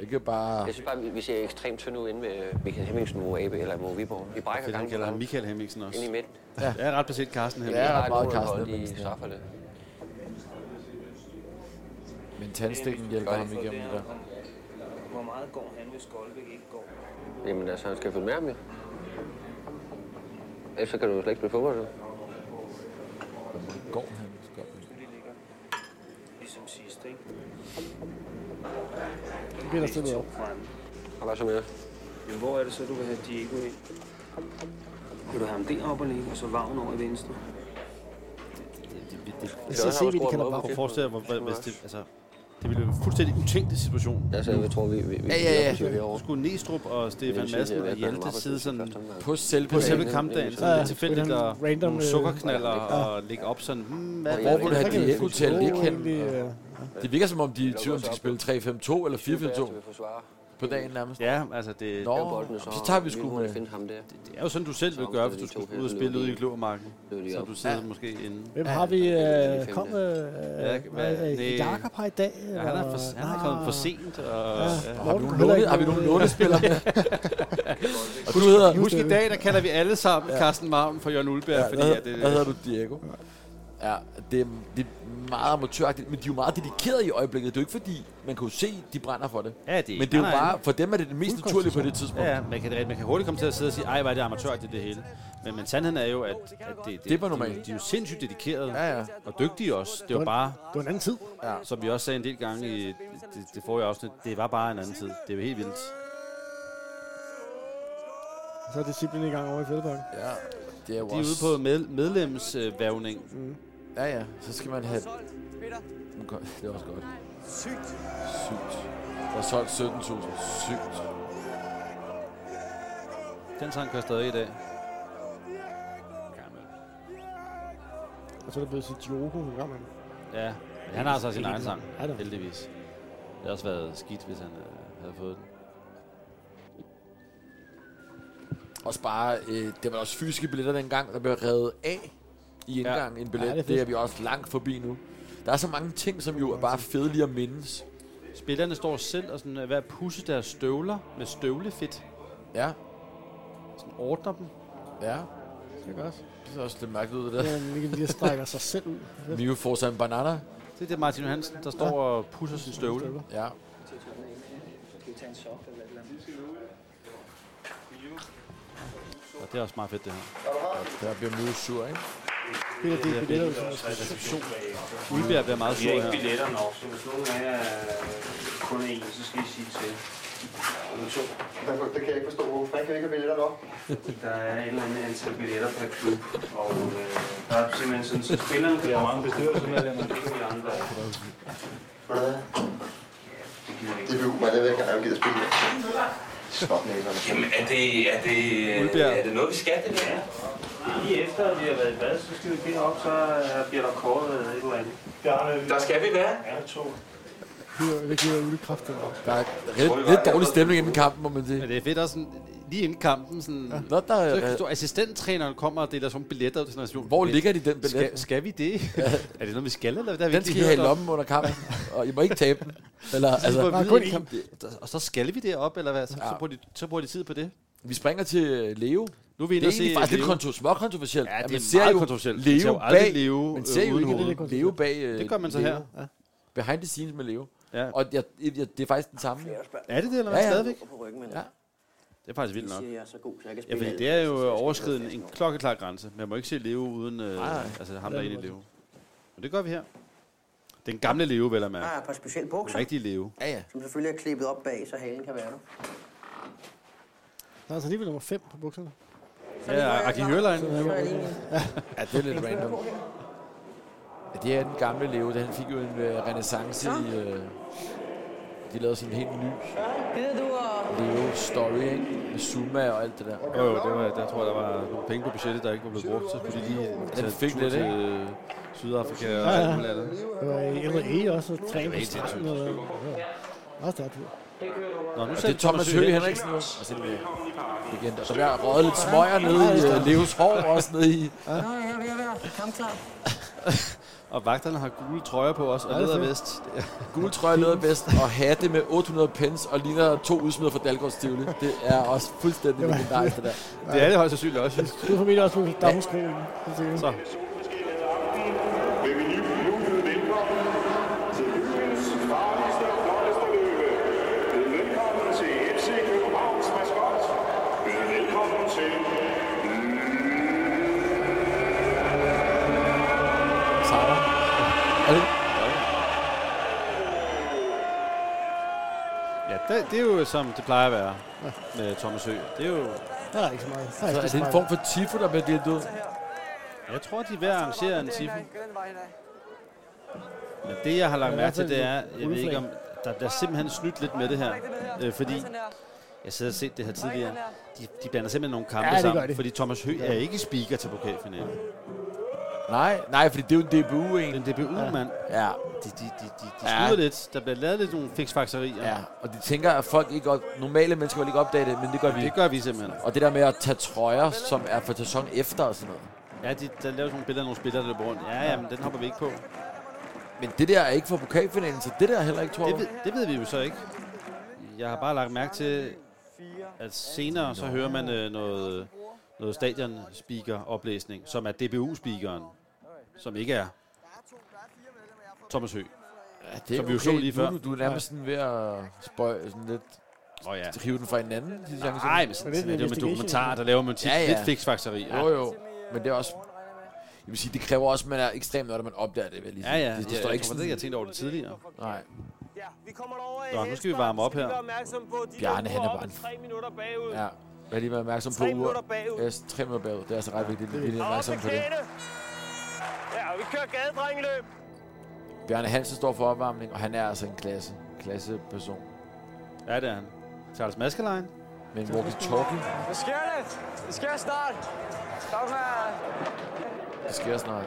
[SPEAKER 3] Ikke
[SPEAKER 1] Ah.
[SPEAKER 3] bare...
[SPEAKER 7] Jeg synes bare, vi- vi ser ekstremt tynde ud inde ved Michael Hemmingsen, Mo Abe eller Mo Viborg. Vi
[SPEAKER 1] Fedt,
[SPEAKER 7] brækker
[SPEAKER 1] han
[SPEAKER 7] gangen
[SPEAKER 1] kalder ham Michael Hemmingsen også.
[SPEAKER 7] ind i midten.
[SPEAKER 1] Ja. Jeg er ret beset Carsten
[SPEAKER 7] Det
[SPEAKER 1] Hemmingsen.
[SPEAKER 7] er ret meget Carsten
[SPEAKER 1] Hemmingsen.
[SPEAKER 7] De straffer det.
[SPEAKER 3] Men tandstikken hjælper ham igennem det der.
[SPEAKER 18] Hvor meget går han, hvis Skolbæk ikke går?
[SPEAKER 7] Jamen altså, han skal følge med ham, ja. Ellers så kan du jo slet ikke spille fodbold, du.
[SPEAKER 3] Går han, Skolbæk?
[SPEAKER 18] Ligesom sidst, ikke?
[SPEAKER 2] Det bliver der stillet op.
[SPEAKER 7] Og hvad så med det?
[SPEAKER 18] Jamen, hvor er det så, du vil have Diego ind? Vil du have ham deroppe og ligge, og så Vagn over i venstre?
[SPEAKER 1] Jeg skal Altså, se, hvad de kalder bare. Forestil dig, hvor, hvor- hvis det, altså, det ville være en fuldstændig utænkt situation.
[SPEAKER 7] Altså, jeg tror, vi... vi, vi
[SPEAKER 1] ja, ja,
[SPEAKER 7] vi- vi-
[SPEAKER 1] ja. Skulle Næstrup og Stefan
[SPEAKER 7] Jeg vil sige,
[SPEAKER 1] Madsen
[SPEAKER 7] det er
[SPEAKER 1] og
[SPEAKER 7] i hvert fald
[SPEAKER 1] Hjalte
[SPEAKER 7] meget
[SPEAKER 1] sidde
[SPEAKER 7] præcis i
[SPEAKER 1] sådan
[SPEAKER 7] første omgang.
[SPEAKER 3] På selve
[SPEAKER 1] på selve
[SPEAKER 3] banen.
[SPEAKER 1] kampdagen,
[SPEAKER 3] Ja,
[SPEAKER 1] sådan
[SPEAKER 3] ja.
[SPEAKER 1] lidt tilfældigt, og
[SPEAKER 3] Random,
[SPEAKER 1] nogle
[SPEAKER 3] øh,
[SPEAKER 1] sukkerknaller
[SPEAKER 3] ja.
[SPEAKER 1] og lægge op sådan, hmm, hvad,
[SPEAKER 3] Hvor vil
[SPEAKER 1] hvad-
[SPEAKER 3] han
[SPEAKER 1] hvad-
[SPEAKER 3] de kunne tælle ikke hen?
[SPEAKER 1] Egentlig, øh,
[SPEAKER 3] Det virker som om, de i tvivl, de skal spille 3-5-2 eller 4-5-2 på dagen nærmest.
[SPEAKER 1] Ja, altså det...
[SPEAKER 3] Nå, så tager vi sgu med.
[SPEAKER 7] ham der.
[SPEAKER 1] Det er jo sådan, du selv vil gøre, hvis du skulle ud og spille ude i Glovermarken. Så du sidder måske inde.
[SPEAKER 2] Hvem har vi øh, kommet? Øh,
[SPEAKER 1] Ja, hvad-
[SPEAKER 2] øh,
[SPEAKER 1] det-
[SPEAKER 2] Jakob her i dag?
[SPEAKER 1] Ja, han er, for, han er kommet for sent. Og,
[SPEAKER 2] Ja.
[SPEAKER 1] ja.
[SPEAKER 2] Har vi nogen låne- har vi nogen [laughs] lånespillere?
[SPEAKER 1] og
[SPEAKER 2] Og
[SPEAKER 1] du
[SPEAKER 2] du
[SPEAKER 1] hedder,
[SPEAKER 2] hedder-
[SPEAKER 1] husk i dag, der kalder vi alle sammen ja. Carsten Marm for Jørgen Ulberg.
[SPEAKER 3] Ja,
[SPEAKER 1] fordi,
[SPEAKER 3] hvad,
[SPEAKER 1] at, øh, det,
[SPEAKER 3] hvad hedder du? Diego? Ja, det er, det er meget amatøragtigt, men de er jo meget dedikerede i øjeblikket. Det er jo ikke fordi, man kan jo se, de brænder for det.
[SPEAKER 1] Ja, det er-
[SPEAKER 3] men det er jo
[SPEAKER 1] nej, nej.
[SPEAKER 3] bare, for dem er det det mest naturlige på det tidspunkt.
[SPEAKER 1] Ja, ja, man kan, man kan hurtigt komme til at sidde og sige, ej, hvor er det amatøragtigt det hele. Men, men sandheden er jo, at, at det, det,
[SPEAKER 3] Det var normalt.
[SPEAKER 1] De, de er jo sindssygt dedikerede ja, ja. og dygtige også. Det var bare...
[SPEAKER 2] Det var en anden tid.
[SPEAKER 1] Ja. Som vi også sagde en del gange i det, det forrige afsnit, det var bare en anden tid. Det var helt vildt.
[SPEAKER 2] Så er disciplinen i gang over i Fældeparken.
[SPEAKER 3] Ja, det er jo
[SPEAKER 1] De er ude på med, medlemsvævning.
[SPEAKER 2] Mm.
[SPEAKER 3] Ja, ja, så skal man have... Nu kom- Det er også godt.
[SPEAKER 19] Sygt.
[SPEAKER 3] Sygt. Der er solgt 17.000. Sygt.
[SPEAKER 1] Den sang kører stadig i dag.
[SPEAKER 2] Og så er der blevet sit Diogo programmet.
[SPEAKER 1] Ja, men han har så sin
[SPEAKER 2] Ikke
[SPEAKER 1] egen
[SPEAKER 2] det
[SPEAKER 1] sang,
[SPEAKER 2] samme. Ja, da.
[SPEAKER 1] heldigvis. Det havde også været skidt, hvis han øh, havde fået den.
[SPEAKER 3] Også bare, øh, det var også fysiske billetter dengang, der blev revet af i
[SPEAKER 1] Ja.
[SPEAKER 3] indgangen ja. en billet.
[SPEAKER 1] Ja,
[SPEAKER 3] Ja,
[SPEAKER 1] det er
[SPEAKER 3] det,
[SPEAKER 1] fedt.
[SPEAKER 3] det er vi også langt forbi nu. Der er så mange ting, som jo er bare fede lige at mindes.
[SPEAKER 1] Spillerne står selv og sådan, øh, hver pusse deres støvler med støvlefedt.
[SPEAKER 3] Ja.
[SPEAKER 1] Sådan ordner dem.
[SPEAKER 3] Ja.
[SPEAKER 2] Det er godt.
[SPEAKER 3] Det ser også lidt mærkeligt ud, det der.
[SPEAKER 2] Ja, men lige- lige strækker sig selv ud.
[SPEAKER 3] Mio får sig en banana.
[SPEAKER 1] Det er det Martin Johansen, der står
[SPEAKER 3] Ja.
[SPEAKER 1] og pusser sin støvle.
[SPEAKER 3] Ja.
[SPEAKER 1] Og det er også meget fedt, det her.
[SPEAKER 3] Der bliver Mio sur, ikke?
[SPEAKER 2] Det er det billetter,
[SPEAKER 1] reception. Ulbjerg bliver meget
[SPEAKER 5] Vi har
[SPEAKER 1] sur
[SPEAKER 5] ikke
[SPEAKER 1] her.
[SPEAKER 5] billetter nok, så hvis nogen af jer øh, kun er en, så skal I sige til.
[SPEAKER 13] Der, det kan jeg ikke forstå. Hvorfor kan vi ikke have billetter nok?
[SPEAKER 5] Der er et eller andet antal billetter per klub, og øh, der er simpelthen sådan, så spillerne kan have mange bestyrelsesmedlemmer, [laughs] det kan vi andre.
[SPEAKER 13] Det er jo mig, der kan jeg gider spille med. Stop med
[SPEAKER 20] Jamen, er det, er det,
[SPEAKER 13] Ulbjerg.
[SPEAKER 20] er det noget, vi skal, det der?
[SPEAKER 5] Lige efter, at vi har været i bad, så skal vi derop, så øh, bliver der kåret et eller andet.
[SPEAKER 20] Der skal vi være.
[SPEAKER 5] Ja, to.
[SPEAKER 2] Giver- Det giver ulekraft. Det
[SPEAKER 3] Der er lidt, lidt dårlig stemning inden kampen, må man sige.
[SPEAKER 1] Men det er fedt også, sådan, lige inden kampen, sådan, ja.
[SPEAKER 3] Nå, der er-
[SPEAKER 1] så kan du, assistenttræneren kommer og deler sådan nogle billetter. Sådan, sådan,
[SPEAKER 3] Hvor ligger de, den billet?
[SPEAKER 1] Skal, skal vi det? [laughs] er det noget, vi skal, eller hvad?
[SPEAKER 3] Den skal I have i lommen under
[SPEAKER 1] [laughs]
[SPEAKER 3] kampen, og I må ikke tabe den. Eller, altså,
[SPEAKER 1] altså,
[SPEAKER 3] Nej,
[SPEAKER 1] kun
[SPEAKER 3] kun én.
[SPEAKER 1] Og så skal vi derop, eller hvad? Så, ja. så, bruger de, så bruger de tid på det.
[SPEAKER 3] Vi springer til øh, Leo.
[SPEAKER 1] Nu er vi
[SPEAKER 3] det
[SPEAKER 1] inde
[SPEAKER 3] er
[SPEAKER 1] og se
[SPEAKER 3] egentlig faktisk lidt
[SPEAKER 1] Leo.
[SPEAKER 3] kontro, små kontroversielt.
[SPEAKER 1] Ja,
[SPEAKER 3] At
[SPEAKER 1] det
[SPEAKER 3] man
[SPEAKER 1] er
[SPEAKER 3] ser
[SPEAKER 1] meget
[SPEAKER 3] jo
[SPEAKER 1] kontroversielt. Man ser
[SPEAKER 3] Leo
[SPEAKER 1] jo aldrig
[SPEAKER 3] bag,
[SPEAKER 1] Leo,
[SPEAKER 3] man
[SPEAKER 1] øh,
[SPEAKER 3] ser jo
[SPEAKER 1] uden
[SPEAKER 3] ikke
[SPEAKER 1] hoved.
[SPEAKER 3] Leo, Leo bag øh,
[SPEAKER 1] Det gør man så
[SPEAKER 3] Leo.
[SPEAKER 1] her, ja.
[SPEAKER 3] Behind the scenes med Leo.
[SPEAKER 1] Ja.
[SPEAKER 3] Og jeg, jeg, jeg, det er faktisk den samme.
[SPEAKER 1] Er det det, eller hvad? Stadigvæk?
[SPEAKER 3] Ja.
[SPEAKER 1] På
[SPEAKER 20] ryggen,
[SPEAKER 3] ja.
[SPEAKER 1] Det er faktisk vildt
[SPEAKER 20] De
[SPEAKER 1] nok.
[SPEAKER 20] siger, jeg er så god, så jeg kan
[SPEAKER 1] Ja,
[SPEAKER 20] spille
[SPEAKER 1] fordi
[SPEAKER 20] alt.
[SPEAKER 1] det er jo øh, overskredet en, en klokkeklar grænse. Man må ikke se Leo uden øh,
[SPEAKER 3] Nej, nej.
[SPEAKER 1] altså ham,
[SPEAKER 3] Ja,
[SPEAKER 1] der
[SPEAKER 3] det
[SPEAKER 1] egentlig
[SPEAKER 3] må
[SPEAKER 1] Leo. Men det gør vi her. Den gamle leve, vel at mærke.
[SPEAKER 19] Ja, et par specielle bukser.
[SPEAKER 1] Rigtig leve. Ja, ja.
[SPEAKER 19] Som selvfølgelig er klippet op bag, så halen kan være der.
[SPEAKER 2] Der er altså alligevel nummer 5 på bukserne.
[SPEAKER 3] Ja, Aki Hørlein.
[SPEAKER 2] Ja.
[SPEAKER 3] Ja, det er lidt random. Ja, det er den gamle Leo, den fik jo en øh, renaissance i... Øh, de lavede sådan en helt ny
[SPEAKER 21] Gider du at...
[SPEAKER 3] Leo-story, ikke? Med Zuma og alt det der.
[SPEAKER 1] Jo, jo, det var, der tror jeg, der var nogle penge på budgettet, der ikke var blevet brugt. Så skulle de lige tage en
[SPEAKER 3] fik
[SPEAKER 1] tur
[SPEAKER 3] lidt,
[SPEAKER 1] til
[SPEAKER 3] ikke?
[SPEAKER 1] øh, Sydafrika og
[SPEAKER 2] Ja,
[SPEAKER 1] alt muligt
[SPEAKER 2] ja.
[SPEAKER 1] andet.
[SPEAKER 2] Det var i LA også, og
[SPEAKER 1] Det
[SPEAKER 2] træne
[SPEAKER 1] var
[SPEAKER 2] på
[SPEAKER 1] helt
[SPEAKER 2] stranden.
[SPEAKER 1] sindssygt.
[SPEAKER 2] Og, ja. Meget stærkt ud.
[SPEAKER 1] Nå, nu
[SPEAKER 3] Og
[SPEAKER 1] selv
[SPEAKER 3] det er Thomas
[SPEAKER 1] Thomas
[SPEAKER 3] Høgh
[SPEAKER 1] Høgh
[SPEAKER 3] Henriksen nu. Altså, det er igen, der bliver røget lidt smøger nede i
[SPEAKER 1] Ja,
[SPEAKER 3] øh, Leos hår også nede i.
[SPEAKER 19] Nå, ja, ja, ja, ja. Kom klar.
[SPEAKER 1] Og vagterne har gule trøjer på os,
[SPEAKER 3] Ja,
[SPEAKER 1] og
[SPEAKER 3] det er
[SPEAKER 1] leder
[SPEAKER 3] fedt.
[SPEAKER 1] vest.
[SPEAKER 3] Gul trøje lød bedst, og hatte med 800 pence, og ligner to udsmider fra Dalgårds Tivoli. Det er også fuldstændig
[SPEAKER 2] Det var-
[SPEAKER 3] legendarisk, det der.
[SPEAKER 1] Det er det højst sandsynligt også.
[SPEAKER 2] Du er formentlig også på Damhuskronen.
[SPEAKER 1] Så.
[SPEAKER 8] Vil vi nu nu byde velkommen til byens farligste og flotteste løbe. Byd velkommen til FC Københavns maskot. Byd velkommen til...
[SPEAKER 3] Sara. Er det?
[SPEAKER 1] Ja, det, det er jo som det plejer at være med Thomas Høgh. Det er jo...
[SPEAKER 2] Der er ikke så meget. Der er
[SPEAKER 3] Så
[SPEAKER 2] ikke
[SPEAKER 3] er
[SPEAKER 2] så
[SPEAKER 3] det en
[SPEAKER 2] meget.
[SPEAKER 3] form for tifo, der bliver delt ud?
[SPEAKER 1] Jeg tror, de er ved at arrangere en tifo.
[SPEAKER 10] den vej i dag.
[SPEAKER 1] Men det, jeg har lagt mærke
[SPEAKER 3] altså,
[SPEAKER 1] til, det er, jeg ved
[SPEAKER 10] Udefra.
[SPEAKER 1] ikke om, der bliver simpelthen snydt lidt med det her. Øh, fordi jeg sidder og set det her tidligere. De, de blander simpelthen nogle kampe
[SPEAKER 3] Ja, det gør
[SPEAKER 1] sammen,
[SPEAKER 3] de.
[SPEAKER 1] fordi Thomas Høgh er ikke speaker til pokalfinalen.
[SPEAKER 3] Nej, nej, fordi det er jo en DBU, en.
[SPEAKER 1] Det er en DBU,
[SPEAKER 3] Ja.
[SPEAKER 1] mand.
[SPEAKER 3] Ja.
[SPEAKER 1] De, de, de, de, de snyder
[SPEAKER 3] Ja.
[SPEAKER 1] lidt. Der bliver lavet lidt nogle fiksfakserier.
[SPEAKER 3] Ja, og de tænker, at folk ikke op, normale mennesker vil ikke opdage det, men det gør vi.
[SPEAKER 1] Det gør vi simpelthen.
[SPEAKER 3] Og det der med at tage trøjer, som er for sæson efter og sådan noget.
[SPEAKER 1] Ja, de, der laver nogle billeder af nogle spillere, der løber rundt. Ja, ja, men den hopper vi ikke på.
[SPEAKER 3] Men det der er ikke for pokalfinalen, så det der er heller ikke, tror
[SPEAKER 1] Det
[SPEAKER 3] jeg.
[SPEAKER 1] ved, det ved vi jo så ikke. Jeg har bare lagt mærke til, at senere så hører man øh, noget, noget stadion-speaker-oplæsning, som er DBU-speakeren, som ikke er Thomas Høgh.
[SPEAKER 3] Ja, det er
[SPEAKER 1] som vi jo
[SPEAKER 3] okay.
[SPEAKER 1] så lige før.
[SPEAKER 3] Nu, du er nærmest sådan ved at spøge sådan lidt...
[SPEAKER 1] Åh ja.
[SPEAKER 3] Hive den fra hinanden. de chancer.
[SPEAKER 1] Nej, men sådan er det jo med dokumentarer, der laver man tit lidt fiksfakseri.
[SPEAKER 3] Jo, jo. Men det er også... Jeg vil sige, det kræver også, at man er ekstremt nørdet, at man opdager det. Vil jeg lige
[SPEAKER 1] Ja,
[SPEAKER 3] sige.
[SPEAKER 1] ja.
[SPEAKER 3] Det, det
[SPEAKER 1] Ja,
[SPEAKER 3] står
[SPEAKER 1] jeg
[SPEAKER 3] ikke
[SPEAKER 1] tror,
[SPEAKER 3] sådan...
[SPEAKER 1] det, jeg tænkte over det tidligere.
[SPEAKER 3] Nej.
[SPEAKER 1] Nå, nu skal vi varme op her.
[SPEAKER 3] Bjarne, han er bare en... Ja. Jeg har lige været opmærksom på
[SPEAKER 1] Tre
[SPEAKER 3] uret.
[SPEAKER 1] minutter bagud.
[SPEAKER 3] Yes, tre minutter bagud. Det er altså ret vigtigt. Vi er lige opmærksom på det.
[SPEAKER 8] Ja, og vi kører gadedrengeløb.
[SPEAKER 3] Bjarne Hansen står for opvarmning, og han er altså en klasse, klasse person.
[SPEAKER 1] Ja, det er han. Charles Maskelein.
[SPEAKER 3] Men walkie-talkie,
[SPEAKER 14] Hvad sker der? Det sker snart. Stop med...
[SPEAKER 3] det sker snart.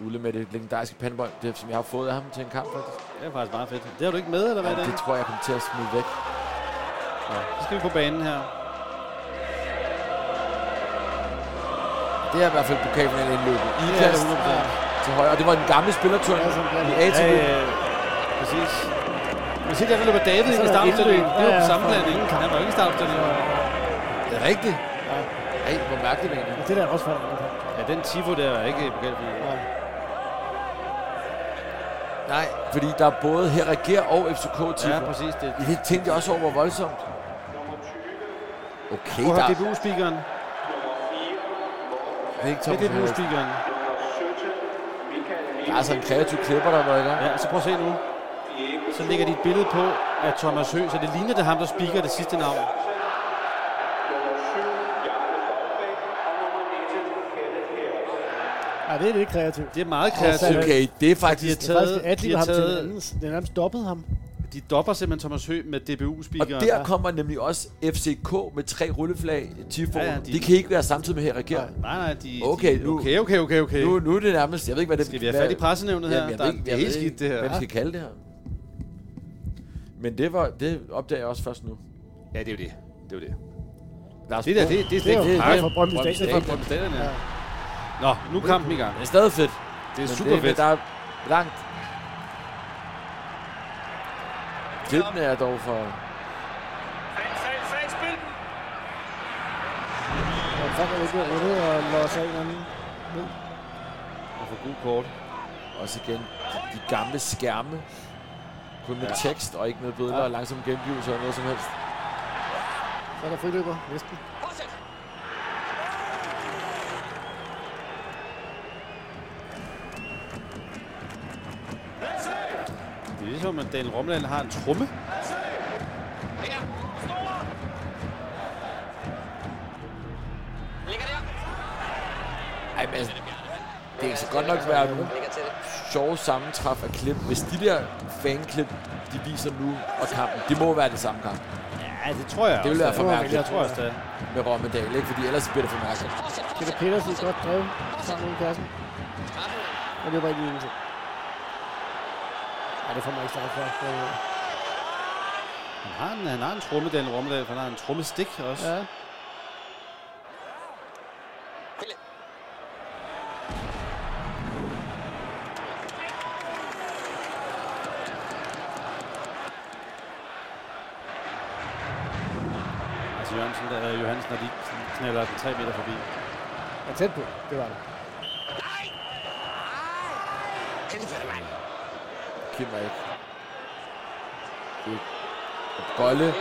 [SPEAKER 3] Ulle med det legendariske pandebånd, det, som jeg har fået af ham til en kamp, faktisk.
[SPEAKER 1] Det er faktisk meget fedt. Det har du ikke med, eller hvad
[SPEAKER 3] Ja,
[SPEAKER 1] det
[SPEAKER 3] det
[SPEAKER 1] er?
[SPEAKER 3] tror jeg, jeg kommer til at smide væk.
[SPEAKER 1] Nå, så skal vi på banen her.
[SPEAKER 3] Det er i hvert fald pokalfinalen indløbet.
[SPEAKER 1] er det
[SPEAKER 3] Ikast
[SPEAKER 1] 100%.
[SPEAKER 3] til højre, og det var den gamle spillertur i ATB.
[SPEAKER 1] Ja, ja, ja. Præcis. Hvis ikke der løber David ind i
[SPEAKER 3] Sådan
[SPEAKER 1] startopstillingen,
[SPEAKER 3] indløb.
[SPEAKER 1] det var
[SPEAKER 3] Ja,
[SPEAKER 1] på
[SPEAKER 3] ja,
[SPEAKER 1] samme
[SPEAKER 3] for-
[SPEAKER 1] plan, ikke? Han var jo ikke i startopstillingen.
[SPEAKER 3] Det er rigtigt. Ja. Ej, hvor mærkeligt egentlig.
[SPEAKER 2] Det der er også for.
[SPEAKER 1] Ja, den Tifo der er ikke bekendt.
[SPEAKER 3] Nej, fordi der er både her reger og FCK til.
[SPEAKER 1] Ja, præcis, det-
[SPEAKER 3] det tænkte jeg også over, hvor voldsomt. Okay,
[SPEAKER 1] Hvor har
[SPEAKER 3] der
[SPEAKER 1] DBU-speakeren?
[SPEAKER 3] Victor
[SPEAKER 1] Det er DBU-speakeren.
[SPEAKER 3] Der er altså en kreativ klipper, der har været i gang.
[SPEAKER 1] Ja, så prøv at se nu. Så lægger de et billede på af Thomas Høgh, så det ligner det er ham, der speaker det sidste navn.
[SPEAKER 2] Ja, det er lidt kreativt.
[SPEAKER 1] Det er meget
[SPEAKER 3] kreativt. Okay, det er faktisk-
[SPEAKER 1] De har taget,
[SPEAKER 2] Det er faktisk,
[SPEAKER 1] de
[SPEAKER 2] de
[SPEAKER 1] har
[SPEAKER 2] ham til en
[SPEAKER 1] taget,
[SPEAKER 2] anden. Det er nærmest dobbet ham.
[SPEAKER 1] de dopper simpelthen Thomas Høgh med DBU-speakeren.
[SPEAKER 3] Og der kommer nemlig også FCK med tre rulleflag i Tifon.
[SPEAKER 1] Ja,
[SPEAKER 3] Ja,
[SPEAKER 1] ja,
[SPEAKER 3] ja,
[SPEAKER 1] de-
[SPEAKER 3] det kan ikke være samtidig med her reger.
[SPEAKER 1] Nej, nej, de,
[SPEAKER 3] Okay,
[SPEAKER 1] de,
[SPEAKER 3] nu,
[SPEAKER 1] okay, okay, okay, okay.
[SPEAKER 3] Nu, nu er det nærmest, jeg ved ikke, hvad det
[SPEAKER 1] Skal vi have fat i
[SPEAKER 3] hvad-
[SPEAKER 1] pressenævnet her?
[SPEAKER 3] Jamen, jeg
[SPEAKER 1] Der
[SPEAKER 3] ved
[SPEAKER 1] er-
[SPEAKER 3] ikke,
[SPEAKER 1] det er
[SPEAKER 3] jeg
[SPEAKER 1] helt
[SPEAKER 3] ved ikke,
[SPEAKER 1] skidt, det her.
[SPEAKER 3] Hvad vi skal kalde det her. Men det, var, det opdager jeg også først nu.
[SPEAKER 1] Ja, det er jo det. Det er jo det.
[SPEAKER 3] Lars
[SPEAKER 1] det der,
[SPEAKER 3] Bro-
[SPEAKER 1] det, det, er slet ikke
[SPEAKER 3] det er
[SPEAKER 1] Parken.
[SPEAKER 3] fra Brøndby Stadion.
[SPEAKER 1] Det er fra Brøndby Stadion, ja. Nå, nu er kampen i gang.
[SPEAKER 3] Det er stadig fedt.
[SPEAKER 1] Det er
[SPEAKER 3] Men
[SPEAKER 1] super
[SPEAKER 3] det, men
[SPEAKER 1] fedt.
[SPEAKER 3] Der er langt. Klippen er dog for...
[SPEAKER 2] Og så kan det ikke rundet og låse af en anden ned.
[SPEAKER 1] Og for gode kort.
[SPEAKER 3] Også igen, de, de gamle skærme. Kun med
[SPEAKER 1] Ja.
[SPEAKER 3] ja. tekst og ikke med billeder
[SPEAKER 2] Ja.
[SPEAKER 3] ja. og langsomme gengivelser eller noget som helst.
[SPEAKER 2] Så er der friløber næsten.
[SPEAKER 1] ligesom, at Daniel Romland har en tromme.
[SPEAKER 3] Ej, men altså, det kan så godt nok være nogle sjove sammentræf af klip. Hvis de der fanklip, de viser nu og kampen, det må være det samme kamp.
[SPEAKER 1] Ja, det tror jeg
[SPEAKER 3] Det
[SPEAKER 1] også,
[SPEAKER 3] vil være
[SPEAKER 1] det
[SPEAKER 3] for
[SPEAKER 1] må-
[SPEAKER 3] mærkeligt.
[SPEAKER 1] jeg tror også, det er.
[SPEAKER 3] Med Rommedal, ikke? Fordi ellers bliver det for mærkeligt.
[SPEAKER 2] Peter Petersen er godt drevet sammen med kassen. Og løber ikke i ingenting. Nej, det får man ikke straffet for.
[SPEAKER 1] Han har en, han har en tromme, Daniel Rommeldal, for han har en trommestik også.
[SPEAKER 2] Ja.
[SPEAKER 1] Altså Jørgensen, der, eller Johansen, når de knalder den 3 meter forbi.
[SPEAKER 2] Ja, tæt på. Det var det.
[SPEAKER 3] Kim er ikke. Det er Golle.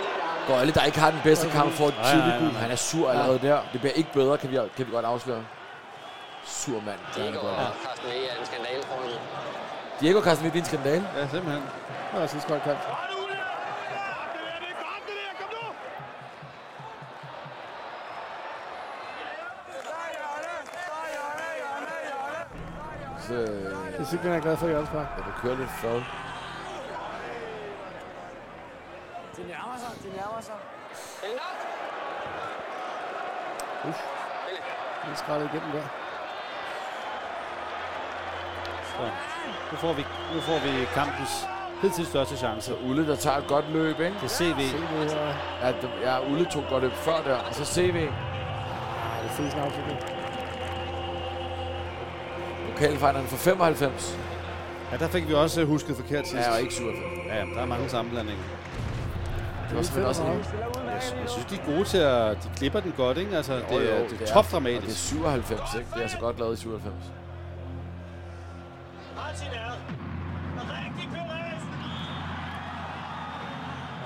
[SPEAKER 3] Golle, der ikke har den bedste kamp, får et
[SPEAKER 1] Nej, nej,
[SPEAKER 3] tidligt
[SPEAKER 1] nej,
[SPEAKER 3] gul.
[SPEAKER 1] nej.
[SPEAKER 3] Han er sur
[SPEAKER 1] Ja.
[SPEAKER 3] allerede der. Det bliver ikke bedre, kan vi, kan vi godt afsløre. Sur mand. Det er han godt.
[SPEAKER 22] Og Carsten E. er en skandale for mig.
[SPEAKER 3] Diego Carsten, det er en skandale.
[SPEAKER 1] Ja, simpelthen.
[SPEAKER 2] Det var sidste godt kamp.
[SPEAKER 3] Så, øh,
[SPEAKER 2] Det er sikkert, jeg er glad for i Jørgenspark.
[SPEAKER 3] Ja, det kører lidt flad.
[SPEAKER 8] De nærmer sig, de nærmer sig.
[SPEAKER 2] Den skrællede igennem der.
[SPEAKER 1] Så. Nu får vi, nu får vi kampens hidtil største chance.
[SPEAKER 3] Ulle, der tager et godt løb, ikke? Det
[SPEAKER 1] er CV.
[SPEAKER 2] CV her.
[SPEAKER 3] Ja, det- ja, Ulle tog godt løb før der, og så CV.
[SPEAKER 2] Nej, det er fedt snart afslutning.
[SPEAKER 3] Lokalfejlerne for 95.
[SPEAKER 1] Ja, der fik vi også øh, husket forkert sidst.
[SPEAKER 3] Ja, og ikke 97.
[SPEAKER 1] Ja, der er mange sammenblandinger.
[SPEAKER 3] Det var selvfølgelig også en...
[SPEAKER 1] Jeg, sy- jeg synes, de er gode til at... De klipper den godt, ikke? Altså,
[SPEAKER 3] Jo,
[SPEAKER 1] det,
[SPEAKER 3] jo,
[SPEAKER 1] er, det er
[SPEAKER 3] er-
[SPEAKER 1] topdramatisk.
[SPEAKER 3] og Det er 97, ikke? Det er så godt lavet i 97.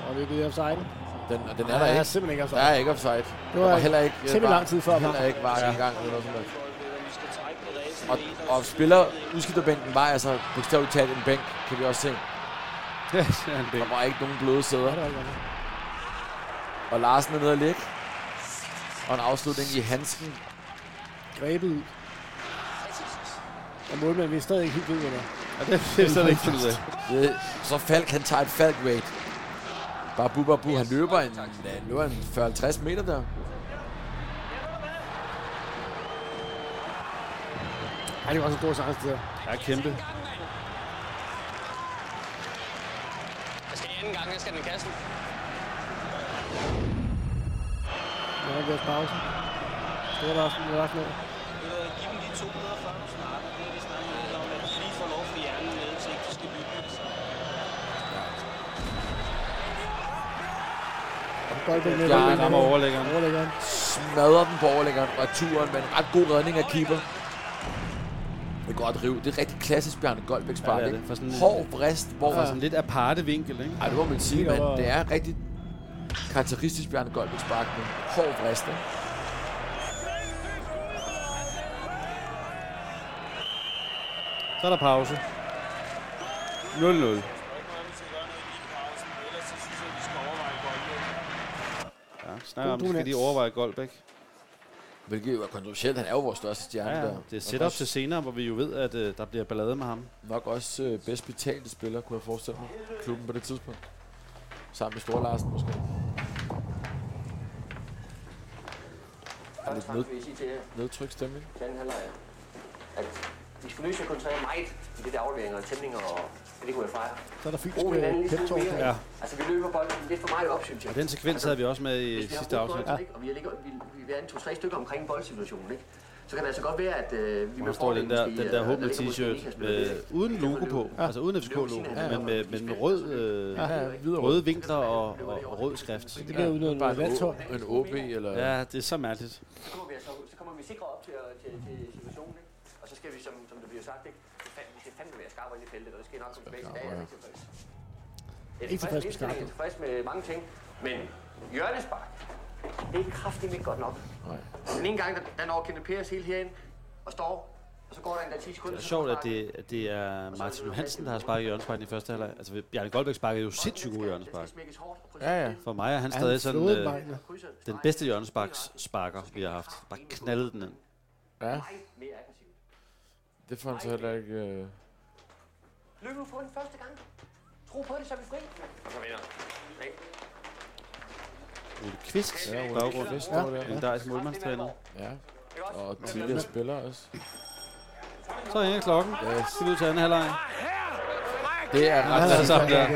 [SPEAKER 2] Og det er det offside.
[SPEAKER 3] Den, og den
[SPEAKER 2] Ja,
[SPEAKER 3] er der
[SPEAKER 2] jeg
[SPEAKER 3] ikke.
[SPEAKER 2] er simpelthen ikke offside.
[SPEAKER 3] Der er ikke offside.
[SPEAKER 2] Det
[SPEAKER 3] Det
[SPEAKER 2] var
[SPEAKER 3] var, var heller ikke... øh,
[SPEAKER 2] temmelig
[SPEAKER 3] var
[SPEAKER 2] lang tid før,
[SPEAKER 3] Heller
[SPEAKER 2] var.
[SPEAKER 3] ikke var
[SPEAKER 2] Ja.
[SPEAKER 3] i gang eller noget som helst. Og, og spiller udskifterbænken var altså bogstaveligt talt en bænk, kan vi også se.
[SPEAKER 1] [laughs] Ja, det er en bænk.
[SPEAKER 3] Der var ikke nogen bløde sæder. Og Larsen er nede at ligge. Og en afslutning i handsken.
[SPEAKER 2] Grebet ud. Og målmanden, vi er stadig ikke helt ved, hvad det er.
[SPEAKER 1] Ja, det er vi stadig ikke fundet ud af.
[SPEAKER 3] Det, så Falk, han tager et falk rate. Babu Babu, han løber en, han løber en 40-50 meter der.
[SPEAKER 2] Ej, det var også en god chance, det der.
[SPEAKER 1] Ja, kæmpe.
[SPEAKER 22] Jeg skal anden gang, jeg skal den i kassen.
[SPEAKER 2] Det var deres pause. Det var der også, det var også noget. Goldbæk med
[SPEAKER 3] Bjarne
[SPEAKER 2] bolden.
[SPEAKER 3] rammer overlæggeren.
[SPEAKER 2] Overlæggeren.
[SPEAKER 3] Smadrer den på overlæggeren. Returen med en ret god redning af keeper. Det er godt rive. Det er rigtig klassisk Bjarne Goldbæk spark,
[SPEAKER 1] Ja,
[SPEAKER 3] ja,
[SPEAKER 1] det er det. For sådan en-
[SPEAKER 3] ikke? Hård brist, hvor...
[SPEAKER 1] Fra sådan lidt aparte vinkel, ikke?
[SPEAKER 3] Ej, det må man sige,
[SPEAKER 1] Helt
[SPEAKER 3] mand.
[SPEAKER 1] over-
[SPEAKER 3] Det er rigtig karakteristisk Bjarne Goldbæk spark med hård brist, ikke?
[SPEAKER 1] Så er der pause. 0-0. Ja, snakker om,
[SPEAKER 3] God
[SPEAKER 1] skal de
[SPEAKER 3] dominans.
[SPEAKER 1] overveje Goldbæk?
[SPEAKER 3] Hvilket jo er kontroversielt. Han er jo vores største stjerne.
[SPEAKER 1] Ja, ja.
[SPEAKER 3] der.
[SPEAKER 1] Det er
[SPEAKER 3] Og
[SPEAKER 1] setup til senere, hvor vi jo ved, at øh, der bliver ballade med ham.
[SPEAKER 3] Nok også øh, bedst betalte spiller, kunne jeg forestille mig. Klubben på det tidspunkt. Sammen med Store Larsen måske. Der er lidt ned, nedtryk stemning.
[SPEAKER 7] Anden halvleg. At de skulle løse kontrere meget i det der afleveringer og tæmninger og det, det kunne jeg fejre.
[SPEAKER 2] Så er der fysisk
[SPEAKER 7] Brug hinanden lidt
[SPEAKER 2] pep talk.
[SPEAKER 7] mere.
[SPEAKER 1] Ja.
[SPEAKER 7] Altså, vi løber bolden lidt for meget op, synes jeg.
[SPEAKER 1] Og den sekvens havde vi også med i
[SPEAKER 7] Altså, Hvis vi har
[SPEAKER 1] sidste
[SPEAKER 7] brugt
[SPEAKER 1] afsnit.
[SPEAKER 7] bolden, ikke? Og vi har ligger, vi, vi vi er en to-tre stykker omkring boldsituationen, ikke? Så kan det altså godt være, at øh, vi
[SPEAKER 1] Og der står den der, den
[SPEAKER 7] øh,
[SPEAKER 1] der håblede
[SPEAKER 3] altså,
[SPEAKER 1] t-shirt med, øh, uden logo på, ja. altså uden FCK-logo,
[SPEAKER 7] Ja.
[SPEAKER 1] men med, men med rød, øh,
[SPEAKER 3] Ja, ja, hvid og
[SPEAKER 1] røde vinkler og, og, og rød skrift.
[SPEAKER 3] Det bliver uden noget Bare en O- landshold. en OB eller-
[SPEAKER 1] Ja, det er så mærkeligt.
[SPEAKER 7] Så kommer vi, altså, så kommer vi sikre op til, til, til situationen, ikke? Og så skal vi, som, som det bliver sagt, ikke? Så fandme, vi skal fandme være skarpe ind i feltet, og det skal jeg nok komme tilbage til. Det er jeg rigtig tilfreds. Jeg er
[SPEAKER 2] Ikke tilfreds med
[SPEAKER 7] tilfreds, jeg er
[SPEAKER 2] skarphed.
[SPEAKER 7] tilfreds med mange ting, men hjørnespark, det er kraftigt ikke godt nok. Den ene gang, der, der når Kenneth Pers helt herind og står
[SPEAKER 21] Og så går der endda 10 sekunder.
[SPEAKER 1] Det er
[SPEAKER 21] så
[SPEAKER 1] sjovt,
[SPEAKER 21] kommer
[SPEAKER 1] at det, at det er Martin Johansen, der har sparket hjørnesparken i første halvleg. Altså, Bjarne Goldbæk sparkede jo sindssygt gode hjørnespark.
[SPEAKER 21] Ja, ja.
[SPEAKER 1] For mig er han
[SPEAKER 2] Ja,
[SPEAKER 1] stadig
[SPEAKER 2] han
[SPEAKER 1] sådan
[SPEAKER 2] flåede
[SPEAKER 1] øh,
[SPEAKER 2] benet.
[SPEAKER 1] den bedste hjørnesparks sparker, vi har haft. Bare knaldede den ind.
[SPEAKER 3] Ja.
[SPEAKER 21] Mere aggressivt.
[SPEAKER 3] Det får han så heller ikke... Øh.
[SPEAKER 21] Løb nu på den første gang. Tro på det, så er vi fri. Og så vinder. Ikke?
[SPEAKER 1] Ole Kvist,
[SPEAKER 3] Ja,
[SPEAKER 1] ja,
[SPEAKER 3] Ole
[SPEAKER 1] baggrund.
[SPEAKER 3] Kvist
[SPEAKER 1] Ja.
[SPEAKER 3] står der.
[SPEAKER 1] En dejs målmandstræner.
[SPEAKER 3] Ja. Og tidligere spiller også.
[SPEAKER 1] Så hænger klokken. Yes. Det ud til anden halvleg.
[SPEAKER 3] Det er ret
[SPEAKER 1] altså,
[SPEAKER 3] langt.
[SPEAKER 1] ja.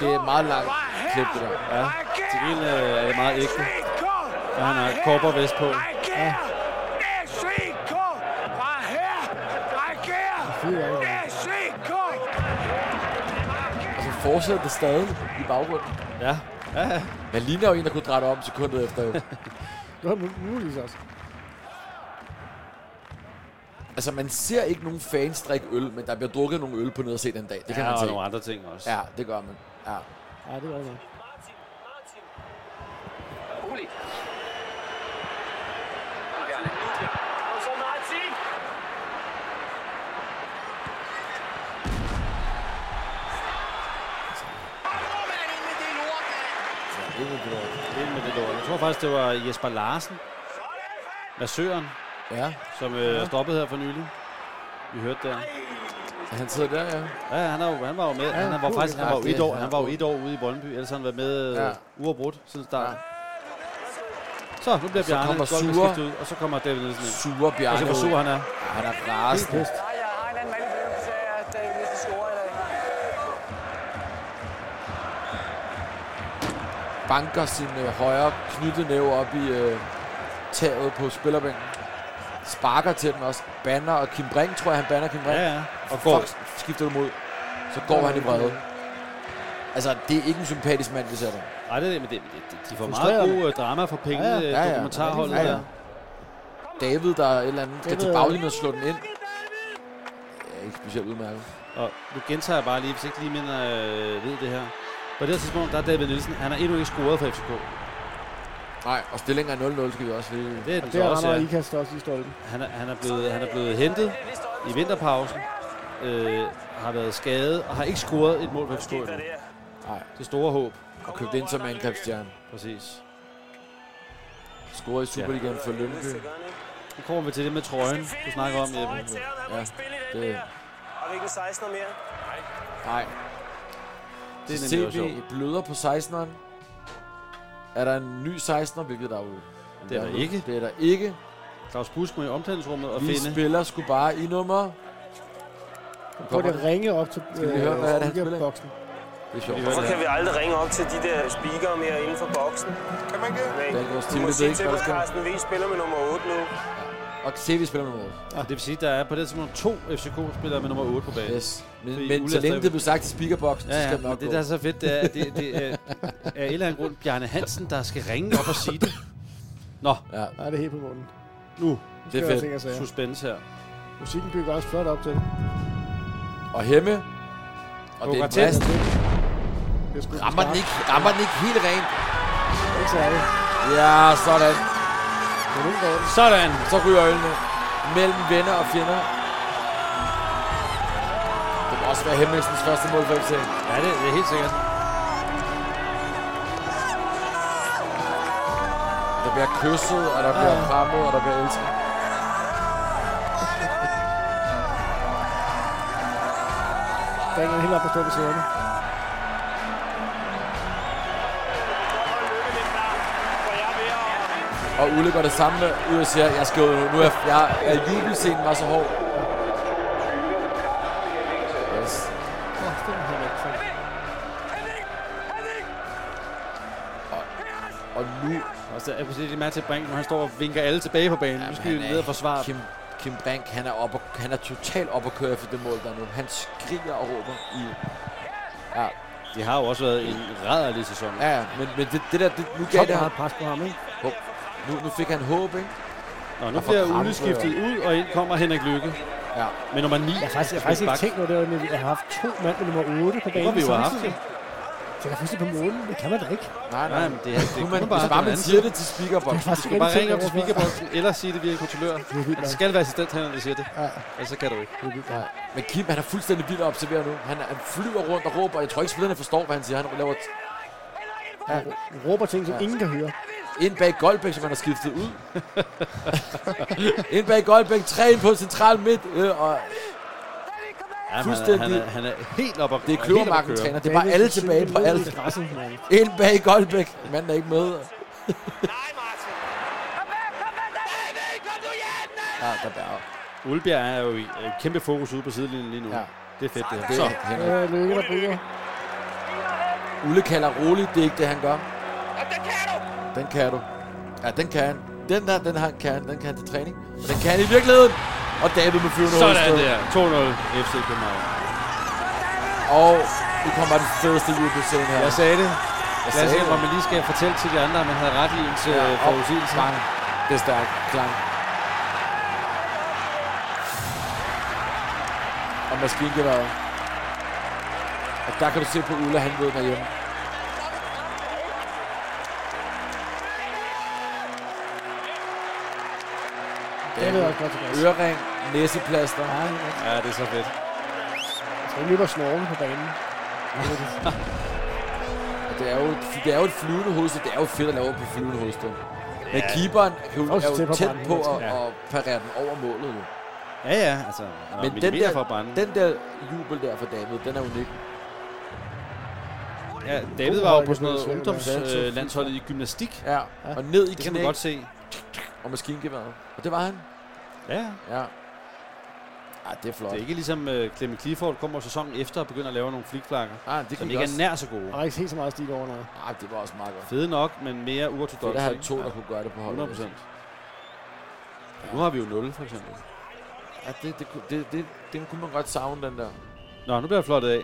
[SPEAKER 3] Det er et meget langt klip, det der.
[SPEAKER 1] Ja. Til gengæld øh, er det meget ægte. Og han har kopper vest på. Ja.
[SPEAKER 8] SCK fra her, reagerer SCK.
[SPEAKER 3] Og så Altså, fortsætter det stadig i baggrunden.
[SPEAKER 1] Ja. ja, ja.
[SPEAKER 3] Man ligner jo en, der kunne dreje om sekundet efter.
[SPEAKER 1] [laughs]
[SPEAKER 3] jo.
[SPEAKER 2] Det var mul- muligvis også.
[SPEAKER 3] altså, man ser ikke nogen fans drikke øl, men der bliver drukket nogle øl på nede og se den dag. Det kan
[SPEAKER 1] Ja,
[SPEAKER 3] man
[SPEAKER 1] og
[SPEAKER 3] se.
[SPEAKER 1] nogle andre ting også.
[SPEAKER 3] Ja, det gør man. Ja.
[SPEAKER 2] Ja, det var det.
[SPEAKER 21] Rolig.
[SPEAKER 8] Og så Martin.
[SPEAKER 3] Ind med det lort.
[SPEAKER 1] Ind med det lort. Jeg tror faktisk, det var Jesper Larsen. Massøren.
[SPEAKER 3] Ja.
[SPEAKER 1] Som øh, er stoppet her for nylig. Vi hørte der.
[SPEAKER 3] Han sidder der, ja.
[SPEAKER 1] Ja, han, er jo, han var jo med. Ja, han var
[SPEAKER 3] cool.
[SPEAKER 1] faktisk han var jo
[SPEAKER 3] Ja, det-
[SPEAKER 1] et år,
[SPEAKER 3] han er
[SPEAKER 1] han var jo
[SPEAKER 3] cool.
[SPEAKER 1] et år ude i Brøndby, ellers har han været med
[SPEAKER 3] Ja.
[SPEAKER 1] ja. uafbrudt siden starten. Så, nu bliver
[SPEAKER 3] Så
[SPEAKER 1] Bjarne
[SPEAKER 3] kommer
[SPEAKER 1] godt med
[SPEAKER 3] Sure.
[SPEAKER 1] skiftet ud, og så kommer David Nielsen ind.
[SPEAKER 3] Sure Bjarne
[SPEAKER 1] Og se, hvor
[SPEAKER 3] ud.
[SPEAKER 1] sur han er.
[SPEAKER 3] Ja, han er rasende.
[SPEAKER 1] Helt pist.
[SPEAKER 14] Nej, jeg har en anden mand, der sagde, at øh, hvis de scorer, eller
[SPEAKER 3] Banker sin øh, højre knyttenæve op i øh, taget på spillerbænken. Sparker til den også. Banner og Kim Brink, tror jeg, han banner Kim Brink.
[SPEAKER 1] Ja, ja. Og går.
[SPEAKER 3] Fuck, skifter du mod. Så går han i vrede. Altså, det er ikke en sympatisk mand, vi ser der.
[SPEAKER 1] Nej, det er det, men det, det, de får meget
[SPEAKER 3] Frustrerende.
[SPEAKER 1] god øh, drama for pengene, ja, ja. dokumentarholdet ja, ja. der.
[SPEAKER 3] David, der er et eller andet, skal
[SPEAKER 1] David,
[SPEAKER 3] til
[SPEAKER 1] ja.
[SPEAKER 3] baglinjen og slå den ind. Ja, ikke specielt udmærket.
[SPEAKER 1] Og nu gentager jeg bare lige, hvis ikke lige minder øh, ved det her. På det her tidspunkt, der er David Nielsen, han har endnu ikke scoret for FCK.
[SPEAKER 3] Nej, og stillingen er 0-0, skal vi også lige...
[SPEAKER 1] Det er
[SPEAKER 2] Og
[SPEAKER 1] den
[SPEAKER 2] der
[SPEAKER 1] så også,
[SPEAKER 2] rammer
[SPEAKER 1] ja.
[SPEAKER 2] Ikast også i stolpen.
[SPEAKER 1] Han er, han er, blevet, han er blevet hentet i vinterpausen, øh, har været skadet og har ikke scoret et mål på FCK endnu.
[SPEAKER 3] Nej.
[SPEAKER 1] Det store håb.
[SPEAKER 3] Og købt ind som angrebsstjerne.
[SPEAKER 1] Præcis.
[SPEAKER 3] Scorer i Superligaen for Lyngby.
[SPEAKER 1] Nu kommer vi til det med trøjen, du snakker om, Jeppe.
[SPEAKER 3] Ja, det,
[SPEAKER 14] Har vi ikke en 16'er mere?
[SPEAKER 3] nej.
[SPEAKER 1] Det er
[SPEAKER 3] Så
[SPEAKER 1] nemlig også
[SPEAKER 3] CB
[SPEAKER 1] sjovt.
[SPEAKER 3] bløder på 16'eren. Er der en ny 16'er, hvilket der er jo...
[SPEAKER 1] Det er der ikke.
[SPEAKER 3] Det er der ikke.
[SPEAKER 1] Claus Busk må i omklædningsrummet og
[SPEAKER 3] Vi
[SPEAKER 1] finde.
[SPEAKER 3] spiller sgu bare i nummer.
[SPEAKER 2] Prøv lige at ringe op til øh,
[SPEAKER 3] Skal vi høre, hvad er det, han spiller?
[SPEAKER 2] boksen.
[SPEAKER 3] Det er sjovt.
[SPEAKER 14] Hvorfor kan vi aldrig ringe op til de der speakere mere inden for boksen? Kan man ikke? Nej.
[SPEAKER 3] Det er vores
[SPEAKER 14] Du
[SPEAKER 3] team,
[SPEAKER 14] må
[SPEAKER 3] det ved
[SPEAKER 14] sige
[SPEAKER 3] ikke,
[SPEAKER 14] til,
[SPEAKER 3] hvad
[SPEAKER 14] at
[SPEAKER 3] der sker.
[SPEAKER 14] Carsten V spiller med nummer 8 nu.
[SPEAKER 3] Og CV spiller med nummer 8.
[SPEAKER 1] Og det vil sige, at der er på det tidspunkt to FCK-spillere med nummer 8 på banen.
[SPEAKER 3] Yes. Men,
[SPEAKER 1] Fordi Ulla
[SPEAKER 3] men så længe
[SPEAKER 1] stadigvæk-
[SPEAKER 3] det blev sagt i speakerboxen,
[SPEAKER 1] Ja,
[SPEAKER 3] så
[SPEAKER 1] ja,
[SPEAKER 3] skal det
[SPEAKER 1] men
[SPEAKER 3] nok
[SPEAKER 1] det
[SPEAKER 3] gå.
[SPEAKER 1] der er så fedt, det er, at det, det er, er en eller anden grund Bjarne Hansen, der skal ringe op og sige det. Nå,
[SPEAKER 3] Ja.
[SPEAKER 2] Ja, det er helt på månen.
[SPEAKER 1] nu.
[SPEAKER 2] Det er fedt. Ting, Sus-
[SPEAKER 1] Suspense her.
[SPEAKER 2] Musikken bygger også flot op til. det.
[SPEAKER 3] Og Hemme. Og det er en
[SPEAKER 1] Bogartel.
[SPEAKER 3] mast.
[SPEAKER 2] Det er sgu
[SPEAKER 3] Rammer den
[SPEAKER 2] skarpt.
[SPEAKER 3] ikke, rammer den ikke helt rent.
[SPEAKER 2] Ikke særligt.
[SPEAKER 3] Ja, sådan.
[SPEAKER 1] Sådan.
[SPEAKER 3] Så ryger ølene. Mellem venner og fjender. Det må også være Hemmelsens første mål for FC.
[SPEAKER 1] Ja, det, det er helt sikkert.
[SPEAKER 3] Der bliver kysset, og der bliver krammet, og der bliver elsket.
[SPEAKER 2] Ringer helt op og står på sæderne.
[SPEAKER 3] Og Ulle går det samme ud og siger, jeg skal jo, nu er, jeg, er jubelscenen var så hård. Yes.
[SPEAKER 2] Ja, det er helt rigtigt.
[SPEAKER 3] Og nu
[SPEAKER 1] Og så er præcis lige mærke til Brink, når han står og vinker alle tilbage på banen. nu skal vi
[SPEAKER 3] han er-
[SPEAKER 1] ned og forsvare.
[SPEAKER 3] Kim, Kim Brink, han er, op og, han er totalt op at køre efter det mål der nu. Han skriger og råber i... Ja,
[SPEAKER 1] Det har jo også været en rædderlig sæson.
[SPEAKER 3] ja, ja, men, men det, det der, det, nu gav
[SPEAKER 2] Top
[SPEAKER 3] det ham...
[SPEAKER 2] meget pres på ham, ikke?
[SPEAKER 3] Hov, Nu, nu fik han håb, ikke?
[SPEAKER 1] Nå, nu
[SPEAKER 3] Og for
[SPEAKER 1] bliver
[SPEAKER 3] krampe,
[SPEAKER 1] Ulle skiftet ud, og ind kommer Henrik Lykke.
[SPEAKER 3] Ja.
[SPEAKER 1] Med nummer 9.
[SPEAKER 2] Jeg har faktisk, jeg har faktisk ikke tænkt noget, det var, at vi har haft to mand med nummer 8 på banen.
[SPEAKER 1] Det kunne vi jo have haft,
[SPEAKER 2] samtidig.
[SPEAKER 1] jo.
[SPEAKER 2] Så der pludselig på månen, det kan man da ikke.
[SPEAKER 3] Nej,
[SPEAKER 1] nej, men det, er- det
[SPEAKER 3] Kunne man-
[SPEAKER 1] kunne
[SPEAKER 3] hvis
[SPEAKER 1] bare,
[SPEAKER 3] bare
[SPEAKER 1] det
[SPEAKER 3] man
[SPEAKER 1] er en
[SPEAKER 3] siger
[SPEAKER 1] anden
[SPEAKER 3] det til
[SPEAKER 1] side.
[SPEAKER 3] speakerboxen.
[SPEAKER 1] Det er faktisk
[SPEAKER 3] Du
[SPEAKER 1] Du kan
[SPEAKER 3] kan bare
[SPEAKER 1] bare ringe
[SPEAKER 3] ringe
[SPEAKER 1] op til
[SPEAKER 3] til
[SPEAKER 1] speakerboksen, eller sige det via en kontrollør.
[SPEAKER 2] vildt
[SPEAKER 1] Det
[SPEAKER 2] nok.
[SPEAKER 1] skal være assistenthandleren, der siger det. Ja. Ellers så kan du ikke.
[SPEAKER 3] Men Kim, han er fuldstændig vild at observere nu. Han, han flyver rundt og råber. Jeg tror ikke, spillerne forstår, hvad han siger. Han laver t-
[SPEAKER 2] Ja, råber ting, som
[SPEAKER 3] Ja.
[SPEAKER 2] ingen kan høre.
[SPEAKER 3] ind bag Goldbæk, som han har skiftet ud. ind bag Goldbæk, tre ind på central midt. Øh, og
[SPEAKER 1] Ja,
[SPEAKER 3] Fuldstændig.
[SPEAKER 1] Han er, han er, han er helt op og
[SPEAKER 3] det er kløvermarken træner. Det er bare
[SPEAKER 2] David
[SPEAKER 3] alle
[SPEAKER 2] kan se
[SPEAKER 3] tilbage på
[SPEAKER 2] ned i
[SPEAKER 3] alt.
[SPEAKER 2] græsset, mand.
[SPEAKER 3] ind bag Goldbæk. Manden er ikke med. Ja, der bærer.
[SPEAKER 1] Ulbjerg er jo i øh, kæmpe fokus ude på sidelinjen lige nu. Ja. Det er fedt, det her.
[SPEAKER 3] Det
[SPEAKER 1] Så,
[SPEAKER 3] er Henrik.
[SPEAKER 2] Ja, lykke der bryder.
[SPEAKER 3] Ulle kalder roligt, det er ikke det, han gør. Den kan du! Ja, den kan han. Den der, den har, kan han, den kan han til træning. Og den kan han i virkeligheden. Og David med flyvende
[SPEAKER 1] sådan
[SPEAKER 3] hovedstød.
[SPEAKER 1] der. 2-0 FC København.
[SPEAKER 3] Og nu kommer den fedeste jubelscene her.
[SPEAKER 1] Jeg sagde det.
[SPEAKER 3] Jeg
[SPEAKER 1] Lasse,
[SPEAKER 3] sagde
[SPEAKER 1] hvor
[SPEAKER 3] det.
[SPEAKER 1] man lige skal fortælle til de andre, at man havde ret i ens
[SPEAKER 3] Ja,
[SPEAKER 1] ja,
[SPEAKER 3] og
[SPEAKER 1] forudsigelse.
[SPEAKER 3] klang. Det er stærkt. Klang. Og maskingeværet. Og der kan du se på Ulla, han ved mig hjemme.
[SPEAKER 2] Det er også godt tilbage.
[SPEAKER 3] Ørering, næseplaster.
[SPEAKER 1] Ja, det er så fedt.
[SPEAKER 2] Så løber snorven på banen.
[SPEAKER 3] Og det er jo, det er jo et flyvende hovedstød. Det er jo fedt at lave på flyvende hovedstød. Men
[SPEAKER 1] Ja.
[SPEAKER 3] keeperen er jo,
[SPEAKER 2] Også
[SPEAKER 3] er
[SPEAKER 2] tæt
[SPEAKER 3] jo
[SPEAKER 2] på
[SPEAKER 3] tæt
[SPEAKER 2] branden,
[SPEAKER 3] på
[SPEAKER 2] helt
[SPEAKER 3] at,
[SPEAKER 2] sikkert.
[SPEAKER 3] at parere den over målet. Jo.
[SPEAKER 1] Ja, ja. Altså, han er
[SPEAKER 3] Men den
[SPEAKER 1] millimeter
[SPEAKER 3] der,
[SPEAKER 1] fra at brænde.
[SPEAKER 3] den der jubel der for David, den er unik.
[SPEAKER 1] Ja, David var jo på sådan noget ungdomslandsholdet i gymnastik.
[SPEAKER 3] Ja, og ned i
[SPEAKER 1] Det kan man
[SPEAKER 3] knæ.
[SPEAKER 1] godt se.
[SPEAKER 3] Og maskingeværet. Og det var han.
[SPEAKER 1] Ja,
[SPEAKER 3] Ja. Ej, det er flot.
[SPEAKER 1] det er ikke ligesom uh, Clemmie Clifford kommer sæsonen efter og begynder at lave nogle flikflakker,
[SPEAKER 3] Ah,
[SPEAKER 1] som
[SPEAKER 3] det kan
[SPEAKER 1] ikke
[SPEAKER 3] også.
[SPEAKER 1] er nær så gode.
[SPEAKER 2] Der er ikke helt så meget stil over noget.
[SPEAKER 3] Ah, det var også meget godt.
[SPEAKER 1] Fede nok, men mere
[SPEAKER 3] Fedt
[SPEAKER 1] uortodoxe.
[SPEAKER 3] at have
[SPEAKER 1] ikke?
[SPEAKER 3] to, der
[SPEAKER 1] Ja,
[SPEAKER 3] kunne gøre det på holdet.
[SPEAKER 1] 100 procent. Nu har vi jo 0, for eksempel.
[SPEAKER 3] Ja, det, det, kunne- det, det, det kunne man godt savne, den der.
[SPEAKER 1] Nå, nu bliver jeg flottet af.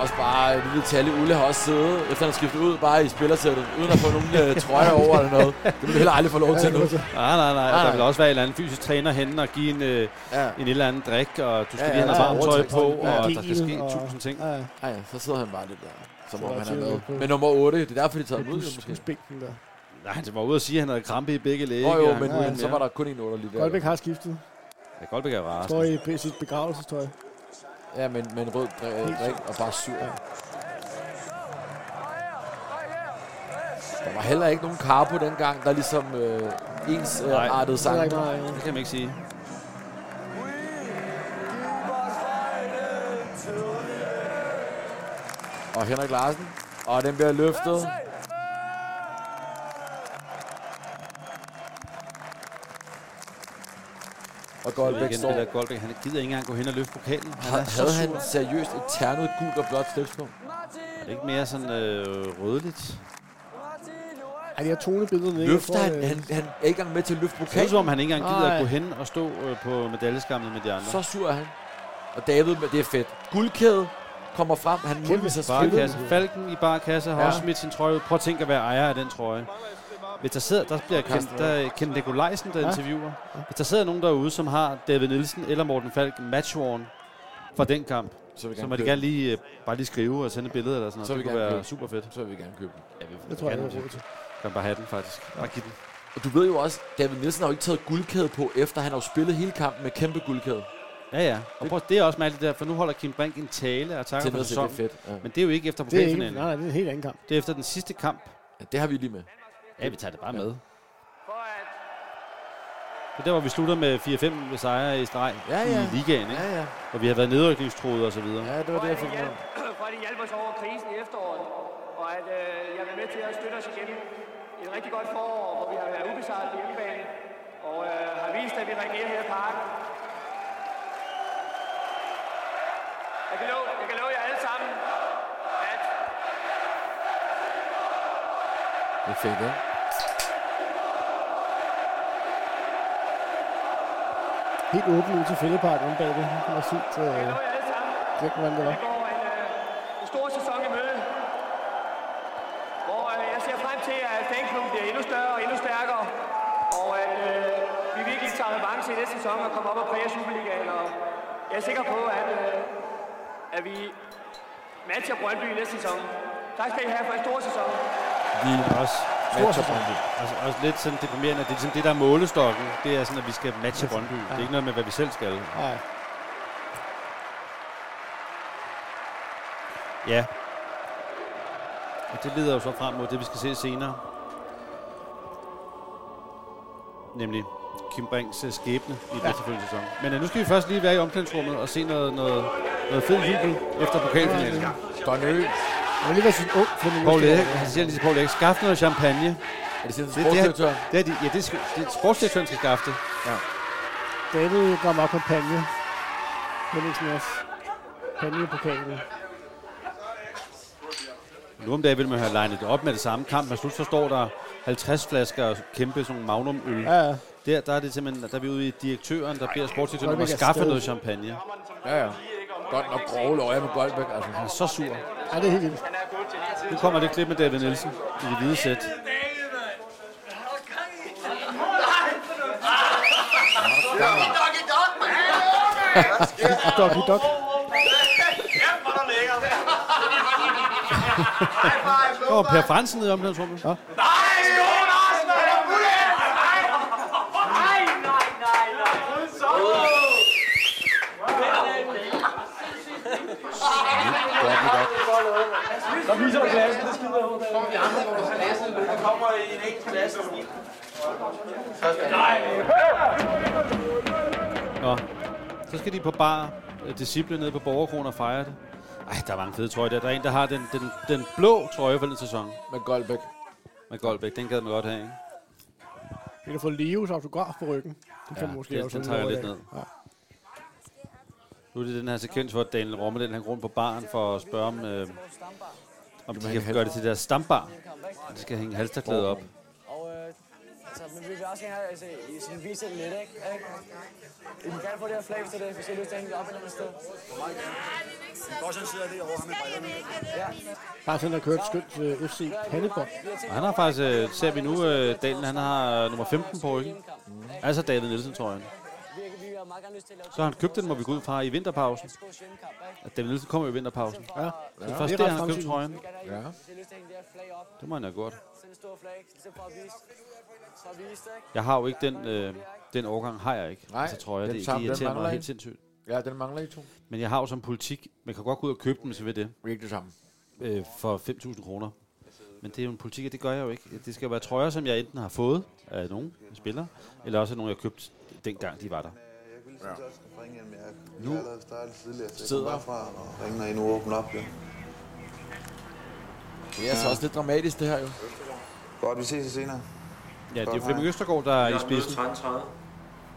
[SPEAKER 3] Også bare en lille detalje. Ulle har også siddet, efter han har skiftet ud, bare i spillersættet, uden at få nogen [laughs] øh, trøjer over eller noget. Det vil du heller aldrig få lov til nu.
[SPEAKER 1] Nej, nej, nej.
[SPEAKER 3] Nej,
[SPEAKER 1] Der
[SPEAKER 3] nej.
[SPEAKER 1] vil også være en eller anden fysisk træner henne og give en, øh,
[SPEAKER 3] Ja.
[SPEAKER 1] en eller anden drik, og du skal lige
[SPEAKER 3] Ja, ja,
[SPEAKER 1] have noget
[SPEAKER 3] ja,
[SPEAKER 1] varmt tøj
[SPEAKER 3] overtrækning.
[SPEAKER 1] på, og
[SPEAKER 2] Ja.
[SPEAKER 1] der skal ske
[SPEAKER 2] Og-
[SPEAKER 1] tusind ting.
[SPEAKER 2] Ja, ja.
[SPEAKER 3] Ej, så sidder han bare lidt der, som
[SPEAKER 2] Så
[SPEAKER 3] om
[SPEAKER 2] der
[SPEAKER 3] han
[SPEAKER 2] er
[SPEAKER 3] er med.
[SPEAKER 2] tvivl på-
[SPEAKER 3] Men nummer 8, det er derfor, de tager ham ud, jo,
[SPEAKER 2] Spil-
[SPEAKER 3] måske.
[SPEAKER 2] Spilbænken der.
[SPEAKER 1] Nej, han var ude og sige, at han havde krampe i begge læge.
[SPEAKER 3] Åh oh, jo, men ja, så var der kun en 8 lige der.
[SPEAKER 2] Goldbæk har skiftet.
[SPEAKER 1] Ja, Goldbæk er jo rasende.
[SPEAKER 2] Står i be- sit begravelsestøj.
[SPEAKER 3] Ja, men, men rød øh, drik, drik og bare sur. Der var heller ikke nogen karpo dengang, der ligesom øh, ens øh,
[SPEAKER 1] Nej.
[SPEAKER 3] artede
[SPEAKER 2] Det er
[SPEAKER 3] sang.
[SPEAKER 2] ikke meget. ja.
[SPEAKER 1] Det kan man ikke sige.
[SPEAKER 3] Og Henrik Larsen. Og den bliver løftet. Og Goldbæk
[SPEAKER 1] Igen,
[SPEAKER 3] står.
[SPEAKER 1] Peter Goldbæk, han gider ikke engang gå hen og løfte pokalen. Han er
[SPEAKER 3] Havde,
[SPEAKER 1] så
[SPEAKER 3] havde
[SPEAKER 1] sur.
[SPEAKER 3] han seriøst et ternet gult og blåt slips på?
[SPEAKER 1] Er det ikke mere sådan øh, rødligt?
[SPEAKER 2] Ej, det er tonebilledet ikke.
[SPEAKER 3] Løfter han, han,
[SPEAKER 2] øh,
[SPEAKER 3] han er ikke engang med til at løfte
[SPEAKER 1] Det er
[SPEAKER 3] pokalen.
[SPEAKER 1] som om, han ikke engang gider
[SPEAKER 2] Nej.
[SPEAKER 1] at gå hen og stå øh, på medaljeskammet med de andre.
[SPEAKER 3] Så sur er han. Og David, men det er fedt. Guldkæde kommer frem. Han modviser
[SPEAKER 1] Bare
[SPEAKER 3] spillet.
[SPEAKER 1] kasse. Falken i bare kasse har
[SPEAKER 3] Ja.
[SPEAKER 1] ja. også smidt sin trøje ud. Prøv at tænke at være ejer af den trøje. Hvis der sidder, der bliver kendt, der kendt Nikolajsen, der
[SPEAKER 2] Ja.
[SPEAKER 1] interviewer. Hvis der sidder nogen derude, som har David Nielsen eller Morten Falk matchworn fra den kamp,
[SPEAKER 3] Så vil vi
[SPEAKER 1] så
[SPEAKER 3] gerne
[SPEAKER 1] må de
[SPEAKER 3] købe
[SPEAKER 1] gerne lige, øh, bare lige skrive og sende et billede eller sådan noget.
[SPEAKER 3] Så
[SPEAKER 1] Så
[SPEAKER 3] vil
[SPEAKER 1] det
[SPEAKER 3] vi
[SPEAKER 1] kunne
[SPEAKER 3] gerne
[SPEAKER 1] være
[SPEAKER 3] købe.
[SPEAKER 1] super fedt.
[SPEAKER 3] den. Så vil vi gerne købe den.
[SPEAKER 1] Ja, vi
[SPEAKER 2] Det tror jeg,
[SPEAKER 1] kan,
[SPEAKER 2] jeg har
[SPEAKER 1] det.
[SPEAKER 2] råd til.
[SPEAKER 1] kan bare have den faktisk. Bare give den.
[SPEAKER 3] Og du ved jo også, David Nielsen har jo ikke taget guldkæde på, efter han har jo spillet hele kampen med kæmpe guldkæde.
[SPEAKER 1] Ja, ja. Og prøv, det er også mærkeligt der, for nu holder Kim Brink en tale og takker
[SPEAKER 3] Til
[SPEAKER 1] for
[SPEAKER 3] noget til det er
[SPEAKER 1] sæsonen.
[SPEAKER 3] fedt. Ja.
[SPEAKER 1] Men det er jo ikke efter
[SPEAKER 2] Det er ikke,
[SPEAKER 1] pokalfinalen.
[SPEAKER 2] nej, nej, det er en helt anden kamp.
[SPEAKER 1] Det er efter den sidste kamp.
[SPEAKER 3] Ja, det har vi lige med.
[SPEAKER 1] Ja, vi tager det bare med. Det er der, hvor vi slutter med 4-5 sejre i streg
[SPEAKER 3] Ja, ja.
[SPEAKER 1] i ligaen, ikke?
[SPEAKER 3] Ja, ja.
[SPEAKER 1] Og vi har været nedrykningstroede og så videre.
[SPEAKER 3] Ja, det var det, jeg fik med.
[SPEAKER 12] [clears throat] For at I hjælper os over krisen i efteråret, og at øh, jeg vil med til at støtte os igennem et rigtig godt forår, hvor vi har været ubesejret på hjemmebane, og øh, har vist, at vi reagerer her i parken. Jeg kan love, jeg kan love jer alle sammen, at
[SPEAKER 3] Det er fedt, ikke?
[SPEAKER 2] Helt åben ud til Fældepark om bagved. Han kommer sygt til... Øh, glemt, hvordan det var.
[SPEAKER 7] øh,
[SPEAKER 12] en stor sæson i møde, hvor øh, jeg ser frem til, at fanklubben bliver endnu større og endnu stærkere, og at øh,
[SPEAKER 7] vi virkelig tager revanche i næste sæson og kommer op og præger Superligaen. Og jeg er sikker på, at, øh, at vi matcher Brøndby i næste sæson. Tak skal I have for en stor sæson.
[SPEAKER 1] Vi er også matcher Brøndby. Altså, også lidt sådan deprimerende, at det er ligesom det, der er målestokken. Det er sådan, at vi skal matche Brøndby. Det er ikke noget med, hvad vi selv skal.
[SPEAKER 2] Nej.
[SPEAKER 1] Ja. Og det leder jo så frem mod det, vi skal se senere. Nemlig Kim Brinks øh, skæbne i ja. den selvfølgelig sæson. Men øh, nu skal vi først lige være i omklædningsrummet og se noget, noget, noget fed jubel efter pokalfinalen.
[SPEAKER 3] Donø.
[SPEAKER 2] Jeg vil lige være sådan ung Flemming
[SPEAKER 1] Poul
[SPEAKER 2] Østergaard.
[SPEAKER 1] Erik, han siger lige til Poul Erik, skaff noget champagne.
[SPEAKER 3] Er det sådan en
[SPEAKER 1] Det,
[SPEAKER 3] sportsdirektør?
[SPEAKER 1] er- det, er de- ja, det, skal, det er sportsdirektøren, skal skaffe det. Ja.
[SPEAKER 2] David går meget kampagne. Henningsen også. Kampagne på pokalen.
[SPEAKER 1] Nu om dagen vil man have legnet det op med det samme kamp. Man slut så står der 50 flasker og kæmpe sådan nogle magnumøl.
[SPEAKER 2] Ja, ja.
[SPEAKER 1] Der, der er det simpelthen, der er vi ude i direktøren, der beder sportsdirektøren om at
[SPEAKER 3] Goldbæk er
[SPEAKER 1] skaffe
[SPEAKER 3] sted.
[SPEAKER 1] noget champagne.
[SPEAKER 3] Ja, ja. Godt nok grove løg med Goldbæk. Altså, han er
[SPEAKER 1] så sur.
[SPEAKER 2] Ja, det er helt vildt.
[SPEAKER 1] Nu kommer det klip med David Nielsen i det hvide
[SPEAKER 2] [laughs]
[SPEAKER 1] sæt.
[SPEAKER 2] Doggy dog.
[SPEAKER 1] Der var Per Fransen nede i omklædningsrummet. Ja.
[SPEAKER 16] Der viser du klassen, det skider jeg ud
[SPEAKER 20] Kommer vi andre, hvor du har klasse, der kommer en enkelt klasse.
[SPEAKER 1] Nå. Så skal de på bar, øh, disciple nede på Borgerkron og fejre det. Ej, der var en fed trøje der. Der er en, der har den, den, den blå trøje for den sæson.
[SPEAKER 3] Med Goldbæk.
[SPEAKER 1] Med Goldbæk, den gad man godt have, ikke?
[SPEAKER 2] Vi har fået Leos autograf på ryggen. Det kan
[SPEAKER 1] Ja,
[SPEAKER 2] ja, måske
[SPEAKER 1] det-
[SPEAKER 2] også
[SPEAKER 1] den
[SPEAKER 2] være
[SPEAKER 1] tager jeg
[SPEAKER 2] noget
[SPEAKER 1] lidt
[SPEAKER 2] af.
[SPEAKER 1] ned. Nu er det den her sekvens, hvor Daniel Rommel, den her rundt på baren for at spørge om, øh, om de kan gøre det til deres stambar. De skal hænge halsterklæder op.
[SPEAKER 11] Og øh, altså, men vi vil også gerne have, altså, I sådan, vise det lidt, ikke? Ikke? I må gerne få det her flag, hvis det er det, hvis I har lyst til at hænge det op et eller andet sted. Gorsen sidder derovre, ham med brillerne. Ja.
[SPEAKER 2] Ja. Bare sådan, der kørt skønt øh, FC Pandebånd.
[SPEAKER 1] Og han har faktisk, øh, ser vi nu, øh, Dalen, han har øh, nummer 15 på ryggen. Altså David Nielsen, tror jeg. Så har han købt den, må vi gå ud fra, i vinterpausen. At David Nielsen kommer jo i vinterpausen. Ja. Det er først der, han har købt trøjen.
[SPEAKER 3] Ja.
[SPEAKER 1] Det må han have gjort.
[SPEAKER 11] Sådan et stort flag, så for at vise. Så at vise det, ikke?
[SPEAKER 1] Jeg har jo ikke den, øh, den årgang, har jeg ikke.
[SPEAKER 3] Nej,
[SPEAKER 1] altså, tror jeg,
[SPEAKER 3] den
[SPEAKER 1] det, det
[SPEAKER 3] samme, den
[SPEAKER 1] irriterer
[SPEAKER 3] mangler
[SPEAKER 1] mig helt
[SPEAKER 3] en.
[SPEAKER 1] sindssygt.
[SPEAKER 3] Ja, den mangler I to.
[SPEAKER 1] Men jeg har jo som politik, man kan godt gå ud og købe dem, hvis jeg vil det.
[SPEAKER 3] Ikke det samme.
[SPEAKER 1] Øh, for 5.000 kroner. Men det er jo en politik, og det gør jeg jo ikke. Det skal jo være trøjer, som jeg enten har fået af nogen spiller, eller også af nogen, jeg købte dengang de var der.
[SPEAKER 9] Jeg kunne også ringe ind, men jeg jeg
[SPEAKER 1] Nu
[SPEAKER 9] har allerede startet tidligere, så jeg
[SPEAKER 1] sidder-
[SPEAKER 9] sidder bare fra og ringer, når I nu åbner op. Ja.
[SPEAKER 3] Det er altså også lidt dramatisk, det her jo.
[SPEAKER 9] Godt, vi ses senere.
[SPEAKER 1] Ja, det er jo
[SPEAKER 9] Godt,
[SPEAKER 1] Flemming
[SPEAKER 9] hej.
[SPEAKER 1] Østergaard, der er i
[SPEAKER 9] Jeg er blevet
[SPEAKER 1] spidsen.
[SPEAKER 9] 13.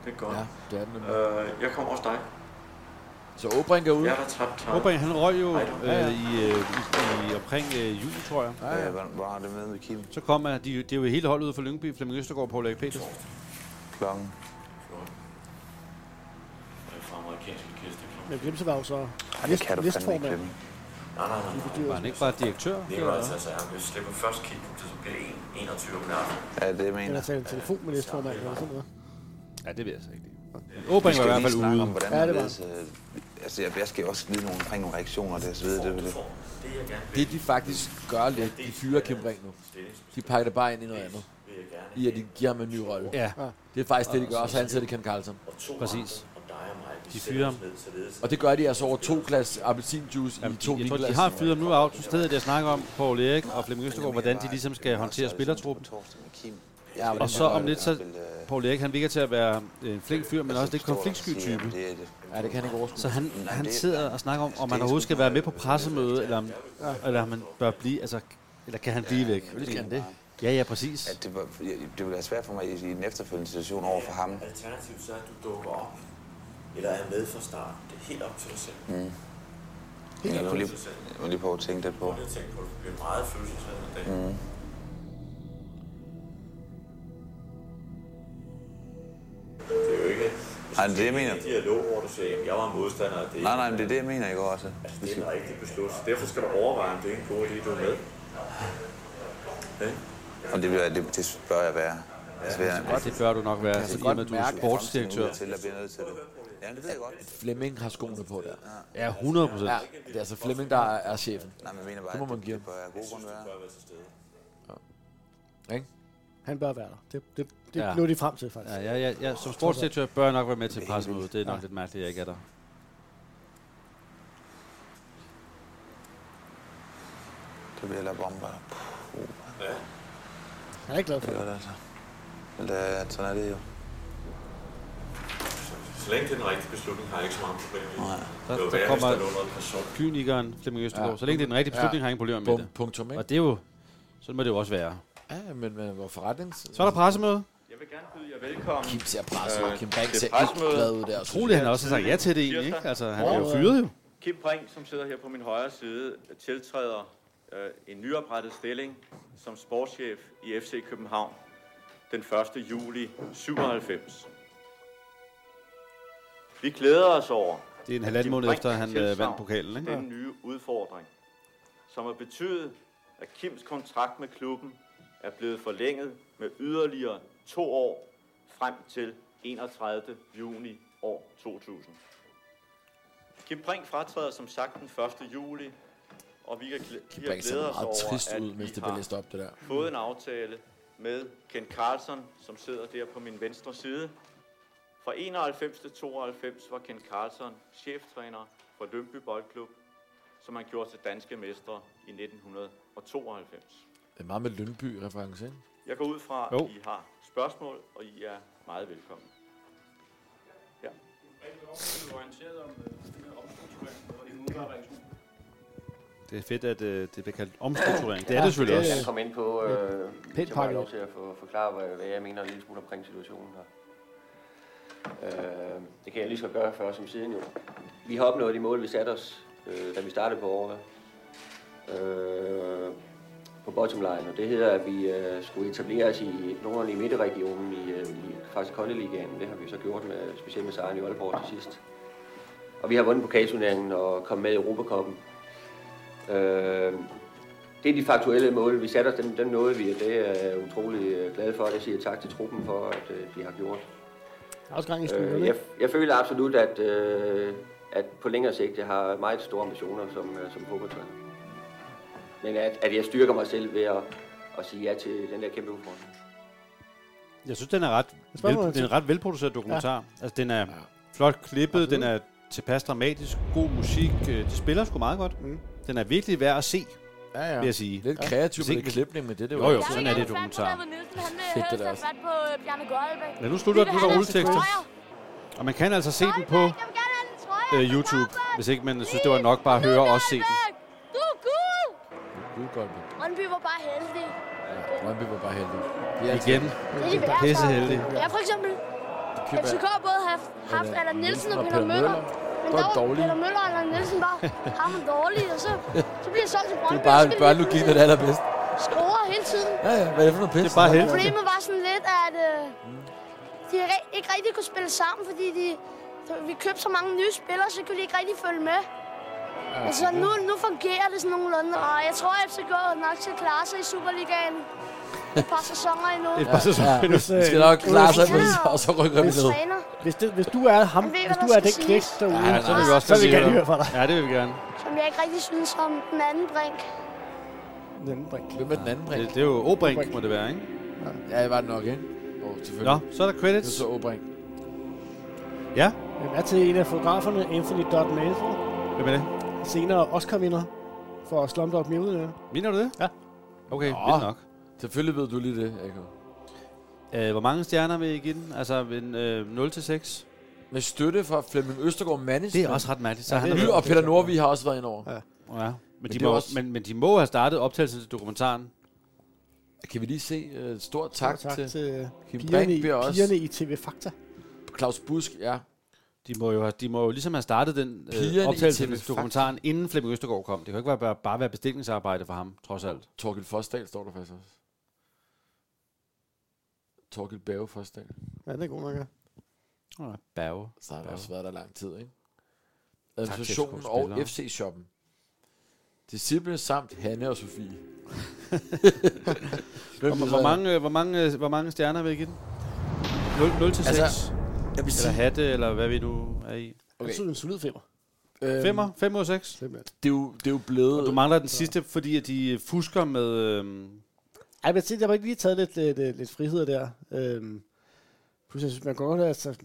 [SPEAKER 20] Det er godt.
[SPEAKER 3] Ja, det er den.
[SPEAKER 20] Øh, jeg kommer hos dig.
[SPEAKER 3] Så Åbrink er ude.
[SPEAKER 20] Jeg har tabt trøjen.
[SPEAKER 1] Håber, han røg jo
[SPEAKER 20] Ej, du-
[SPEAKER 1] øh, i, øh, i, i, omkring øh, jul, tror jeg.
[SPEAKER 9] Ja, ja. Hvor, hvor har det med med Kim?
[SPEAKER 1] Så kommer de, det er jo hele holdet ude for Lyngby, Flemming Østergaard, Poul Erik Petersen.
[SPEAKER 9] Klokken.
[SPEAKER 2] Men Glimse var jo så
[SPEAKER 9] det
[SPEAKER 2] næst-
[SPEAKER 9] kan du fandme
[SPEAKER 2] næstformand.
[SPEAKER 9] ikke glemme.
[SPEAKER 20] Nej, nej, nej.
[SPEAKER 1] Var han ikke bare direktør?
[SPEAKER 20] Nikolaj, altså, han vil slippe først kigge på til P1 21 om natten.
[SPEAKER 9] Ja, det mener
[SPEAKER 2] Eller tale i telefon med næstformand eller sådan noget.
[SPEAKER 1] Ja, det ved jeg så ikke.
[SPEAKER 9] Vi
[SPEAKER 1] Åbring var
[SPEAKER 9] skal
[SPEAKER 1] i hvert
[SPEAKER 9] lige
[SPEAKER 1] fald
[SPEAKER 9] snakke
[SPEAKER 1] ude.
[SPEAKER 9] Om, hvordan
[SPEAKER 2] Ja, det var.
[SPEAKER 9] altså, jeg, jeg skal jo også vide nogle, omkring nogle reaktioner, og det er så videre, det vil det.
[SPEAKER 3] Det de faktisk gør lidt, de fyrer Kim Ring nu. De pakker det bare ind i noget andet. I at de giver ham en ny rolle.
[SPEAKER 1] Ja.
[SPEAKER 3] Det er faktisk det, de gør, og så ansætter Ken Carlsen.
[SPEAKER 1] Præcis. De fyrer ham.
[SPEAKER 3] Og det gør de altså over to glas appelsinjuice i to
[SPEAKER 1] Jeg tror, de
[SPEAKER 3] vinglas.
[SPEAKER 1] har fyret ham nu af til stedet, jeg snakker om, Poul Erik og Flemming Østergaard, hvordan de ligesom skal håndtere spillertruppen.
[SPEAKER 9] Ja,
[SPEAKER 1] Og
[SPEAKER 9] hvordan
[SPEAKER 1] så
[SPEAKER 9] han gør
[SPEAKER 1] om
[SPEAKER 9] det. øh,
[SPEAKER 1] lidt, så Poul Erik, han virker til at være øh, en flink fyr, men også lidt konfliktsky type.
[SPEAKER 3] Ja, det kan han ikke overskue.
[SPEAKER 1] Så han, han sidder og snakker om, om han overhovedet skal være med på pressemøde, eller om, eller om han bør blive, altså, eller kan han blive væk?
[SPEAKER 9] Selvfølgelig skal han det.
[SPEAKER 1] Ja, ja, præcis.
[SPEAKER 9] At det, var, ja, det ville være svært for mig i, i den efterfølgende situation over for ham.
[SPEAKER 20] Alternativt så er, at du dukker op, eller er med fra start. Det er helt op til dig selv.
[SPEAKER 9] Mm. Jeg må lige, jeg må lige prøve at tænke lidt på.
[SPEAKER 20] Prøv lige at tænke på, at du bliver meget følelsesladet en dag.
[SPEAKER 9] Mm.
[SPEAKER 20] Det er jo ikke... Altså,
[SPEAKER 9] Nej, det er det, jeg mener.
[SPEAKER 20] Det er en dialog, hvor du siger, at jeg var modstander. og Det er
[SPEAKER 9] Nej, nej, men det er det, jeg mener, ikke også?
[SPEAKER 20] Altså, det er en rigtig beslutning. Derfor skal du overveje, om det er en god idé, du er med.
[SPEAKER 9] Og det, bliver, det, det bør jeg være.
[SPEAKER 1] Altså, jeg- det bør du nok være,
[SPEAKER 3] Jeg
[SPEAKER 1] i
[SPEAKER 3] kan
[SPEAKER 1] og
[SPEAKER 3] godt
[SPEAKER 1] med, at du er
[SPEAKER 3] mærke, at
[SPEAKER 1] sportsdirektør.
[SPEAKER 3] fremtiden
[SPEAKER 9] til, at bliver nødt til det. Ja, det ved jeg godt.
[SPEAKER 3] Flemming har skoene på der.
[SPEAKER 1] Ja, 100%.
[SPEAKER 3] Ja, det er altså Flemming, der er, er chefen.
[SPEAKER 9] Nej, men jeg mener bare,
[SPEAKER 3] det må man
[SPEAKER 9] at
[SPEAKER 3] give ham.
[SPEAKER 9] det bør af gode grunde være.
[SPEAKER 2] Han bør være der. Det, det, det
[SPEAKER 1] Ja.
[SPEAKER 2] ja. nåede de frem til, faktisk.
[SPEAKER 1] Ja, ja, ja, ja. Som sportsdirektør bør jeg nok være med til at presse ud. Det er nok
[SPEAKER 2] Ja.
[SPEAKER 1] lidt mærkeligt, at jeg ikke er der.
[SPEAKER 9] Det bliver la bomba. Ja.
[SPEAKER 2] Jeg er ikke glad for
[SPEAKER 9] det. Det altså. Men det, sådan er det jo.
[SPEAKER 23] Så længe det er den rigtige beslutning, har jeg ikke så mange problemer i.
[SPEAKER 1] Der,
[SPEAKER 23] det er jo
[SPEAKER 1] der
[SPEAKER 23] værre, hvis
[SPEAKER 1] kommer
[SPEAKER 23] der lå noget person.
[SPEAKER 1] kynikeren Flemming Østergaard.
[SPEAKER 3] Ja.
[SPEAKER 1] Så længe det er den rigtige beslutning,
[SPEAKER 3] Ja.
[SPEAKER 1] har jeg ingen problemer med
[SPEAKER 3] Bum,
[SPEAKER 1] det.
[SPEAKER 3] punktum, ikke?
[SPEAKER 1] Og det er jo, sådan må det jo også være.
[SPEAKER 3] Ja, men, men hvor forretnings...
[SPEAKER 1] Så er der pressemøde.
[SPEAKER 20] Jeg vil gerne byde jer velkommen. øh,
[SPEAKER 3] Kim ser presset ud. Kim Brink
[SPEAKER 20] til
[SPEAKER 3] ser
[SPEAKER 20] pressemødet.
[SPEAKER 3] ikke glad ud der.
[SPEAKER 1] Utroligt, han også har sagt ja til det egentlig, ikke? Altså, han er jo fyret jo.
[SPEAKER 20] Kim Brink, som sidder her på min højre side, tiltræder øh, en nyoprettet stilling som sportschef i FC København den 1. juli 97. Vi glæder os over,
[SPEAKER 1] Det er en halvanden måned
[SPEAKER 20] Brink
[SPEAKER 1] efter, at han øh,
[SPEAKER 20] tilsagn
[SPEAKER 1] vandt pokalen,
[SPEAKER 20] til Den
[SPEAKER 1] ikke?
[SPEAKER 20] nye udfordring, som har betydet, at Kims kontrakt med klubben er blevet forlænget med yderligere to år frem til 31. juni år 2000. Kim Brink fratræder som sagt den 1. juli, og vi kan glæ- vi har
[SPEAKER 3] Brink ser
[SPEAKER 20] glædet os
[SPEAKER 3] meget
[SPEAKER 20] over,
[SPEAKER 3] trist
[SPEAKER 20] at
[SPEAKER 3] ud, mens
[SPEAKER 20] vi
[SPEAKER 3] det bliver
[SPEAKER 20] har
[SPEAKER 3] læst op, det der.
[SPEAKER 20] fået en aftale med Ken Carlson, som sidder der på min venstre side. Fra 91 til 92 var Ken Carlson cheftræner for Lønby Boldklub, som han gjorde til danske mestre i 1992.
[SPEAKER 3] Det er meget med Lønby-reference, ikke?
[SPEAKER 20] Jeg går ud fra,
[SPEAKER 3] Jo.
[SPEAKER 20] at I har spørgsmål, og I er meget velkommen. Ja.
[SPEAKER 1] Det er fedt, at øh, det bliver kaldt omstrukturering. Det er det selvfølgelig
[SPEAKER 7] Jeg
[SPEAKER 1] også.
[SPEAKER 7] kom ind på, øh,
[SPEAKER 1] Pænt
[SPEAKER 7] så må jeg
[SPEAKER 1] pakket.
[SPEAKER 7] lov til at få forklare, hvad, hvad jeg mener en lille smule omkring situationen her. Øh, det kan jeg lige så godt gøre før som siden jo. Vi har opnået de mål, vi satte os, øh, da vi startede på året. Øh, på bottomline, og det hedder, at vi øh, skulle etablere os i nogenlunde i midterregionen i, øh, i faktisk Koldeligaen. Det har vi så gjort med, specielt med sejren i Aalborg til sidst. Og vi har vundet pokalturneringen og kommet med i Europakoppen. Øh, det er de faktuelle mål, vi satte os, dem, dem nåede vi, og det er jeg utrolig øh, glad for. Det siger jeg tak til truppen for, at øh, de har gjort. Øh,
[SPEAKER 2] Der er også
[SPEAKER 9] Øh,
[SPEAKER 2] gang i styrkerne,
[SPEAKER 7] jeg,
[SPEAKER 2] ikke?
[SPEAKER 7] jeg føler absolut, at, øh, at på længere sigt, jeg har meget store ambitioner som, øh, som fodboldtræner. Men at, at jeg styrker mig selv ved at, at sige ja til den der kæmpe udfordring.
[SPEAKER 1] Jeg synes, den er ret, vel,
[SPEAKER 7] spørgsmål
[SPEAKER 1] den
[SPEAKER 7] til-
[SPEAKER 1] er en ret velproduceret dokumentar. Ja. Altså, den er flot klippet, den er tilpas dramatisk, god musik. øh, De spiller sgu meget godt. Mm. Den er virkelig værd at se,
[SPEAKER 3] ja, ja.
[SPEAKER 1] vil jeg sige.
[SPEAKER 3] Lidt
[SPEAKER 1] Ja.
[SPEAKER 3] kreativ
[SPEAKER 1] Hvis
[SPEAKER 3] med
[SPEAKER 1] ikke-
[SPEAKER 3] det klipning, men det er det jo
[SPEAKER 1] Jo, jo,
[SPEAKER 3] altid.
[SPEAKER 1] sådan er det
[SPEAKER 24] David
[SPEAKER 1] dokumentar.
[SPEAKER 24] Nielsen, han øh,
[SPEAKER 1] Fedt,
[SPEAKER 24] havde
[SPEAKER 1] det der
[SPEAKER 24] sat
[SPEAKER 1] også.
[SPEAKER 24] fat på øh, Bjarne Goldbæk.
[SPEAKER 1] Men nu slutter den, nu er der rulletekster. Og man kan altså se den på øh, YouTube, hvis ikke man synes, det var nok bare at høre os se den.
[SPEAKER 24] Du er gul!
[SPEAKER 3] Gud, Goldberg.
[SPEAKER 24] Brøndby var bare heldig.
[SPEAKER 3] Brøndby var bare heldig. Det
[SPEAKER 1] Igen.
[SPEAKER 24] Det er de værste. Ja, for eksempel. FCK har både haft, haft
[SPEAKER 3] Peter
[SPEAKER 24] Allan Nielsen og
[SPEAKER 3] Nielsen
[SPEAKER 24] Peter
[SPEAKER 3] og Peter
[SPEAKER 24] Møller.
[SPEAKER 3] Møller.
[SPEAKER 24] Men
[SPEAKER 3] Godt
[SPEAKER 24] der var
[SPEAKER 3] dårlige.
[SPEAKER 24] Peter Møller og Allan Nielsen [laughs] bare ham og dårlig, og så, så bliver jeg solgt til
[SPEAKER 3] Det
[SPEAKER 24] Brøndby.
[SPEAKER 3] er
[SPEAKER 24] og
[SPEAKER 3] bare
[SPEAKER 24] så skal de
[SPEAKER 3] børnelogien, der er allerbedst.
[SPEAKER 24] Score hele tiden.
[SPEAKER 3] Ja, ja, hvad er det for noget pis? Det er
[SPEAKER 24] Problemet var sådan lidt, at øh, de re- ikke rigtig kunne spille sammen, fordi de, vi købte så mange nye spillere, så kunne de ikke rigtig følge med. Altså, nu, nu fungerer det sådan nogenlunde, og jeg tror, at FCK nok skal klare sig i Superligaen et par sæsoner endnu.
[SPEAKER 1] Et par sæsoner endnu.
[SPEAKER 3] Vi
[SPEAKER 2] øh,
[SPEAKER 3] skal nok klare sig,
[SPEAKER 24] Hvis-
[SPEAKER 3] men- og så rykker vi
[SPEAKER 24] Hvis-
[SPEAKER 3] ned.
[SPEAKER 24] Træner,
[SPEAKER 2] Hvis, det, hvis du er
[SPEAKER 24] Han
[SPEAKER 2] ham,
[SPEAKER 24] ved,
[SPEAKER 2] hvis
[SPEAKER 24] hvad
[SPEAKER 2] du
[SPEAKER 24] der
[SPEAKER 2] er den
[SPEAKER 24] skal
[SPEAKER 2] knæk
[SPEAKER 24] siges.
[SPEAKER 2] derude,
[SPEAKER 1] Ja, så vil vi også
[SPEAKER 2] så vil vi
[SPEAKER 1] sige
[SPEAKER 2] gerne
[SPEAKER 1] noget.
[SPEAKER 2] høre fra dig.
[SPEAKER 1] Ja, det vil vi gerne.
[SPEAKER 24] som jeg ikke rigtig synes om den anden brink.
[SPEAKER 3] Hvem er den anden Brink?
[SPEAKER 1] Det, det er jo Obrink, må det være, ikke?
[SPEAKER 3] Ja, det var det nok, ikke? Åh, selvfølgelig.
[SPEAKER 1] Nå, så er der credits.
[SPEAKER 3] Det er så Åbrink.
[SPEAKER 1] Ja.
[SPEAKER 2] Hvem er til en af fotograferne, Anthony Dodd Manford.
[SPEAKER 1] Hvem er det?
[SPEAKER 2] Senere Oscar-vinder for Slumdog Millionaire.
[SPEAKER 1] Mener du det?
[SPEAKER 2] Ja.
[SPEAKER 1] Okay,
[SPEAKER 3] Nå.
[SPEAKER 1] vildt nok.
[SPEAKER 3] Selvfølgelig ved du lige det, Jacob.
[SPEAKER 1] Øh, hvor mange stjerner vil I give den? Altså en øh, 0-6?
[SPEAKER 3] Med støtte fra Flemming Østergaard Management.
[SPEAKER 1] Det er også ret mærkeligt. Så
[SPEAKER 3] Ja,
[SPEAKER 1] han
[SPEAKER 3] han
[SPEAKER 1] har
[SPEAKER 3] Lyd
[SPEAKER 1] været-
[SPEAKER 3] og Peter Nordvi har også været ind over. Ja.
[SPEAKER 1] Ja, men,
[SPEAKER 3] Men
[SPEAKER 1] de
[SPEAKER 3] det er
[SPEAKER 1] må,
[SPEAKER 3] også-
[SPEAKER 1] også... men, men de må have startet optagelsen til dokumentaren.
[SPEAKER 3] Kan vi lige se øh, et stort tak,
[SPEAKER 2] tak
[SPEAKER 3] til,
[SPEAKER 2] til øh,
[SPEAKER 3] Kim
[SPEAKER 2] pigerne, i,
[SPEAKER 3] Brink bliver også.
[SPEAKER 2] pigerne i TV Fakta.
[SPEAKER 3] Claus Busk, ja.
[SPEAKER 1] De må jo, have, de må jo ligesom have startet den
[SPEAKER 3] Pigerne i
[SPEAKER 1] øh, optagelse
[SPEAKER 3] TV
[SPEAKER 1] til
[SPEAKER 3] Fakta.
[SPEAKER 1] dokumentaren, inden Flemming Østergaard kom. Det kan jo ikke være, bare, bare være bestillingsarbejde for ham, trods alt.
[SPEAKER 3] Torgild Forsdal står der faktisk også. Torgild Bave Forsdal.
[SPEAKER 2] Ja, det er god nok. ja.
[SPEAKER 1] Ja, Bave.
[SPEAKER 3] Så har han
[SPEAKER 1] Bave.
[SPEAKER 3] også været der lang tid, ikke?
[SPEAKER 1] til
[SPEAKER 3] Administrationen
[SPEAKER 1] FCK
[SPEAKER 3] og
[SPEAKER 1] spillere. [laughs]
[SPEAKER 3] FC-shoppen. Disciple samt Hanne og Sofie.
[SPEAKER 1] hvor, hvor, mange, øh, hvor, mange, øh, hvor mange stjerner vil I give den? 0, 0 til 6?
[SPEAKER 3] Altså,
[SPEAKER 1] Altså,
[SPEAKER 3] jeg vil
[SPEAKER 1] eller
[SPEAKER 3] sige-
[SPEAKER 1] hatte, eller hvad vi nu er i?
[SPEAKER 2] Okay. Det er en solid femmer.
[SPEAKER 3] Øhm,
[SPEAKER 1] Femmer? 5 ud af 6? Det
[SPEAKER 3] er jo, det er jo blevet...
[SPEAKER 1] Og du mangler den sidste, fordi at de fusker med... Øhm,
[SPEAKER 2] Ej, men jeg tænkte, jeg var ikke lige taget lidt, lidt, lidt, lidt friheder der. Øhm, plus, jeg synes, man kan godt have altså,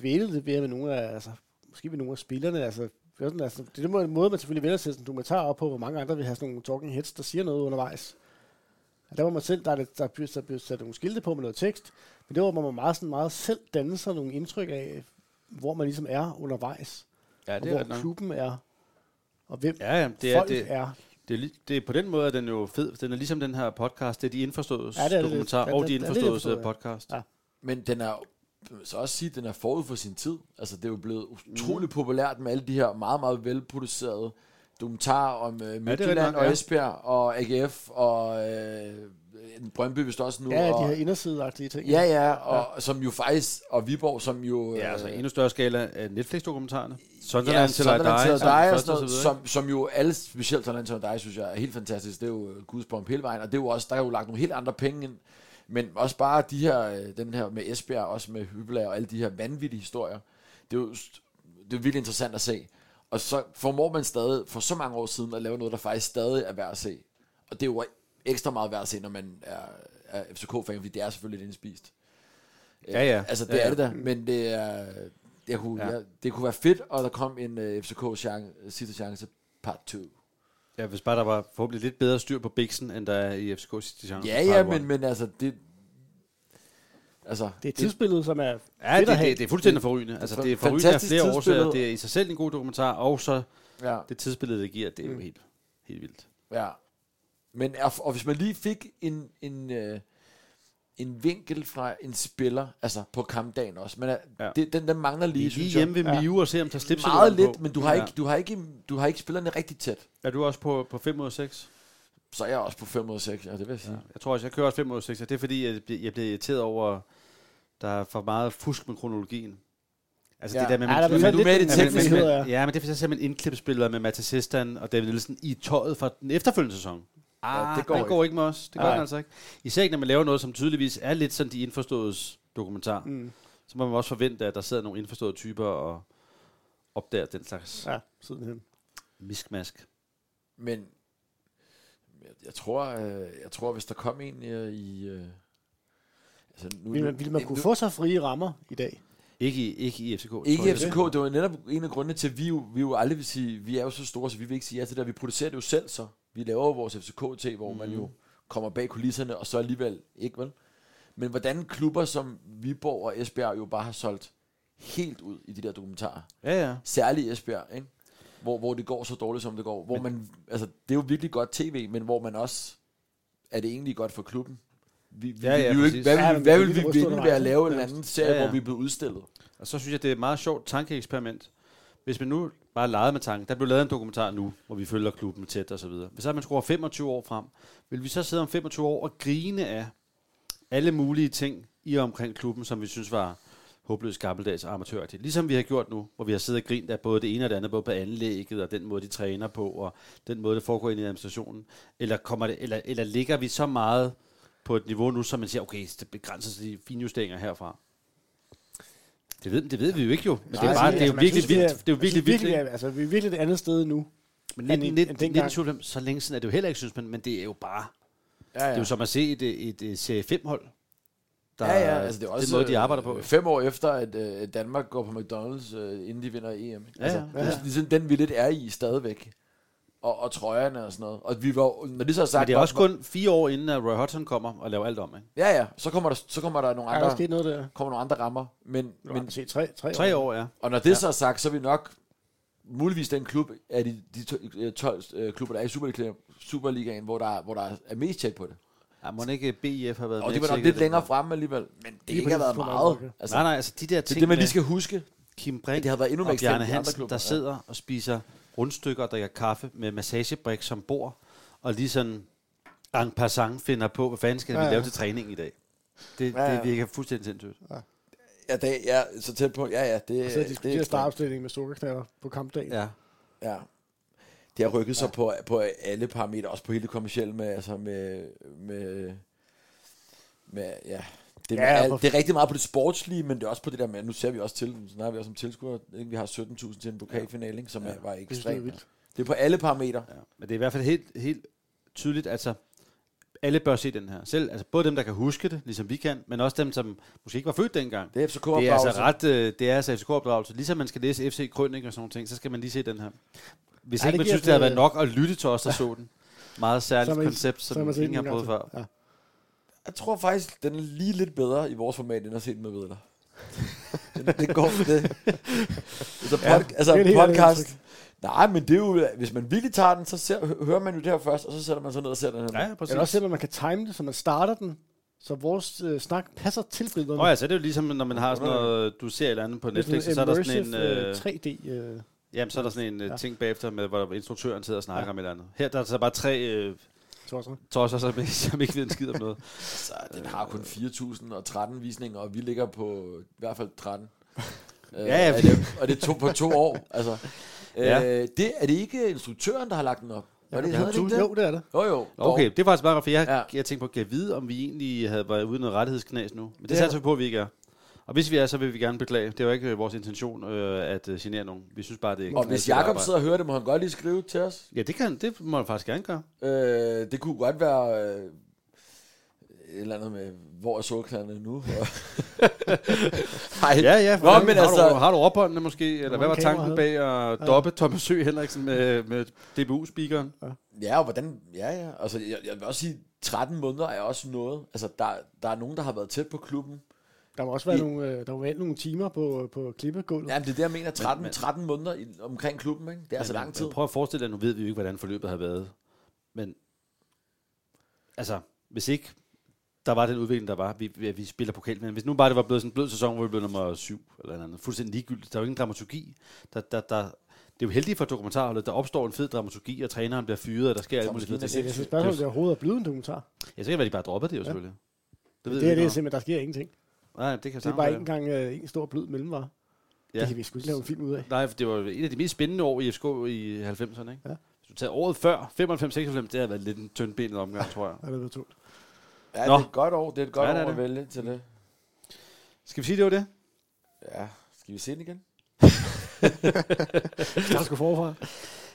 [SPEAKER 2] dvælet lidt mere med nogle af, altså, måske med nogle af spillerne. Altså, det er sådan, altså, det er den måde- måde, man selvfølgelig vender sig som dokumentar op på, hvor mange andre vil have sådan nogle talking heads, der siger noget undervejs. Og der var man selv, der, er lidt, der, bliver, der bliver sat nogle skilte på med noget tekst, men det var, hvor man meget, sådan, meget selv danne sig nogle indtryk af, hvor man ligesom er undervejs.
[SPEAKER 1] Ja, det er
[SPEAKER 2] og
[SPEAKER 1] ret
[SPEAKER 2] hvor
[SPEAKER 1] nok.
[SPEAKER 2] klubben er, og hvem
[SPEAKER 1] Ja, ja, det
[SPEAKER 2] folk
[SPEAKER 1] er, det,
[SPEAKER 2] er.
[SPEAKER 1] Det er, li- det er på den måde, at den er jo fed. Den er ligesom den her podcast. Det er de indforståedes
[SPEAKER 2] Ja,
[SPEAKER 1] ja,
[SPEAKER 2] det er det.
[SPEAKER 1] dokumentar
[SPEAKER 2] Ja,
[SPEAKER 1] og
[SPEAKER 2] det- det
[SPEAKER 1] de
[SPEAKER 2] er det, jeg
[SPEAKER 1] indforståedes
[SPEAKER 2] forstod, ja.
[SPEAKER 1] øh, podcast.
[SPEAKER 2] Ja.
[SPEAKER 3] Men den er jo- så også sige, at den er forud for sin tid. Altså, det er jo blevet utrolig mm. populært med alle de her meget, meget velproducerede dokumentarer om øh,
[SPEAKER 1] rigtig
[SPEAKER 3] Midtjylland
[SPEAKER 1] nok,
[SPEAKER 3] og
[SPEAKER 1] ja.
[SPEAKER 3] Esbjerg og AGF og øh, Brøndby, hvis også nu.
[SPEAKER 2] Ja,
[SPEAKER 3] og,
[SPEAKER 2] de her indersideagtige ting.
[SPEAKER 3] Ja, ja, og ja. som jo faktisk, og Viborg, som jo...
[SPEAKER 1] Ja, altså
[SPEAKER 3] øh,
[SPEAKER 1] endnu større skala af Netflix-dokumentarerne. Sunderland
[SPEAKER 3] Ja,
[SPEAKER 1] til dig,
[SPEAKER 3] Sunderland til dig, dig og
[SPEAKER 1] første
[SPEAKER 3] sådan noget,
[SPEAKER 1] videre,
[SPEAKER 3] som, som jo alle, specielt Sunderland til dig, synes jeg er helt fantastisk. Det er jo øh, Guds bombe hele vejen, og det er jo også, der er jo lagt nogle helt andre penge ind. Men også bare de her, øh, den her med Esbjerg, også med Hybla og alle de her vanvittige historier. Det er jo st- det er virkelig interessant at se. Og så formår man stadig, for så mange år siden, at lave noget, der faktisk stadig er værd at se. Og det er jo ekstra meget værd at se, når man er, er FCK-fan, fordi det er selvfølgelig lidt indspist. Øh,
[SPEAKER 1] Ja, ja.
[SPEAKER 3] Altså, det
[SPEAKER 1] Ja, ja.
[SPEAKER 3] er det da, men det er... Jeg kunne,
[SPEAKER 1] Ja.
[SPEAKER 3] ja. jeg, det kunne være fedt, og der kom en uh, FCK chance, sidste chance part 2.
[SPEAKER 1] ikke? Ja, hvis bare der var forhåbentlig lidt bedre styr på Bixen, end der er i FCK City Chance.
[SPEAKER 3] Ja, ja, men, men altså, det... Altså,
[SPEAKER 2] Det er et tidsbillede, som er fedt
[SPEAKER 1] Ja, det,
[SPEAKER 2] at have.
[SPEAKER 1] det, det er fuldstændig forrygende. Altså, det er forrygende af
[SPEAKER 3] fantastisk
[SPEAKER 1] flere årsager.
[SPEAKER 3] tidsbillede.
[SPEAKER 1] Det er i sig selv en god dokumentar, og så
[SPEAKER 3] Ja.
[SPEAKER 1] det tidsbillede, det giver, det er jo
[SPEAKER 3] Mm.
[SPEAKER 1] helt, helt vildt.
[SPEAKER 3] Ja. Men er, og hvis man lige fik en, en, øh, en vinkel fra en spiller, altså på kampdagen også, men er, ja. det, den, den mangler lige,
[SPEAKER 1] Lige
[SPEAKER 3] synes
[SPEAKER 1] hjemme
[SPEAKER 3] jeg.
[SPEAKER 1] ved Miu og se, om der er slipselukkerne
[SPEAKER 3] Meget
[SPEAKER 1] på.
[SPEAKER 3] lidt, men du har,
[SPEAKER 1] Ja.
[SPEAKER 3] ikke, du, har ikke, du har ikke spillerne rigtig tæt.
[SPEAKER 1] Er du også på, på 5 ud af 6?
[SPEAKER 3] Så er jeg også på 5 ud af 6, ja, det vil jeg sige. Ja.
[SPEAKER 1] Jeg tror også, jeg kører også 5 ud af 6, og det er fordi, jeg, bliver- jeg bliver irriteret over, der er for meget fusk med kronologien. Altså
[SPEAKER 3] Ja.
[SPEAKER 1] det der med,
[SPEAKER 3] Ja, der bliver
[SPEAKER 1] man-
[SPEAKER 3] du er med i det
[SPEAKER 1] Ja, men-
[SPEAKER 3] tekniske,
[SPEAKER 1] men-
[SPEAKER 3] hedder jeg.
[SPEAKER 1] Ja, men det er fordi, så ser man indklipspillere med Mathis Sestan og David Nielsen i tøjet fra den efterfølgende sæson. Ah, ja, det går, den går ikke med os. Det gør
[SPEAKER 3] Nej.
[SPEAKER 1] den altså ikke. Især ikke, når man laver noget, som tydeligvis er lidt sådan de indforståedes dokumentar.
[SPEAKER 2] Mm.
[SPEAKER 1] Så må man også forvente, at der sidder nogle indforståede typer og opdager den slags
[SPEAKER 2] Ja, sidenhen.
[SPEAKER 1] miskmask.
[SPEAKER 3] Men jeg, jeg tror, øh, jeg tror, hvis der kom en øh, i... Øh, altså nu,
[SPEAKER 2] Vil man, vil man kunne få så frie rammer i dag?
[SPEAKER 1] Ikke i, ikke i FCK. tror
[SPEAKER 3] Ikke
[SPEAKER 1] jeg.
[SPEAKER 3] i FCK, det var netop en af grundene til, at vi jo, vi jo aldrig vil sige, vi er jo så store, så vi vil ikke sige ja til det, og vi producerer det jo selv så. Vi laver jo vores FCK-tv, hvor mm. man jo kommer bag kulisserne, og så alligevel ikke, vel? Men hvordan klubber som Viborg og Esbjerg jo bare har solgt helt ud i de der dokumentarer.
[SPEAKER 1] Ja, ja.
[SPEAKER 3] Særligt Esbjerg, ikke? Hvor, hvor det går så dårligt, som det går. Hvor man, altså, det er jo virkelig godt tv, men hvor man også, er det egentlig godt for klubben? Vi, vi,
[SPEAKER 1] Ja, ja,
[SPEAKER 3] vi, vi,
[SPEAKER 1] præcis.
[SPEAKER 3] ikke, hvad,
[SPEAKER 1] Ja,
[SPEAKER 3] ja,
[SPEAKER 1] men
[SPEAKER 3] hvad
[SPEAKER 1] vi
[SPEAKER 3] vil
[SPEAKER 1] bliver
[SPEAKER 3] vi
[SPEAKER 1] rystet
[SPEAKER 3] vinde ved
[SPEAKER 1] undervejs,
[SPEAKER 3] at lave en
[SPEAKER 1] nærmest.
[SPEAKER 3] eller anden serie,
[SPEAKER 1] Ja,
[SPEAKER 3] ja,
[SPEAKER 1] ja.
[SPEAKER 3] ja. hvor vi er blevet udstillet?
[SPEAKER 1] Og så synes jeg, det er et meget sjovt tankeeksperiment. Hvis man nu bare legede med tanken, der blev lavet en dokumentar nu, hvor vi følger klubben tæt og så videre. Hvis så man skruer 25 år frem, vil vi så sidde om 25 år og grine af alle mulige ting i og omkring klubben, som vi synes var håbløst gammeldags og amatøragtigt. Ligesom vi har gjort nu, hvor vi har siddet og grint af både det ene og det andet, både på anlægget og den måde, de træner på, og den måde, det foregår ind i administrationen. Eller, kommer det, eller, eller ligger vi så meget på et niveau nu, som man siger, okay, det begrænser sig de finjusteringer herfra. Det ved, det ved vi jo ikke jo. Men det er, bare, det er jo
[SPEAKER 2] Altså, man
[SPEAKER 1] virkelig
[SPEAKER 2] synes, vi
[SPEAKER 1] vildt. Det er jo
[SPEAKER 2] man synes
[SPEAKER 1] virkelig vildt.
[SPEAKER 2] virkelig,
[SPEAKER 1] ikke?
[SPEAKER 2] at- Altså, vi er virkelig et andet sted nu.
[SPEAKER 1] Men
[SPEAKER 2] end i- end
[SPEAKER 1] 19, 19, 19,
[SPEAKER 2] dengang.
[SPEAKER 1] 19, så længe siden er det jo heller ikke, synes man, men det er jo bare...
[SPEAKER 3] Ja, ja.
[SPEAKER 1] Det er jo som at se et, et, et serie 5-hold. Der,
[SPEAKER 3] ja, ja, altså det er også
[SPEAKER 1] den måde, de
[SPEAKER 3] øh,
[SPEAKER 1] arbejder på.
[SPEAKER 3] Fem år efter, at øh, Danmark går på McDonald's, øh, inden de vinder EM. Ikke?
[SPEAKER 1] Ja,
[SPEAKER 3] altså,
[SPEAKER 1] ja.
[SPEAKER 3] Det er ligesom den, vi lidt er i stadigvæk. Og, og trøjerne og sådan noget. Og vi var, når det så er sagt,
[SPEAKER 1] Men det er
[SPEAKER 3] var-
[SPEAKER 1] også kun fire år inden, at Roy Hodgson kommer og laver alt om. Ikke?
[SPEAKER 3] Ja, ja, så kommer der, så kommer der nogle
[SPEAKER 1] Ja,
[SPEAKER 3] andre,
[SPEAKER 1] der er sket
[SPEAKER 2] noget der.
[SPEAKER 3] Kommer nogle andre rammer. Men, men
[SPEAKER 2] se, tre, tre,
[SPEAKER 1] Tre år, ja.
[SPEAKER 3] Og når det så er sagt, så er vi nok muligvis den klub af de, de to- øh, 12 øh, klubber, der er i Superligaen, Superligaen hvor, der, hvor der er mest tæt på det.
[SPEAKER 1] Ja, må ikke BIF har været
[SPEAKER 3] Og
[SPEAKER 1] mere
[SPEAKER 3] det var nok
[SPEAKER 1] tjekket
[SPEAKER 3] lidt
[SPEAKER 1] den
[SPEAKER 3] længere
[SPEAKER 1] måde.
[SPEAKER 3] fremme alligevel, men det
[SPEAKER 1] Lige
[SPEAKER 3] ikke har
[SPEAKER 1] præcis,
[SPEAKER 3] været
[SPEAKER 1] det var
[SPEAKER 3] meget.
[SPEAKER 1] nok, ja. Nej, nej, altså de der
[SPEAKER 3] det er
[SPEAKER 1] ting
[SPEAKER 3] Det man
[SPEAKER 1] med-
[SPEAKER 3] lige skal huske.
[SPEAKER 1] Kim Brink
[SPEAKER 3] det har været endnu mere
[SPEAKER 1] og
[SPEAKER 3] ekstremt i
[SPEAKER 1] Bjarne
[SPEAKER 3] andre
[SPEAKER 1] Hansen,
[SPEAKER 3] klubber,
[SPEAKER 1] der
[SPEAKER 3] ja.
[SPEAKER 1] sidder og spiser rundstykker og drikker kaffe med massagebrik som bord, og lige sådan en passant finder på, hvad fanden skal ja,
[SPEAKER 3] Ja,
[SPEAKER 1] ja. vi
[SPEAKER 3] ja.
[SPEAKER 1] lave til træning i dag. Det,
[SPEAKER 3] Ja,
[SPEAKER 1] ja,
[SPEAKER 3] ja.
[SPEAKER 1] ja. det virker fuldstændig sindssygt. Ja.
[SPEAKER 3] Ja, det, ja, så tæt på. Ja, ja, det,
[SPEAKER 1] øh,
[SPEAKER 2] Og så
[SPEAKER 3] det er
[SPEAKER 2] diskuterer
[SPEAKER 3] ekstremt.
[SPEAKER 2] startopstillingen med sukkerknaller på kampdagen.
[SPEAKER 1] Ja.
[SPEAKER 3] Ja. Det har rykket sig på, på alle parametre, også på hele det kommercielle med, altså med, med, med ja, det, er med
[SPEAKER 2] Ja,
[SPEAKER 3] alt,
[SPEAKER 2] for-
[SPEAKER 3] det er rigtig meget på det sportslige, men det er også på det der med, nu ser vi også til, så har vi også som tilskuer, ikke? vi har 17.000 til en pokalfinale, ikke? som ja. var
[SPEAKER 1] det er
[SPEAKER 3] ekstremt.
[SPEAKER 1] vildt.
[SPEAKER 3] Det er på alle parametre.
[SPEAKER 1] Ja. Men det er i hvert fald helt, helt tydeligt, altså alle bør se den her. Selv, altså både dem, der kan huske det, ligesom vi kan, men også dem, som måske ikke var født dengang.
[SPEAKER 3] Det er FCK
[SPEAKER 1] Det er altså
[SPEAKER 3] opdragelse.
[SPEAKER 1] ret, øh, det er altså FCK-opdragelse. Ligesom man skal læse FC Krønik og sådan nogle ting, så skal man lige se den her. Hvis
[SPEAKER 2] Ja,
[SPEAKER 1] ja, ikke
[SPEAKER 2] det
[SPEAKER 1] man
[SPEAKER 2] giver
[SPEAKER 1] synes, det har
[SPEAKER 2] sådan,
[SPEAKER 1] været nok at lytte til os, der så den. Meget
[SPEAKER 2] Så
[SPEAKER 1] særligt
[SPEAKER 2] har man-
[SPEAKER 1] koncept,
[SPEAKER 2] så har
[SPEAKER 1] som
[SPEAKER 2] man set
[SPEAKER 1] ingen har
[SPEAKER 2] den en
[SPEAKER 1] prøvet
[SPEAKER 2] gang til.
[SPEAKER 1] før.
[SPEAKER 2] Ja.
[SPEAKER 3] Jeg tror faktisk, den er lige lidt bedre i vores format, end at se den med
[SPEAKER 1] [laughs]
[SPEAKER 3] billeder. Den- det går for det. altså, pod,
[SPEAKER 2] Ja,
[SPEAKER 3] ja, altså
[SPEAKER 2] det er et helt andet
[SPEAKER 3] podcast. Nej, men det er jo, hvis man virkelig tager den, så ser, hø- hører man jo det her først, og så sætter man sig ned og ser den her.
[SPEAKER 2] Jeg vil også se, at man kan time det, så man starter den, så vores øh, snak passer til billederne.
[SPEAKER 1] Nå ja, så er det jo ligesom, når man har sådan noget, du ser et eller andet på
[SPEAKER 2] Det er sådan
[SPEAKER 1] Netflix,
[SPEAKER 2] en
[SPEAKER 1] så er der sådan en...
[SPEAKER 2] immersive,
[SPEAKER 1] Øh,
[SPEAKER 2] 3D, øh,
[SPEAKER 1] jamen, så er der sådan en
[SPEAKER 2] ja.
[SPEAKER 1] øh, ting bagefter, med, hvor instruktøren sidder og snakker ja. om et eller andet. Her der er så bare tre øh,
[SPEAKER 2] Tosser.
[SPEAKER 1] tosser, som, ikke- som [laughs] ikke ved en skid om noget.
[SPEAKER 3] så Altså, den har kun 4.013 visninger, og vi ligger på i hvert fald 13. Øh,
[SPEAKER 1] [laughs] Ja, ja.
[SPEAKER 3] er det, og det er to, på to år. Altså,
[SPEAKER 1] [laughs]
[SPEAKER 3] øh,
[SPEAKER 1] Ja.
[SPEAKER 3] det, er det ikke instruktøren, der har lagt den op? Var det, havde det ikke det?
[SPEAKER 2] Jo, det er det.
[SPEAKER 3] Jo, jo.
[SPEAKER 1] Okay, det er faktisk bare, for jeg, ja. jeg tænkte på, kan jeg vide, om vi egentlig havde været ude i noget rettighedsknas nu? Men det
[SPEAKER 3] Ja.
[SPEAKER 1] ja. satser vi på, at vi ikke er. Og hvis vi er, så vil vi gerne beklage. Det er jo ikke øh, vores intention øh, at øh, genere nogen. Vi synes bare, det er
[SPEAKER 3] Og
[SPEAKER 1] knasigt
[SPEAKER 3] hvis Jakob
[SPEAKER 1] arbejde.
[SPEAKER 3] sidder og hører det, må han godt lige skrive til os.
[SPEAKER 1] Ja, det, kan, det må han faktisk gerne gøre.
[SPEAKER 3] Øh, det kunne godt være øh, et eller andet med, hvor er solklærne nu?
[SPEAKER 1] [laughs]
[SPEAKER 3] Og- Ej,
[SPEAKER 1] Ja, ja.
[SPEAKER 3] Nå,
[SPEAKER 1] Hvordan,
[SPEAKER 3] men altså,
[SPEAKER 1] har, du, har du opholdene måske? Eller hvad
[SPEAKER 3] mange
[SPEAKER 1] var
[SPEAKER 3] kameraer
[SPEAKER 1] tanken bag
[SPEAKER 3] havde
[SPEAKER 1] at
[SPEAKER 3] du?
[SPEAKER 1] doppe Thomas Sø Henriksen med, med DBU-speakeren? Ja.
[SPEAKER 3] ja, og hvordan, ja, ja. Altså, jeg, jeg vil også sige, 13 måneder er også noget. Altså, der, der er nogen, der har været tæt på klubben.
[SPEAKER 2] Der må også være
[SPEAKER 3] I-
[SPEAKER 2] nogle, øh, der må være nogle timer på, på klippegulvet.
[SPEAKER 3] Jamen, det er det, jeg mener. 13, 13 måneder i, omkring klubben, ikke? Det er altså
[SPEAKER 1] Men,
[SPEAKER 3] lang
[SPEAKER 1] men
[SPEAKER 3] tid.
[SPEAKER 1] Prøv at forestille dig, nu ved vi jo ikke, hvordan forløbet har været. Men altså, hvis ikke der var den udvikling, der var, vi, vi, vi spiller pokal, men hvis nu bare det var blevet sådan en blød sæson, hvor vi blev nummer syv, eller noget andet, fuldstændig ligegyldigt, der er jo ingen dramaturgi. Der, der, der, det er jo heldigt for dokumentarholdet, der opstår en fed dramaturgi, og træneren bliver fyret, og der sker alt muligt fede
[SPEAKER 2] Jeg
[SPEAKER 1] ting.
[SPEAKER 2] synes bare,
[SPEAKER 1] Det
[SPEAKER 2] at
[SPEAKER 1] er
[SPEAKER 2] det
[SPEAKER 1] jo-
[SPEAKER 2] overhovedet er blevet en dokumentar.
[SPEAKER 1] Ja, så kan det være, de bare dropper det jo selvfølgelig.
[SPEAKER 2] Det,
[SPEAKER 1] ved
[SPEAKER 2] det,
[SPEAKER 1] vi
[SPEAKER 2] er
[SPEAKER 1] ikke
[SPEAKER 2] det,
[SPEAKER 1] noget
[SPEAKER 2] simpelthen, der sker ingenting.
[SPEAKER 1] om. Nej, det kan
[SPEAKER 2] Det er bare ikke engang øh, en stor blød mellemvare.
[SPEAKER 1] Ja.
[SPEAKER 2] Det kan vi sgu ikke lave en film ud af.
[SPEAKER 1] Nej, for det var et af de mest spændende år i FSK i 90'erne, ikke? Ja. Hvis du tager året før, 95-96, det har været lidt en tyndbenet omgang, tror jeg.
[SPEAKER 2] Ja, det er tungt.
[SPEAKER 3] Ja,
[SPEAKER 1] Nå.
[SPEAKER 3] det er et godt år. Det er et godt
[SPEAKER 1] Ja,
[SPEAKER 3] ja,
[SPEAKER 1] det er
[SPEAKER 3] år at
[SPEAKER 1] det.
[SPEAKER 3] vælge til det.
[SPEAKER 1] Skal vi sige, det var det?
[SPEAKER 3] Ja, skal vi se den igen?
[SPEAKER 2] [laughs] Start sgu forfra.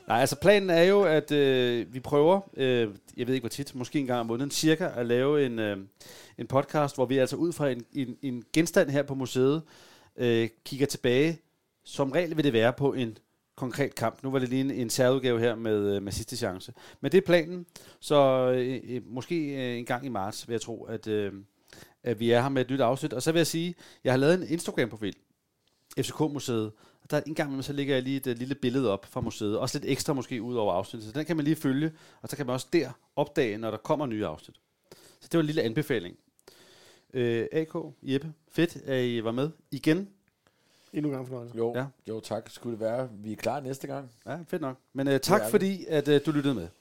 [SPEAKER 1] Nej, altså planen er jo, at øh, vi prøver, øh, jeg ved ikke hvor tit, måske en gang om måneden cirka, at lave en, øh, en podcast, hvor vi altså ud fra en, en, en genstand her på museet, øh, kigger tilbage. Som regel vil det være på en konkret kamp. Nu var det lige en, en særudgave her med, øh, med sidste chance. Men det er planen, så øh, øh, måske øh, en gang i marts vil jeg tro, at, øh, at vi er her med et nyt afsnit. Og så vil jeg sige, jeg har lavet en Instagram-profil, FCK-museet. Og der en gang imellem, så lægger jeg lige et øh, lille billede op fra museet. Også lidt ekstra måske ud over afsnittet. Så den kan man lige følge, og så kan man også der opdage, når der kommer nye afsnit. Så det var en lille anbefaling. Øh, AK, Jeppe, fedt, at I var med igen.
[SPEAKER 2] Endnu en gang fornøjelse.
[SPEAKER 3] Jo,
[SPEAKER 1] Ja.
[SPEAKER 3] ja. jo tak. Skulle det være. Vi er klar næste gang.
[SPEAKER 1] Ja, fedt nok. Men øh, tak
[SPEAKER 3] Det er vi.
[SPEAKER 1] fordi, at øh, du lyttede med.